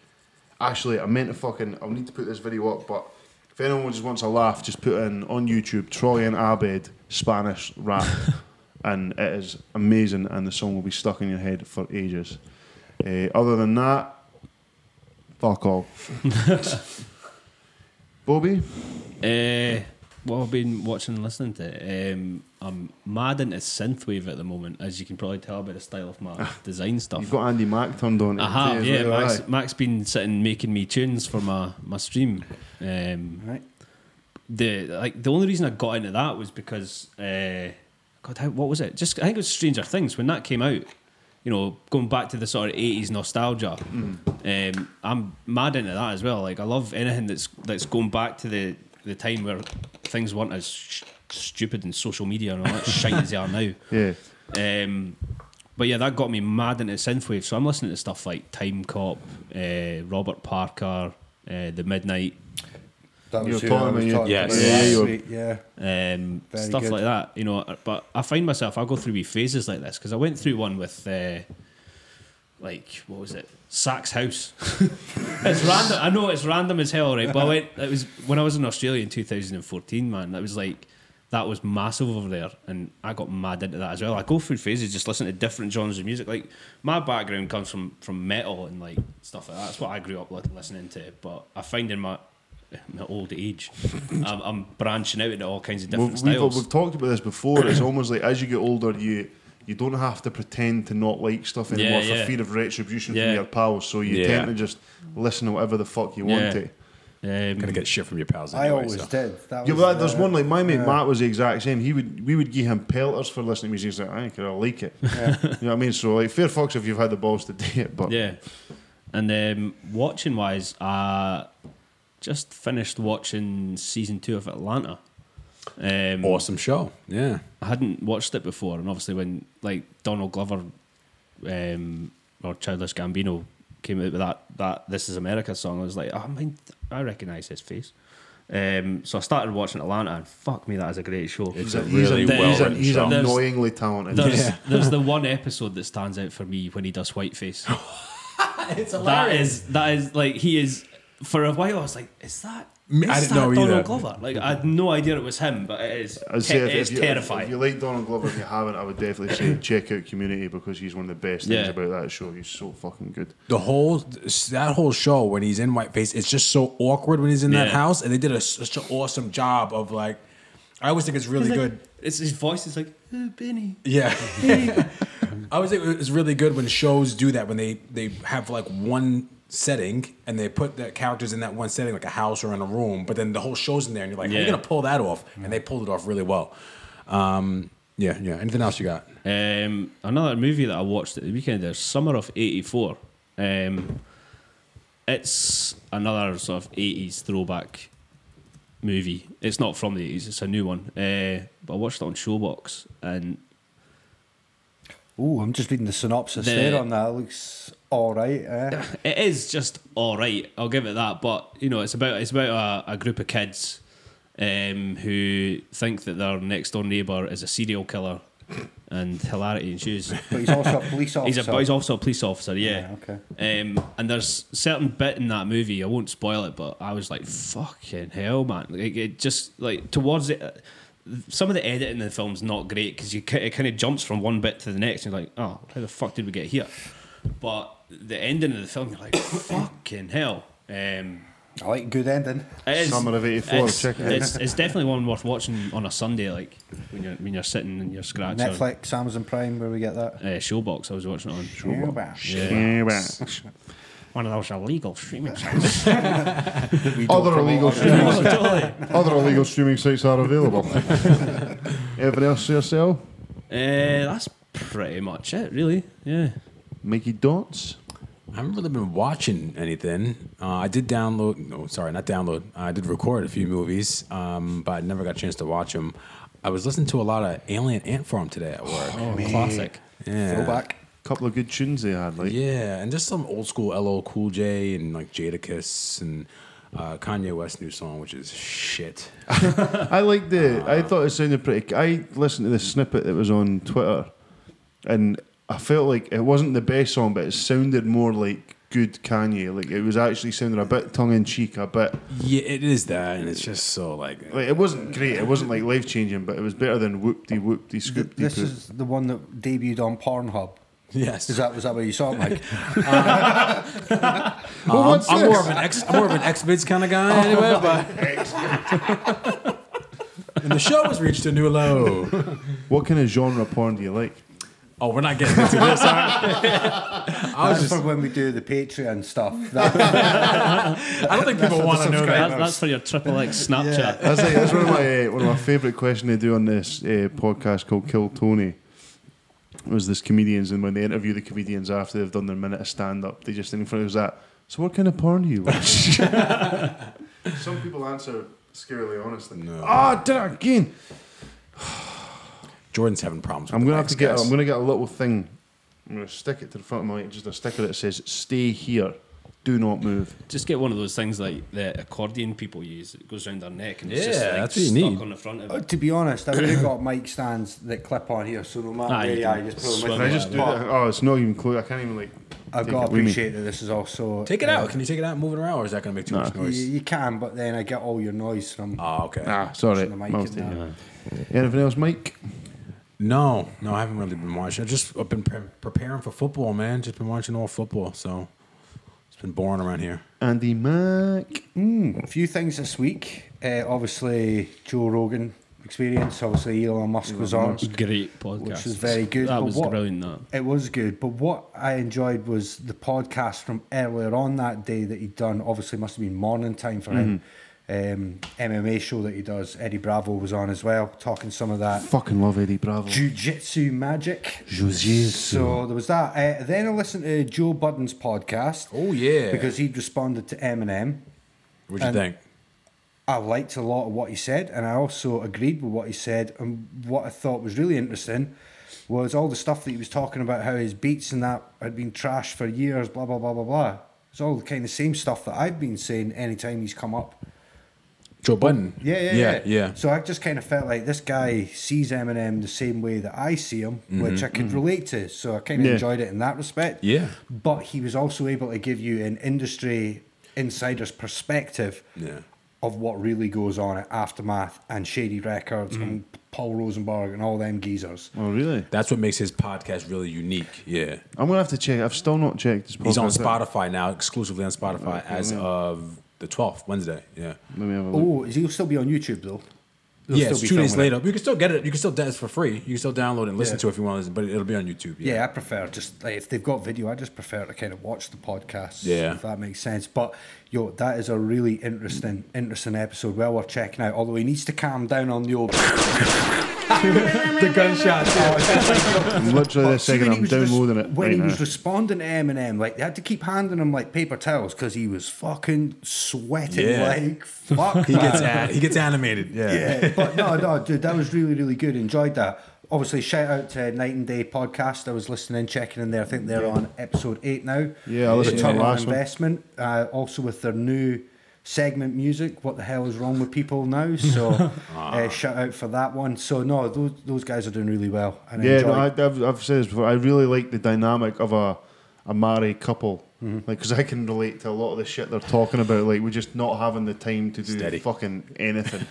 actually, I meant to fucking, I'll need to put this video up, but. If anyone just wants a laugh, just put in on YouTube Troy and Abed Spanish rap, and it is amazing, and the song will be stuck in your head for ages. Uh, other than that, fuck all. Bobby, Uh, what I've been watching and listening to, um, I'm mad into synthwave at the moment, as you can probably tell by the style of my design *laughs* stuff. you've got Andy Mack turned on. I have, yeah. Max, Mac's been sitting making me tunes for my my stream. Um, Right. the like the only reason I got into that was because uh, God, how, what was it? Just I think it was Stranger Things when that came out. You know, going back to the sort of eighties nostalgia. Um, I'm mad into that as well. Like I love anything that's that's going back to the the time where things weren't as sh- stupid and social media and all that *laughs* shite as they are now. Yeah. Um, but yeah, that got me mad into synthwave. So I'm listening to stuff like Time Cop, uh, Robert Parker, uh, The Midnight, That You was were your- I talking was about talking your- about yes. it Yeah, last you were- week, yeah. um, Very stuff good. like that. You know, but I find myself I go through wee phases like this because I went through one with. Uh, like what was it? Sachs House. it's random. I know it's random as hell, right? But I went. It was when I was in Australia in 2014, man. That was like that was massive over there, and I got mad into that as well. I go through phases, just listen to different genres of music. Like my background comes from from metal and like stuff like that. That's what I grew up li- listening to. But I find in my my old age, *laughs* I'm, I'm branching out into all kinds of different We've, we've, styles. we've talked about this before. It's almost like as you get older, you you don't have to pretend to not like stuff anymore Yeah, for yeah. fear of retribution Yeah. from your pals. So you Yeah. tend to just listen to whatever the fuck you Yeah. want to. Um, Gonna get shit from your pals. I anyway, always so. did. That Yeah, was, well, there's uh, one like my mate Matt was the exact same. He would we would give him pelters for listening to music. He's like, I ain't gonna like it. *laughs* you know what I mean? So like, fair fucks if you've had the balls to do it. But Yeah. And um, watching wise, I just finished watching season two of Atlanta. Um, Awesome show. Yeah. I hadn't watched it before, and obviously when like Donald Glover um, or Childish Gambino came out with that that This Is America song, I was like, oh, man, I recognise his face. Um, so I started watching Atlanta, and fuck me, that is a great show. It's a He's, a- really he's, a- well he's, a- written he's show. There's- annoyingly talented. There's, *laughs* there's the one episode that stands out for me when he does whiteface. It's That is that is like he is for a while. I was like, is that? Me- I is didn't that know Donald either. Glover. Like I had no idea it was him, but it is. I'd Te- say it is you, If terrifying. you like Donald Glover and you haven't, I would definitely say *laughs* check out Community because he's one of the best things Yeah. about that show. He's so fucking good. The whole that whole show when he's in whiteface, it's just so awkward when he's in that Yeah. house, and they did a, such an awesome job of like. I always think it's really It's like- good. *laughs* It's his voice is like oh, Benny. Yeah, I always think it's really good when shows do that when they they have like one setting and they put the characters in that one setting, like a house or in a room, but then the whole show's in there and you're like, how are you Yeah. going to pull that off? And they pulled it off really well. Um, yeah, yeah. Anything else you got? Um, another movie that I watched at the weekend is Summer of '84. Um, it's another sort of '80s throwback movie. It's not from the '80s; it's a new one. Uh, but I watched it on Showbox, and Ooh, I'm just reading the synopsis The- there on that. It looks all right. Eh? it is just all right. I'll give it that. But you know, it's about it's about a, a group of kids um, who think that their next door neighbour is a serial killer, and hilarity ensues. *laughs* But he's also a police officer. He's a he's also a police officer. Yeah. Yeah, Um, and there's certain bit in that movie. I won't spoil it, but I was like, "Fucking hell, man!" Like it just like towards it. uh, Some of the editing in the film's not great because you ki- it kind of jumps from one bit to the next. And you're like, "Oh, how the fuck did we get here?" But the ending of the film, you're like, *coughs* "Fucking hell!" Um, I like good ending. it is- Summer of 84, It's, check it out. it's, it's definitely one worth watching on a Sunday, like when you're when you're sitting and you're scratching. Netflix, Amazon Prime, where we get that. Uh, Showbox. I was watching it on. Oh, Yeah, *laughs* right. One of those *laughs* illegal streaming sites. Other illegal streaming Oh, *laughs* sites. Other illegal streaming sites are *laughs* available. Everything else yourself? Uh, that's pretty much it, really. Yeah. Mickey Dots. I haven't really been watching anything. Uh, I did download, no, sorry, not download. I did record a few movies, um, but I never got a chance to watch them. I was listening to a lot of Alien Ant Farm today at work. Oh, Classic. yeah. Throwback. Couple of good tunes they had, like Yeah, and just some old school LL Cool J and like Jadakiss and uh, Kanye West new song, which is shit. I liked it. I thought it sounded pretty. I listened to the snippet that was on Twitter, and I felt like it wasn't the best song, but it sounded more like good Kanye. Like it was actually sounding a bit tongue in cheek, a bit. Yeah, it is that, and it's just so like. Like it wasn't great. It wasn't like life changing, but it was better than whoop de whoop de scoop de. This is the one that debuted on Pornhub. Yes, Is that was that where you saw it, Mike? Um, I'm more of an ex, I'm more of an ex bids kind of guy anyway. *laughs* But *laughs* and the show has reached a new low. What kind of genre porn do you like? Oh, we're not getting into this. Are *laughs* we? I was That's *laughs* just. for when we do the Patreon stuff. *laughs* That, I don't think people want to know that. That's, that's for your *laughs* triple X Snapchat. That's like, that's one of my *laughs* uh, one of my favourite questions they do on this uh, podcast called Kill Tony. Was this comedians and when they interview the comedians after they've done their minute of stand up, they just in front of us that. So what kind of porn do you watch? *laughs* Some people answer scarily honest. No. Ah, did it again. Jordan's having problems. With I'm the gonna have mics, to get. guys. I'm gonna get a little thing. I'm gonna stick it to the front of my mic, just a sticker that says "Stay here, do not move." Just get one of those things like the accordion people use. It goes around their neck and it's just Yeah, like that's what you stuck need. Oh, on the front of Uh, it. to be honest, I would have got mic stands that clip on here, so no matter Ah, where you you can are, you just put them swim with Can you. I just do But that? Oh, it's not even close. I can't even like. I've take got it to with me. appreciate that this is also Take it out. Can you take it out and move it around, or is that gonna make too much You, noise? you can, but then I get all your noise from Oh, okay. Ah, sorry. the mic. and that. Anything else, Mike? No, no, I haven't really been watching. I've just I've been pre- preparing for football, man. Just been watching all football, so it's been boring around here. Andy Mac. Mm, a few things this week. Uh, obviously, Joe Rogan experience. Obviously, Elon Musk was on. Great podcast. Which was very good. That but was what- brilliant, that. It was good. But what I enjoyed was the podcast from earlier on that day that he'd done. Obviously, must have been morning time for Mm-hmm. him. Um, MMA show that he does. Eddie Bravo was on as well, talking some of that Fucking love Eddie Bravo. jujitsu magic. Jiu-jitsu. So there was that. Uh, then I listened to Joe Budden's podcast. Oh, yeah. Because he'd responded to Eminem. What'd you And- think? I liked a lot of what he said, and I also agreed with what he said. And what I thought was really interesting was all the stuff that he was talking about how his beats and that had been trash for years, blah blah blah blah blah. It's all the kind of same stuff that I've been saying anytime he's come up. Joe Budden. Yeah, yeah, yeah, yeah. So I just kind of felt like this guy sees Eminem the same way that I see him, Mm-hmm, which I could relate to. So I kind of Yeah. enjoyed it in that respect. Yeah. But he was also able to give you an industry insider's perspective Yeah. of what really goes on at Aftermath and Shady Records Mm. and Paul Rosenberg and all them geezers. Oh, really? That's what makes his podcast really unique. Yeah. I'm gonna have to check. I've still not checked this podcast. He's on out. Spotify now, exclusively on Spotify as of the 12th, Wednesday. Yeah. Let me have a look. Oh, is he'll still be on YouTube though? They'll Mm. yeah, still it's be two days filming it. later. You can still get it. You can still dance for free. You can still download and listen Yeah. to it if you want to listen, but it'll be on YouTube. Yeah. Yeah, I prefer just like, if they've got video, I just prefer to kind of watch the podcast. Yeah. if that makes sense. But yo, that is a really interesting, interesting episode. Well, we're checking out. Although he needs to calm down on the old *laughs* the gunshots. Oh, Literally this See, when second, he I'm was res- downloading it When right he now. was responding to Eminem, like they had to keep handing him like paper towels because he was fucking sweating Yeah. *laughs* like fuck. He *laughs* gets man. an- he gets animated. *laughs* Yeah. Yeah, but no, no, dude, that was really, really good. Enjoyed that. Obviously, shout out to Night and Day podcast. I was listening, checking in there. I think they're on episode eight now. Yeah, I listened to Return the on last one. investment. Uh, also with their new segment music. What the hell is wrong with people now? *laughs* So, uh, shout out for that one. So no, those those guys are doing really well. And I Yeah, enjoy- no, I, I've, I've said this before. I really like the dynamic of a a married couple, Mm-hmm. like because I can relate to a lot of the shit they're talking about. Like we're just not having the time to do Steady. fucking anything.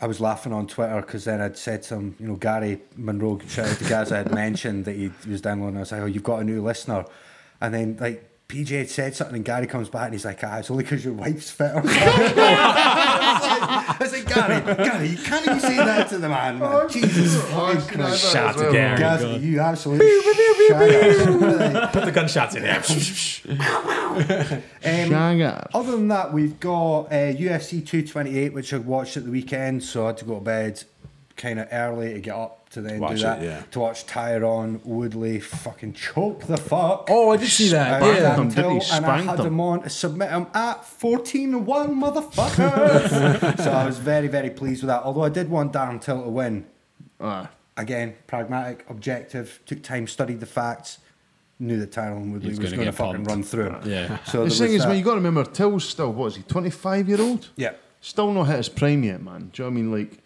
I was laughing on Twitter because then I'd said some, you know, Gary Monroe, shout out to Gaz, I had *laughs* mentioned that he was downloading. I was like, oh, you've got a new listener. And then, like, PJ had said something, and Gary comes back and he's like, ah, it's only because your wife's fitter. *laughs* I was like, Gary, Gary, you can't even say that to the man, man. Jesus fucking Christ. Shout to Gary. Gaz, you absolutely shite. Put the gunshots in there. Um, Shagar. Other than that, we've got uh, UFC 228, which I watched at the weekend, so I had to go to bed kind of early to get up to then Watch do it, that. yeah. To watch Tyrone Woodley fucking choke the fuck. *laughs* oh, I did see that. *laughs* out Spanked him, Yeah. Dan Till, didn't he? and I Spanked had him. him on to submit him at 14 1, motherfuckers. so I was very, very pleased with that. Although I did want Darren Till to win. Ah, Again, pragmatic, objective, took time, studied the facts, knew that Tyrone Woodley He's was gonna going to get fucking pumped. run through him. Yeah. So the there thing was is, man, that. you got to remember Till's still what is he, 25 year old? Yeah. Still not hit his prime yet, man. Do you know what I mean? Like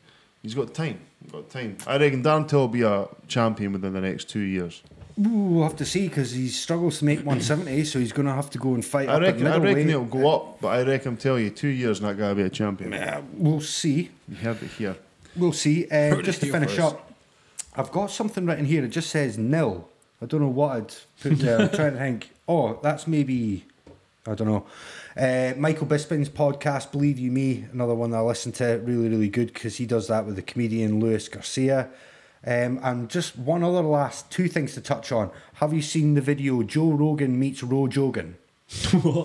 he's got time. He's got time. I reckon Darren Till will be a champion within the next two years. Ooh, we'll have to see because he struggles to make 170, so he's going to have to go and fight. I up reckon. I At reckon it'll middleweight. go up, but I reckon tell you two years and that guy will be a champion. Uh, We'll see. You heard it here. We'll see. Uh, it just to here finish first. up, I've got something written here. It just says nil. I don't know what I'd put there. I'm trying to think. *laughs* Oh, that's maybe. I don't know. Uh, Michael Bisping's podcast, Believe You Me, another one that I listen to, really, really good because he does that with the comedian Luis Garcia. Um, and just one other last two things to touch on. Have you seen the video Joe Rogan meets Roe Jogan?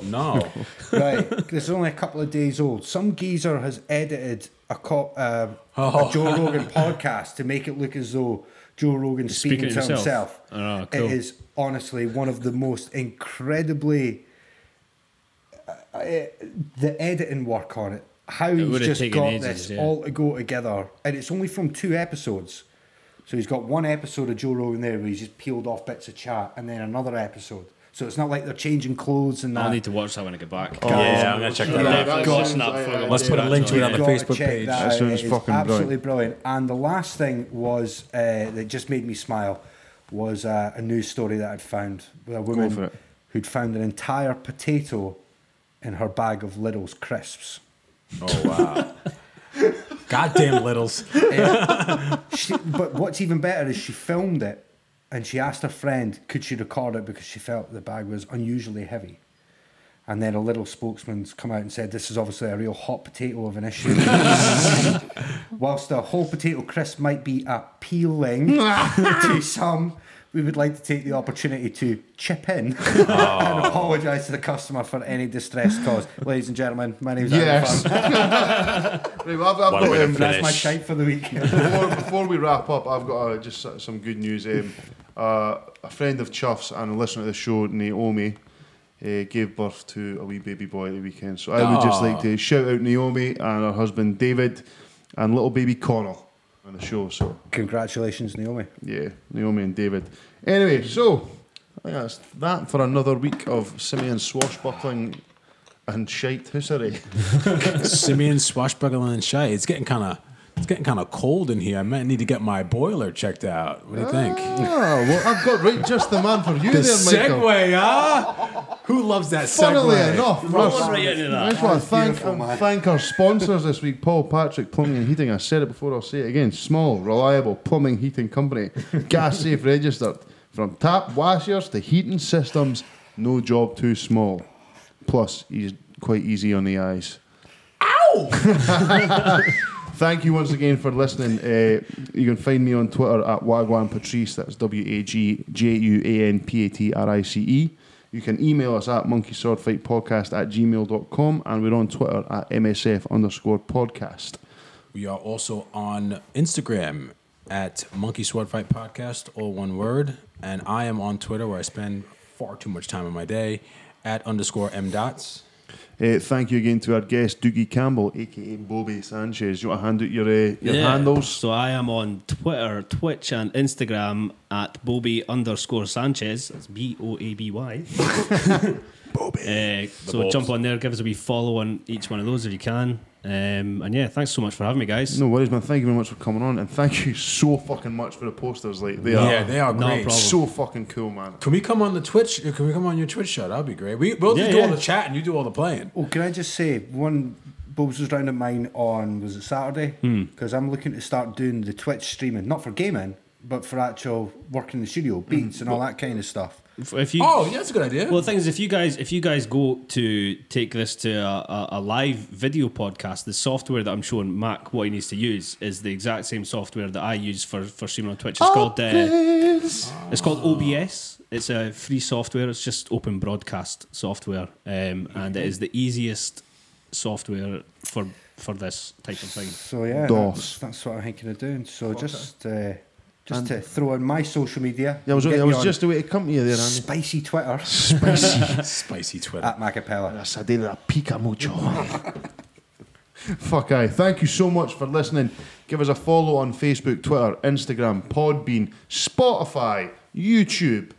No. right, this is only a couple of days old. Some geezer has edited a, co- uh, Oh. a Joe Rogan podcast to make it look as though Joe Rogan's Speaking speaking, to to himself. himself. Oh, cool. It is honestly one of the most incredibly. Uh, uh, the editing work on it, how he's would've just taken got ages, this yeah. all to go together, and it's only from two episodes. So he's got one episode of Joe Rogan there where he's just peeled off bits of chat, and then another episode. So it's not like they're changing clothes and that. I'll need to watch that when I get back. yeah, I'm gonna check that out. Definitely God. watching that before I go Let's back put a to link that. to it on the Gotta Facebook check page. That That out. sounds It is fucking absolutely brilliant. And the last thing was uh, that just made me smile was uh, a news story that I'd found with a for woman it. who'd found an entire potato in her bag of Little's crisps. Oh wow. *laughs* Goddamn littles. She, but what's even better is she filmed it and she asked her friend could she record it because she felt the bag was unusually heavy. And then a little spokesman's come out and said, This is obviously a real hot potato of an issue. Whilst a whole potato crisp might be appealing to some, we would like to take the opportunity to chip in and apologise to the customer for any distress caused. Ladies and gentlemen, my name's Yes. Adam Farm. Right, well, I've, I've What a got, way to um, finish. That's my shite for the week. before, before we wrap up, I've got uh, just so- some good news. Um, uh, a friend of Chuff's and a listener to the show, Naomi, uh, gave birth to a wee baby boy at the weekend. So I would just Oh, like to shout out Naomi and her husband David and little baby Connor on the show. So Congratulations, Naomi. yeah, Naomi and David. Anyway, so I think that's that for another week of Simeon swashbuckling and shite hoosery. Simeon swashbuckling and shy. It's getting kind of it's getting kind of cold in here. I might need to get my boiler checked out. What do you think? Oh, well, I've got right just the man for you The there, Michael. segue, huh? Who loves that Funnily segue? enough, Russ, right into that. I just want to thank, beautiful, man. thank our sponsors this week Paul Patrick Plumbing and Heating. I said it before, I'll say it again. Small, reliable plumbing heating *laughs* company, gas safe registered. From tap washers to heating systems, no job too small. Plus, he's quite easy on the eyes. Ow! Thank you once again for listening. Uh, you can find me on Twitter at Wagwan Patrice. That's W A G J U A N P A T R I C E. You can email us at monkeyswordfightpodcast at gmail.com and we're on Twitter at MSF underscore podcast. We are also on Instagram at Monkey Sword Fight Podcast, all one word. And I am on Twitter where I spend far too much time in my day at underscore M dots. Uh, thank you again to our guest, Doogie Campbell, aka Bobby Sanchez. You want to hand out your, uh, your Yeah. handles? So I am on Twitter, Twitch, and Instagram at Bobby underscore Sanchez. That's B O A B Y. Bobby. so Bobs. jump on there, give us a wee follow on each one of those if you can. Um, and yeah, thanks so much for having me, guys. No worries, man. Thank you very much for coming on, and thank you so fucking much for the posters. Like they are, Yeah, they are no great. problem. so fucking cool, man. Can we come on the Twitch? Can we come on your Twitch show? That'd be great. We, we'll just Yeah, do all yeah. the chat and you do all the playing. Oh, can I just say one? Bob's was round at mine on was it Saturday? Hmm. Because I'm looking to start doing the Twitch streaming, not for gaming, but for actual working in the studio, Hmm. beats and all that kind of stuff. If- If you Oh, yeah, that's a good idea. Well, the thing is, if you guys if you guys go to take this to a, a, a live video podcast, the software that I'm showing Mac what he needs to use is the exact same software that I use for for streaming on Twitch. It's called uh, it's called OBS. It's a free software. It's just open broadcast software, um, and it is the easiest software for for this type of thing. So yeah, DOS. that's, that's what I'm thinking of doing. So just uh, just to throw in my social media. Yeah, I was, get I me was on just away to come to you there, Andy. spicy Twitter *laughs* Spicy Twitter. at Macapella. Asadera pica mucho. *laughs* Fuck I. Thank you so much for listening. Give us a follow on Facebook, Twitter, Instagram, Podbean, Spotify, YouTube.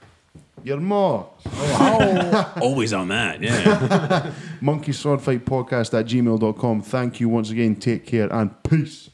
Your ma. Oh, Always on that, yeah. *laughs* Monkey Sword Fight Podcast at gmail.com. Thank you once again. Take care and peace.